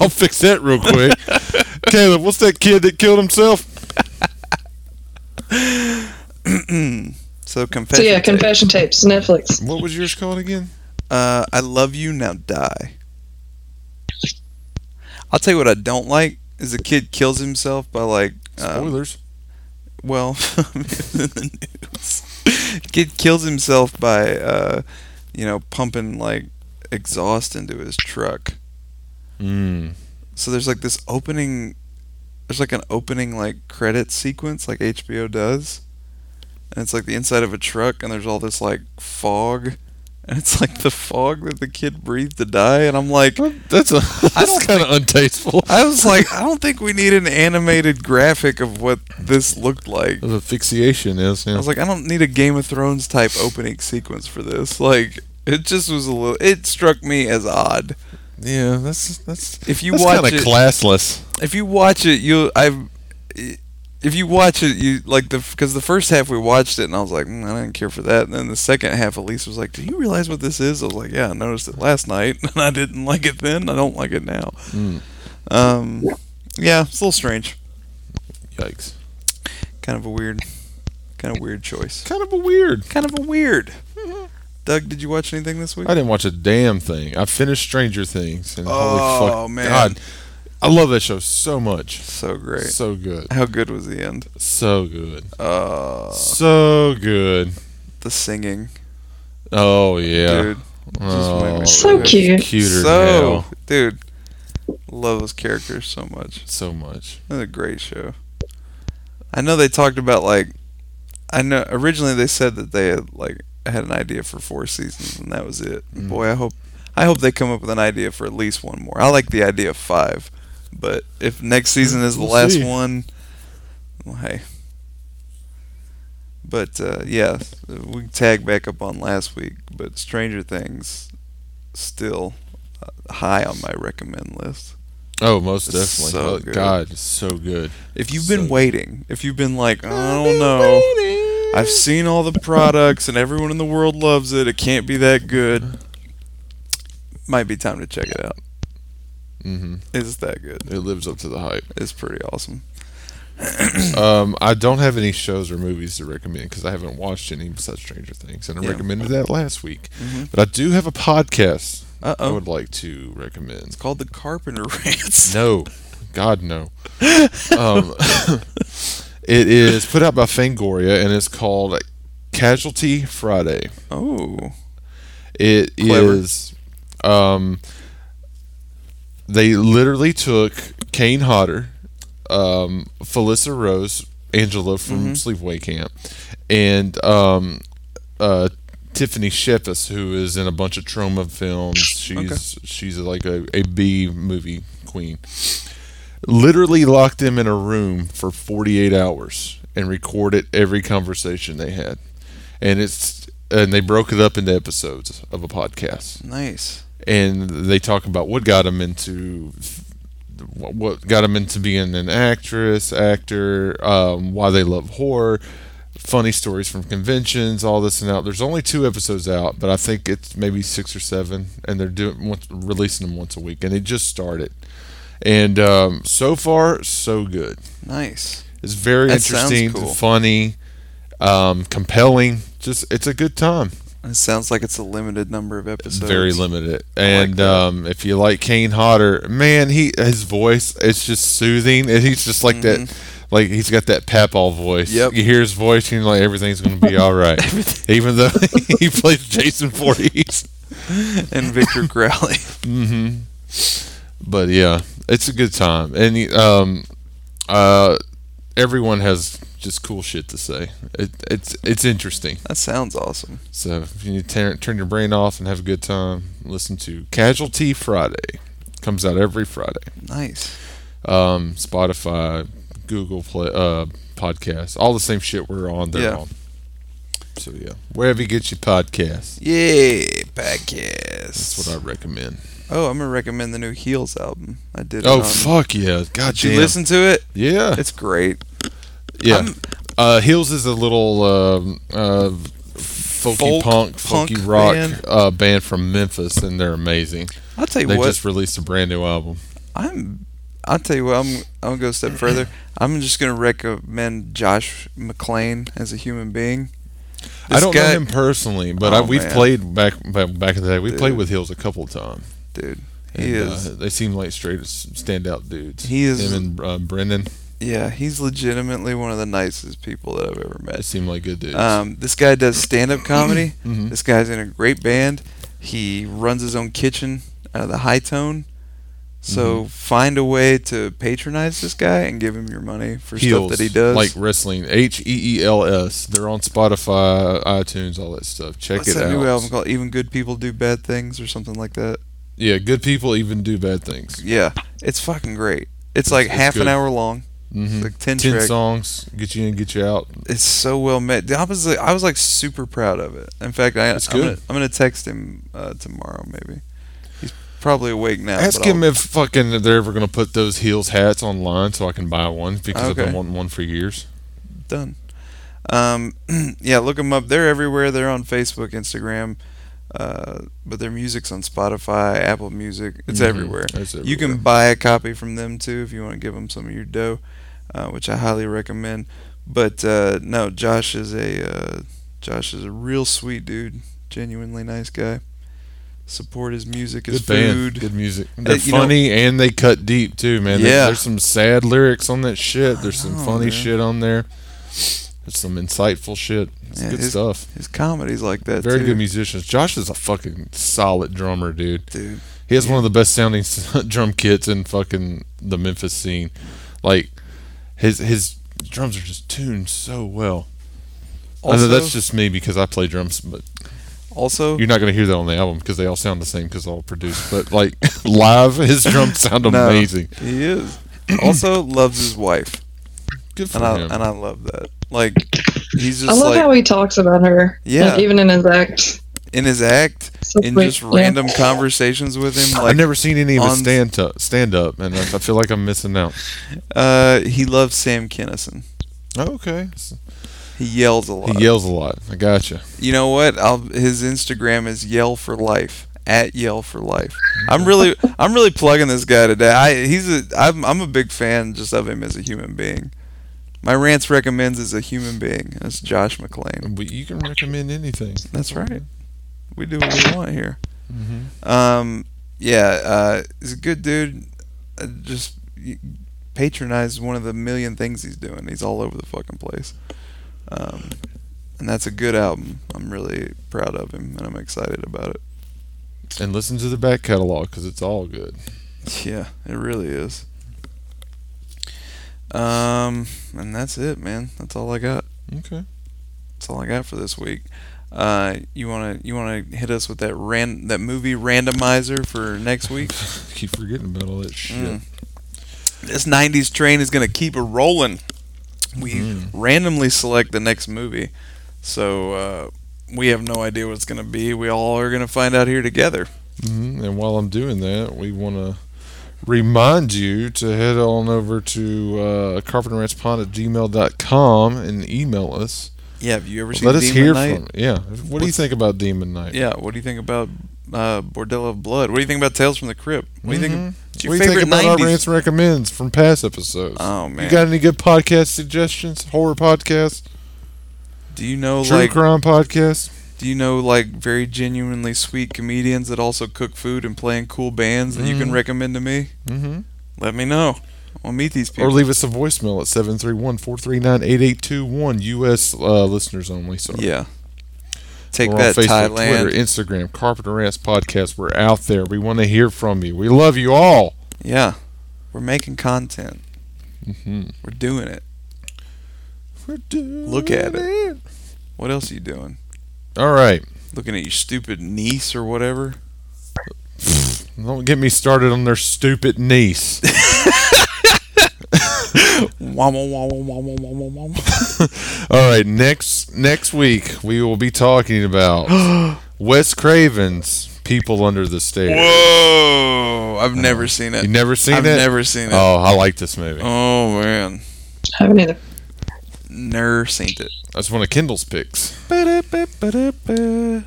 Speaker 4: I'll fix that real quick. Caleb, what's that kid that killed himself?
Speaker 9: so confession.
Speaker 10: So yeah,
Speaker 9: tape.
Speaker 10: confession tapes, Netflix.
Speaker 4: What was yours called again?
Speaker 9: Uh, I love you now. Die. I'll tell you what I don't like is a kid kills himself by like um,
Speaker 4: Spoilers.
Speaker 9: well in the news kid kills himself by uh you know pumping like exhaust into his truck
Speaker 4: Mm.
Speaker 9: so there's like this opening there's like an opening like credit sequence like hbo does and it's like the inside of a truck and there's all this like fog and it's like the fog that the kid breathed to die and i'm like
Speaker 4: That's a
Speaker 9: don't
Speaker 4: that's kind of untasteful.
Speaker 9: i was like i don't think we need an animated graphic of what this looked like
Speaker 4: Of asphyxiation is. Yeah.
Speaker 9: I was like, I don't need a Game of Thrones type opening sequence for this. Like, it just was a little. It struck me as odd.
Speaker 4: yeah, that's that's
Speaker 9: If you
Speaker 4: that's
Speaker 9: watch
Speaker 4: kinda
Speaker 9: it,
Speaker 4: classless.
Speaker 9: if you watch it, you I've. If you watch it, you like the because the first half we watched it and I was like, mm, I didn't care for that. And then the second half, Elise was like, Do you realize what this is? I was like, Yeah, I noticed it last night and I didn't like it then. I don't like it now.
Speaker 4: Hmm.
Speaker 9: Um, yeah, it's a little strange.
Speaker 4: Yikes.
Speaker 9: Kind of a weird, kind of weird choice.
Speaker 4: Kind of a weird.
Speaker 9: Kind of a weird.
Speaker 10: Mm-hmm.
Speaker 9: Doug, did you watch anything this week?
Speaker 4: I didn't watch a damn thing. I finished Stranger Things, and holy
Speaker 9: Oh,
Speaker 4: fuck,
Speaker 9: man.
Speaker 4: God, I love that show so much.
Speaker 9: So great.
Speaker 4: So good,
Speaker 9: How good was the end?
Speaker 4: so good,
Speaker 9: Uh,
Speaker 4: so good.
Speaker 9: the singing,
Speaker 4: Oh yeah,
Speaker 9: dude.
Speaker 4: Oh,
Speaker 9: made me
Speaker 10: So
Speaker 9: good.
Speaker 10: cute.
Speaker 4: cuter than
Speaker 9: So,
Speaker 4: hell.
Speaker 9: dude, love those characters so much.
Speaker 4: so much.
Speaker 9: That's a great show. I know they talked about like, I know originally they said that they had like had an idea for four seasons and that was it.
Speaker 4: Mm.
Speaker 9: Boy, I hope I hope they come up with an idea for at least one more. I like the idea of five, but if next season is the
Speaker 4: We'll
Speaker 9: last
Speaker 4: see.
Speaker 9: one, well, hey. But uh, yeah, we can tag back up on last week. But Stranger Things, still uh, high on my recommend list.
Speaker 4: Oh, most
Speaker 9: It's
Speaker 4: definitely.
Speaker 9: so
Speaker 4: Oh,
Speaker 9: good.
Speaker 4: God, it's so good.
Speaker 9: If you've been
Speaker 4: So-
Speaker 9: waiting, if you've been like, I don't know, I've seen all the products and everyone in the world loves it, it can't be that good. Might be time to check it out.
Speaker 4: hmm
Speaker 9: It's that good.
Speaker 4: It lives up to the hype.
Speaker 9: It's pretty awesome.
Speaker 4: Um, I don't have any shows or movies to recommend because I haven't watched any besides Stranger Things, and I
Speaker 9: Yeah. Mm-hmm.
Speaker 4: recommended that last week. But I do have a podcast
Speaker 9: Uh
Speaker 4: I
Speaker 9: oh.
Speaker 4: would like to recommend.
Speaker 9: It's called the Carpenter Rants.
Speaker 4: No, God no. Um, it is put out by Fangoria, and it's called Casualty Friday.
Speaker 9: Oh.
Speaker 4: It is.
Speaker 9: Clever.
Speaker 4: um, they literally took Kane Hodder, um, Felissa Rose, Angela from Sleepaway Camp, and um, uh, Tiffany Shepis, who is in a bunch of trauma films. She's she's like a, a B movie queen. Literally locked them in a room for 48 hours and recorded every conversation they had and it's and they broke it up into episodes of a podcast
Speaker 9: Nice.
Speaker 4: and they talk about what got him into what- what got him into being an actress actor um, why they love horror funny stories from conventions all this and out there's only two episodes out but i think it's maybe six or seven and they're doing once, releasing them once a week and it just started and um, so far so good
Speaker 9: Nice.
Speaker 4: it's very
Speaker 9: That sounds
Speaker 4: interesting
Speaker 9: cool.
Speaker 4: funny um, compelling just it's a good time
Speaker 9: It sounds like it's a limited number of episodes.
Speaker 4: very limited. And
Speaker 9: that.
Speaker 4: um, if you like Kane Hodder, man, he his voice it's just soothing, and he's just like that, like he's got that papal voice.
Speaker 9: Mm-hmm. Yep.
Speaker 4: You hear his voice, and you're like everything's gonna be all right, even though he plays Jason Voorhees.
Speaker 9: And Victor Crowley.
Speaker 4: But yeah, it's a good time, and um, uh, everyone has just cool shit to say. It, it's it's interesting.
Speaker 9: that sounds awesome.
Speaker 4: So if you need to turn, turn your brain off and have a good time, listen to Casualty Friday. Comes out every Friday.
Speaker 9: Nice.
Speaker 4: um, Spotify, Google Play, uh, podcasts, all the same shit we're on. They're
Speaker 9: Yeah.
Speaker 4: on. So yeah, wherever you get your podcasts,
Speaker 9: Yay, podcast.
Speaker 4: that's what I recommend.
Speaker 9: Oh, I'm gonna recommend the new Heels album. I did. it
Speaker 4: Oh
Speaker 9: on-
Speaker 4: fuck yeah, god
Speaker 9: Did you
Speaker 4: damn.
Speaker 9: listen to it?
Speaker 4: Yeah,
Speaker 9: It's great.
Speaker 4: yeah.
Speaker 9: I'm-
Speaker 4: uh, Hills is a little um, uh, folky
Speaker 9: Folk,
Speaker 4: punk,
Speaker 9: punk
Speaker 4: folky rock
Speaker 9: band.
Speaker 4: Uh, band from Memphis, and they're amazing.
Speaker 9: I'll tell you
Speaker 4: They
Speaker 9: what.
Speaker 4: just released a brand new album.
Speaker 9: I'm. I'll tell you what. I'm. i will go a step further. I'm just gonna recommend Josh McClain as a human being.
Speaker 4: I
Speaker 9: This
Speaker 4: don't
Speaker 9: guy-
Speaker 4: know him personally, but
Speaker 9: Oh,
Speaker 4: I, we've
Speaker 9: man.
Speaker 4: played back back back in the day. We played
Speaker 9: Dude.
Speaker 4: with Hills a couple of times.
Speaker 9: dude.
Speaker 4: And,
Speaker 9: He is.
Speaker 4: Uh, they seem like straight s- standout dudes.
Speaker 9: He is-
Speaker 4: Him and uh, Brendan.
Speaker 9: yeah, he's legitimately one of the nicest people that I've ever
Speaker 4: They
Speaker 9: met.
Speaker 4: seem like good dudes.
Speaker 9: Um, this guy does stand-up comedy.
Speaker 4: Mhm.
Speaker 9: This guy's in a great band. He runs his own kitchen out of the high tone. So
Speaker 4: Mm-hmm.
Speaker 9: find a way to patronize this guy and give him your money for
Speaker 4: Heels,
Speaker 9: stuff that he does.
Speaker 4: like wrestling. H e e l s. They're on Spotify, iTunes, all that stuff. Check
Speaker 9: what's
Speaker 4: it
Speaker 9: that
Speaker 4: out.
Speaker 9: new album called? Even good people do bad things or something like that.
Speaker 4: Yeah, good people even do bad things.
Speaker 9: Yeah, it's fucking great. It's like
Speaker 4: it's
Speaker 9: half
Speaker 4: good.
Speaker 9: an hour long.
Speaker 4: hmm
Speaker 9: It's like ten,
Speaker 4: Ten
Speaker 9: tracks.
Speaker 4: songs, get you in, get you out.
Speaker 9: It's so well made. I was like, I was like super proud of it. In fact, I,
Speaker 4: It's
Speaker 9: I'm, gonna,
Speaker 4: good.
Speaker 9: I'm gonna text him uh, tomorrow. Maybe he's probably awake now.
Speaker 4: Ask
Speaker 9: but I'll-
Speaker 4: him if fucking they're ever gonna put those heels hats online so I can buy one because I've been
Speaker 9: Okay.
Speaker 4: wanting one for years.
Speaker 9: done. Um, yeah, look them up. They're everywhere. They're on Facebook, Instagram, uh, but their music's on Spotify, Apple Music. It's
Speaker 4: Mhm.
Speaker 9: everywhere.
Speaker 4: It's
Speaker 9: You can
Speaker 4: everywhere.
Speaker 9: buy a copy from them too if you want to give them some of your dough, uh, which I highly recommend. But uh, no, Josh is a uh, Josh is a real sweet dude. Genuinely nice guy. Support his music, his
Speaker 4: Good band,
Speaker 9: food. Uh,
Speaker 4: good music. They're
Speaker 9: you know-
Speaker 4: funny and they cut deep too, man. There-
Speaker 9: Yeah.
Speaker 4: there's some sad lyrics on that shit. There's some
Speaker 9: know,
Speaker 4: funny
Speaker 9: man.
Speaker 4: shit on there. There's some insightful shit. It's
Speaker 9: Yeah,
Speaker 4: good
Speaker 9: his-
Speaker 4: stuff.
Speaker 9: His comedy's like that
Speaker 4: Very
Speaker 9: too.
Speaker 4: good musicians. Josh is a fucking solid drummer, dude.
Speaker 9: dude.
Speaker 4: He has one of the best sounding s- drum kits in fucking the Memphis scene. Like his his drums are just tuned so well. I know
Speaker 9: Also,
Speaker 4: that's just me because I play drums, but
Speaker 9: also
Speaker 4: you're not gonna hear that on the album because they all sound the same because they're all produced. But like live, his drums sound
Speaker 9: No.
Speaker 4: amazing.
Speaker 9: he is. also loves his wife.
Speaker 4: Good for
Speaker 9: and I
Speaker 4: him.
Speaker 9: and I love that. Like he's
Speaker 10: I
Speaker 9: just
Speaker 10: love
Speaker 9: like
Speaker 10: how he talks about her.
Speaker 9: Yeah.
Speaker 10: like, even in his act.
Speaker 9: in his act
Speaker 10: So
Speaker 9: in
Speaker 10: great,
Speaker 9: just
Speaker 10: yeah.
Speaker 9: random conversations with him.
Speaker 4: I've
Speaker 9: Like
Speaker 4: never seen any of his
Speaker 9: on-
Speaker 4: stand up, stand up, and I, I feel like I'm missing out.
Speaker 9: uh, he loved Sam Kinison.
Speaker 4: Oh, okay,
Speaker 9: He yells a lot.
Speaker 4: he yells a lot. I gotcha.
Speaker 9: you know what? I'll, his Instagram is Yell for Life at Yell for Life. I'm really, I'm really plugging this guy today. I, he's a, I'm, I'm a big fan just of him as a human being. My rants recommends is a human being. That's Josh McClain.
Speaker 4: But you can recommend anything.
Speaker 9: That's right. We do what we want here. Um, yeah, uh, he's a good dude. Uh, just y- patronize one of the million things he's doing. He's all over the fucking place. Um, and that's a good album. I'm really proud of him, and I'm excited about it.
Speaker 4: And listen to the back catalog because it's all good.
Speaker 9: Yeah, it really is. Um, and that's it, man. That's all I got.
Speaker 4: Okay.
Speaker 9: That's all I got for this week. Uh, you wanna you wanna hit us with that ran that movie randomizer for next week?
Speaker 4: Keep forgetting about all that shit.
Speaker 9: Mm. This 90s train is going to keep a rolling. We randomly select the next movie. So uh, we have no idea what it's going to be. We all are going to find out here together.
Speaker 4: hmm And while I'm doing that, we want to remind you to head on over to uh, carpenterranchpond at gmail.com and email us.
Speaker 9: Yeah, have you ever seen
Speaker 4: Let us
Speaker 9: Demon
Speaker 4: hear
Speaker 9: Knight?
Speaker 4: from Yeah. What do you
Speaker 9: What's-
Speaker 4: think about Demon Knight?
Speaker 9: Yeah, what do you think about uh, Bordello of Blood? What do you think about Tales from the Crypt? What do you
Speaker 4: Mhm.
Speaker 9: think? What's your
Speaker 4: what do you
Speaker 9: favorite
Speaker 4: think about
Speaker 9: 90s?
Speaker 4: our rants and recommends from past episodes?
Speaker 9: Oh man,
Speaker 4: You got any good podcast suggestions? Horror podcast?
Speaker 9: do you know
Speaker 4: True
Speaker 9: like
Speaker 4: crime podcast?
Speaker 9: do you know like very genuinely sweet comedians that also cook food and play in cool bands that you can
Speaker 4: Mhm.
Speaker 9: recommend to me?
Speaker 4: Mm-hmm.
Speaker 9: Let me know. I'll meet these people.
Speaker 4: Or leave us a voicemail at 731 439 8821. U.S. Uh, listeners only. Sorry.
Speaker 9: Yeah. Take
Speaker 4: We're
Speaker 9: that,
Speaker 4: on Facebook,
Speaker 9: Thailand.
Speaker 4: Twitter, Instagram, Carpenter Rants Podcast. We're out there. We want to hear from you. We love you all.
Speaker 9: Yeah. We're making content.
Speaker 4: Mhm.
Speaker 9: We're doing it.
Speaker 4: We're doing
Speaker 9: Look at it. What else are you doing?
Speaker 4: All right.
Speaker 9: Looking at your stupid niece or whatever?
Speaker 4: Don't get me started on their stupid niece.
Speaker 9: Wah, wah, wah, wah, wah, wah, wah, wah, wah.
Speaker 4: all right. Next next week we will be talking about Wes Craven's People Under the Stairs.
Speaker 9: Whoa! I've never seen
Speaker 4: You
Speaker 9: it.
Speaker 4: never seen
Speaker 9: I've
Speaker 4: it?
Speaker 9: never seen it. Oh,
Speaker 4: Oh, I like this movie.
Speaker 9: man.
Speaker 10: haven't either.
Speaker 9: Never seen it.
Speaker 4: That's one of Kendall's picks. And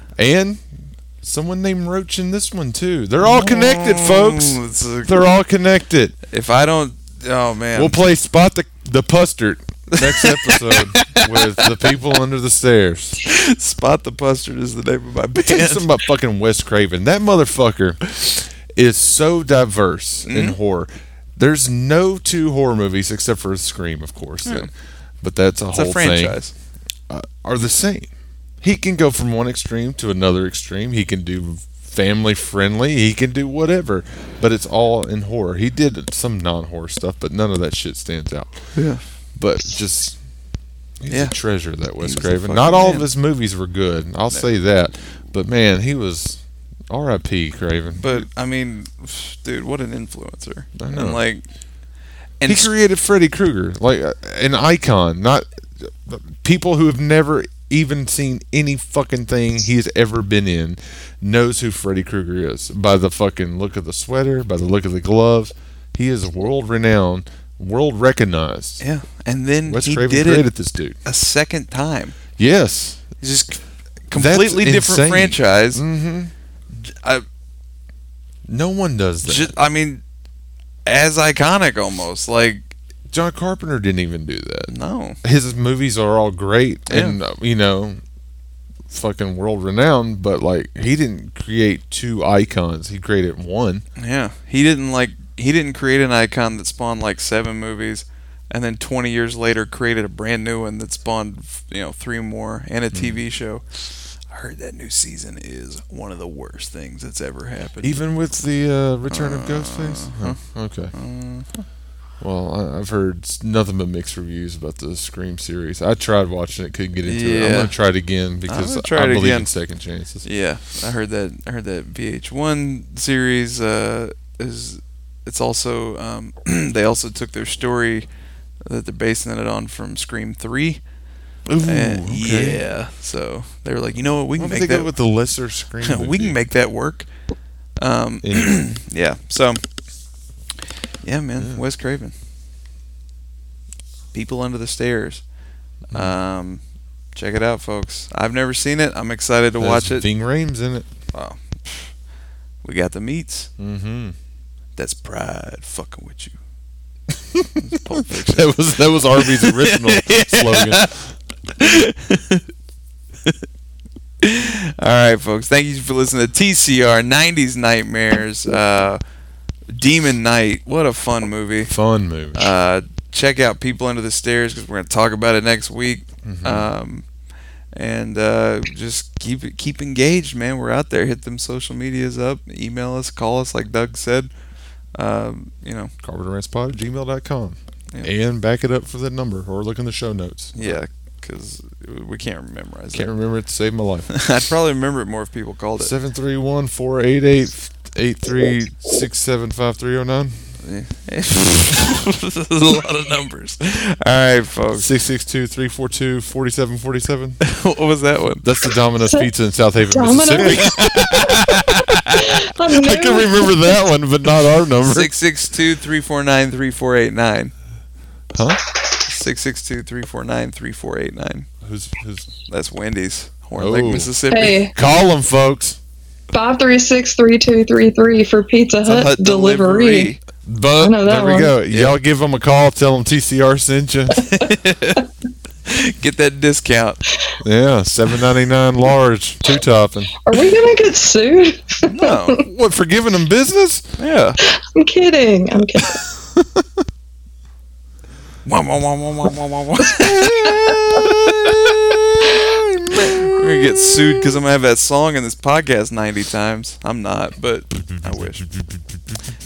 Speaker 4: someone named Roach in this one too. They're all connected, folks.
Speaker 9: Mm, it's a-
Speaker 4: They're all connected.
Speaker 9: if I don't. Oh, man.
Speaker 4: We'll play Spot the the Pustard next episode with the people under the stairs.
Speaker 9: Spot the Bustard is the name of my
Speaker 4: Tell you
Speaker 9: band.
Speaker 4: something about fucking Wes Craven. That motherfucker is so diverse in
Speaker 9: Mm-hmm.
Speaker 4: horror. There's no two horror movies except for Scream, of course. then. But that's a
Speaker 9: Hmm. It's
Speaker 4: whole
Speaker 9: a
Speaker 4: thing.
Speaker 9: franchise.
Speaker 4: are the same. He can go from one extreme to another extreme. He can do family friendly. He can do whatever, but it's all in horror. He did some non horror stuff, but none of that shit stands out.
Speaker 9: Yeah.
Speaker 4: But just he's
Speaker 9: Yeah.
Speaker 4: a treasure that Wes
Speaker 9: He's a
Speaker 4: Craven.
Speaker 9: fucking
Speaker 4: Not all
Speaker 9: man.
Speaker 4: of his movies were good. I'll say that. But man, he was R.I.P. Craven.
Speaker 9: But I mean, dude, what an influencer!
Speaker 4: I know.
Speaker 9: And like, and
Speaker 4: he
Speaker 9: s-
Speaker 4: created Freddy Krueger, like uh, an icon, not uh, people who have never even seen any fucking thing he's ever been in knows who Freddy Krueger is by the fucking look of the sweater, by the look of the glove. He is world renowned, world recognized.
Speaker 9: yeah, and then
Speaker 4: Wes
Speaker 9: he
Speaker 4: Craven
Speaker 9: did
Speaker 4: created
Speaker 9: it
Speaker 4: this dude.
Speaker 9: a second time.
Speaker 4: Yes.
Speaker 9: It's Just c- completely different
Speaker 4: insane.
Speaker 9: franchise.
Speaker 4: Mm-hmm.
Speaker 9: I,
Speaker 4: No one does that.
Speaker 9: ju- I mean, as iconic almost. Like,
Speaker 4: John Carpenter didn't even do that.
Speaker 9: no,
Speaker 4: his movies are all great
Speaker 9: Yeah.
Speaker 4: and uh, you know fucking world renowned but like he didn't create two icons he created one
Speaker 9: yeah, he didn't like he didn't create an icon that spawned like seven movies. And then 20 years later, created a brand new one that spawned, you know, three more and a TV show. I heard that new season is one of the worst things that's ever happened.
Speaker 4: even with the uh, return of ghostface oh, okay
Speaker 9: Mm-hmm.
Speaker 4: well I, i've heard s- nothing but mixed reviews about the scream series i tried watching it couldn't get into it i'm
Speaker 9: Yeah.
Speaker 4: gonna try it again because
Speaker 9: gonna try
Speaker 4: i
Speaker 9: it
Speaker 4: believe
Speaker 9: again.
Speaker 4: in second chances
Speaker 9: Yeah, I heard that. I heard that VH1 series uh, is. It's also um, they also took their story that they're basing it on from Scream Three, Uh,
Speaker 4: okay.
Speaker 9: Yeah. So they were like, you know what, we
Speaker 4: Why
Speaker 9: can
Speaker 4: don't they
Speaker 9: make
Speaker 4: go
Speaker 9: that
Speaker 4: with the lesser screen?
Speaker 9: we can make that work. Um,
Speaker 4: Anyway.
Speaker 9: yeah. So yeah, man, Wes Craven. People under the stairs. Um, check it out, folks. I've never seen it. I'm excited to watch it.
Speaker 4: Ving Rhames in it.
Speaker 9: we got the meats.
Speaker 4: Mm-hmm.
Speaker 9: That's pride fucking with you. It's Pulp Fiction.
Speaker 4: That was that was Arby's original slogan.
Speaker 9: All right, folks. Thank you for listening to TCR 90s Nightmares. Uh, Demon Night. What a fun movie.
Speaker 4: Fun movie.
Speaker 9: Uh, check out People Under the Stairs because we're going to talk about it next week. Um, and uh, just keep it, keep engaged, man. We're out there. Hit them social medias up. Email us. Call us, like Doug said. Um, you know,
Speaker 4: CarpenterRancePod at gmail.com.
Speaker 9: Yeah.
Speaker 4: And back it up for the number or look in the show notes.
Speaker 9: yeah, because we can't memorize
Speaker 4: Can't
Speaker 9: it.
Speaker 4: remember it to save my life.
Speaker 9: I'd probably remember it more if people called it.
Speaker 4: 731 488 83675309662
Speaker 9: There's a lot of numbers. All right, folks.
Speaker 4: 342 4747.
Speaker 9: what was that one?
Speaker 4: That's the Domino's Pizza in South Haven,
Speaker 10: Domino's?
Speaker 4: Mississippi.
Speaker 10: I've
Speaker 4: I can
Speaker 10: never-
Speaker 4: remember that one, but not our number.
Speaker 9: Six six two three four nine three four eight nine.
Speaker 4: Huh?
Speaker 9: Six six two three four nine three four eight nine.
Speaker 4: Who's, who's...
Speaker 9: That's Wendy's, Horn
Speaker 4: Oh.
Speaker 9: Lake, Mississippi.
Speaker 10: Hey,
Speaker 4: Call them, folks.
Speaker 10: five three six three two three three for Pizza
Speaker 9: It's a
Speaker 10: Hut, delivery.
Speaker 4: But
Speaker 10: I know that
Speaker 4: there we
Speaker 10: one.
Speaker 4: go. Y'all give them a call. Tell them TCR sent you.
Speaker 9: Get that discount.
Speaker 4: yeah, seven ninety nine large, two topping.
Speaker 10: Are we gonna get sued?
Speaker 9: No.
Speaker 4: What for giving them business?
Speaker 9: yeah.
Speaker 10: I'm kidding. I'm kidding.
Speaker 9: Wah, wah, wah, wah, wah, wah, wah, wah. We're gonna get sued because I'm gonna have that song in this podcast 90 times. I'm not, but I wish.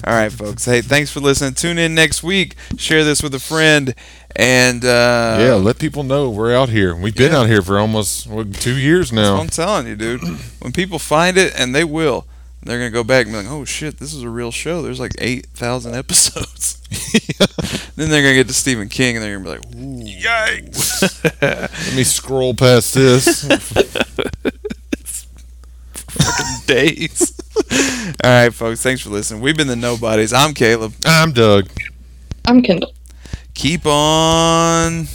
Speaker 9: All right, folks. Hey, thanks for listening. Tune in next week. Share this with a friend, and uh,
Speaker 4: yeah, let people know we're out here. We've been
Speaker 9: yeah.
Speaker 4: out here for almost what, two years
Speaker 9: That's what
Speaker 4: now.
Speaker 9: I'm telling you, dude. When people find it, and they will, they're gonna go back and be like, "Oh shit, this is a real show." There's like eight thousand episodes. Then they're gonna get to Stephen King, and they're gonna be like, Ooh. "Yikes!"
Speaker 4: Let me scroll past this.
Speaker 9: Days. All right, folks. Thanks for listening. We've been the Nobodies. I'm Caleb.
Speaker 4: I'm Doug.
Speaker 10: I'm Kendall.
Speaker 9: Keep on.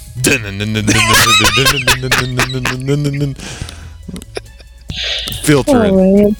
Speaker 4: Filtering.
Speaker 10: Oh, man.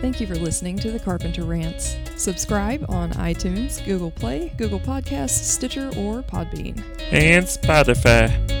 Speaker 8: Thank you for listening to The Carpenter Rants. Subscribe on iTunes, Google Play, Google Podcasts, Stitcher, or Podbean.
Speaker 11: and Spotify.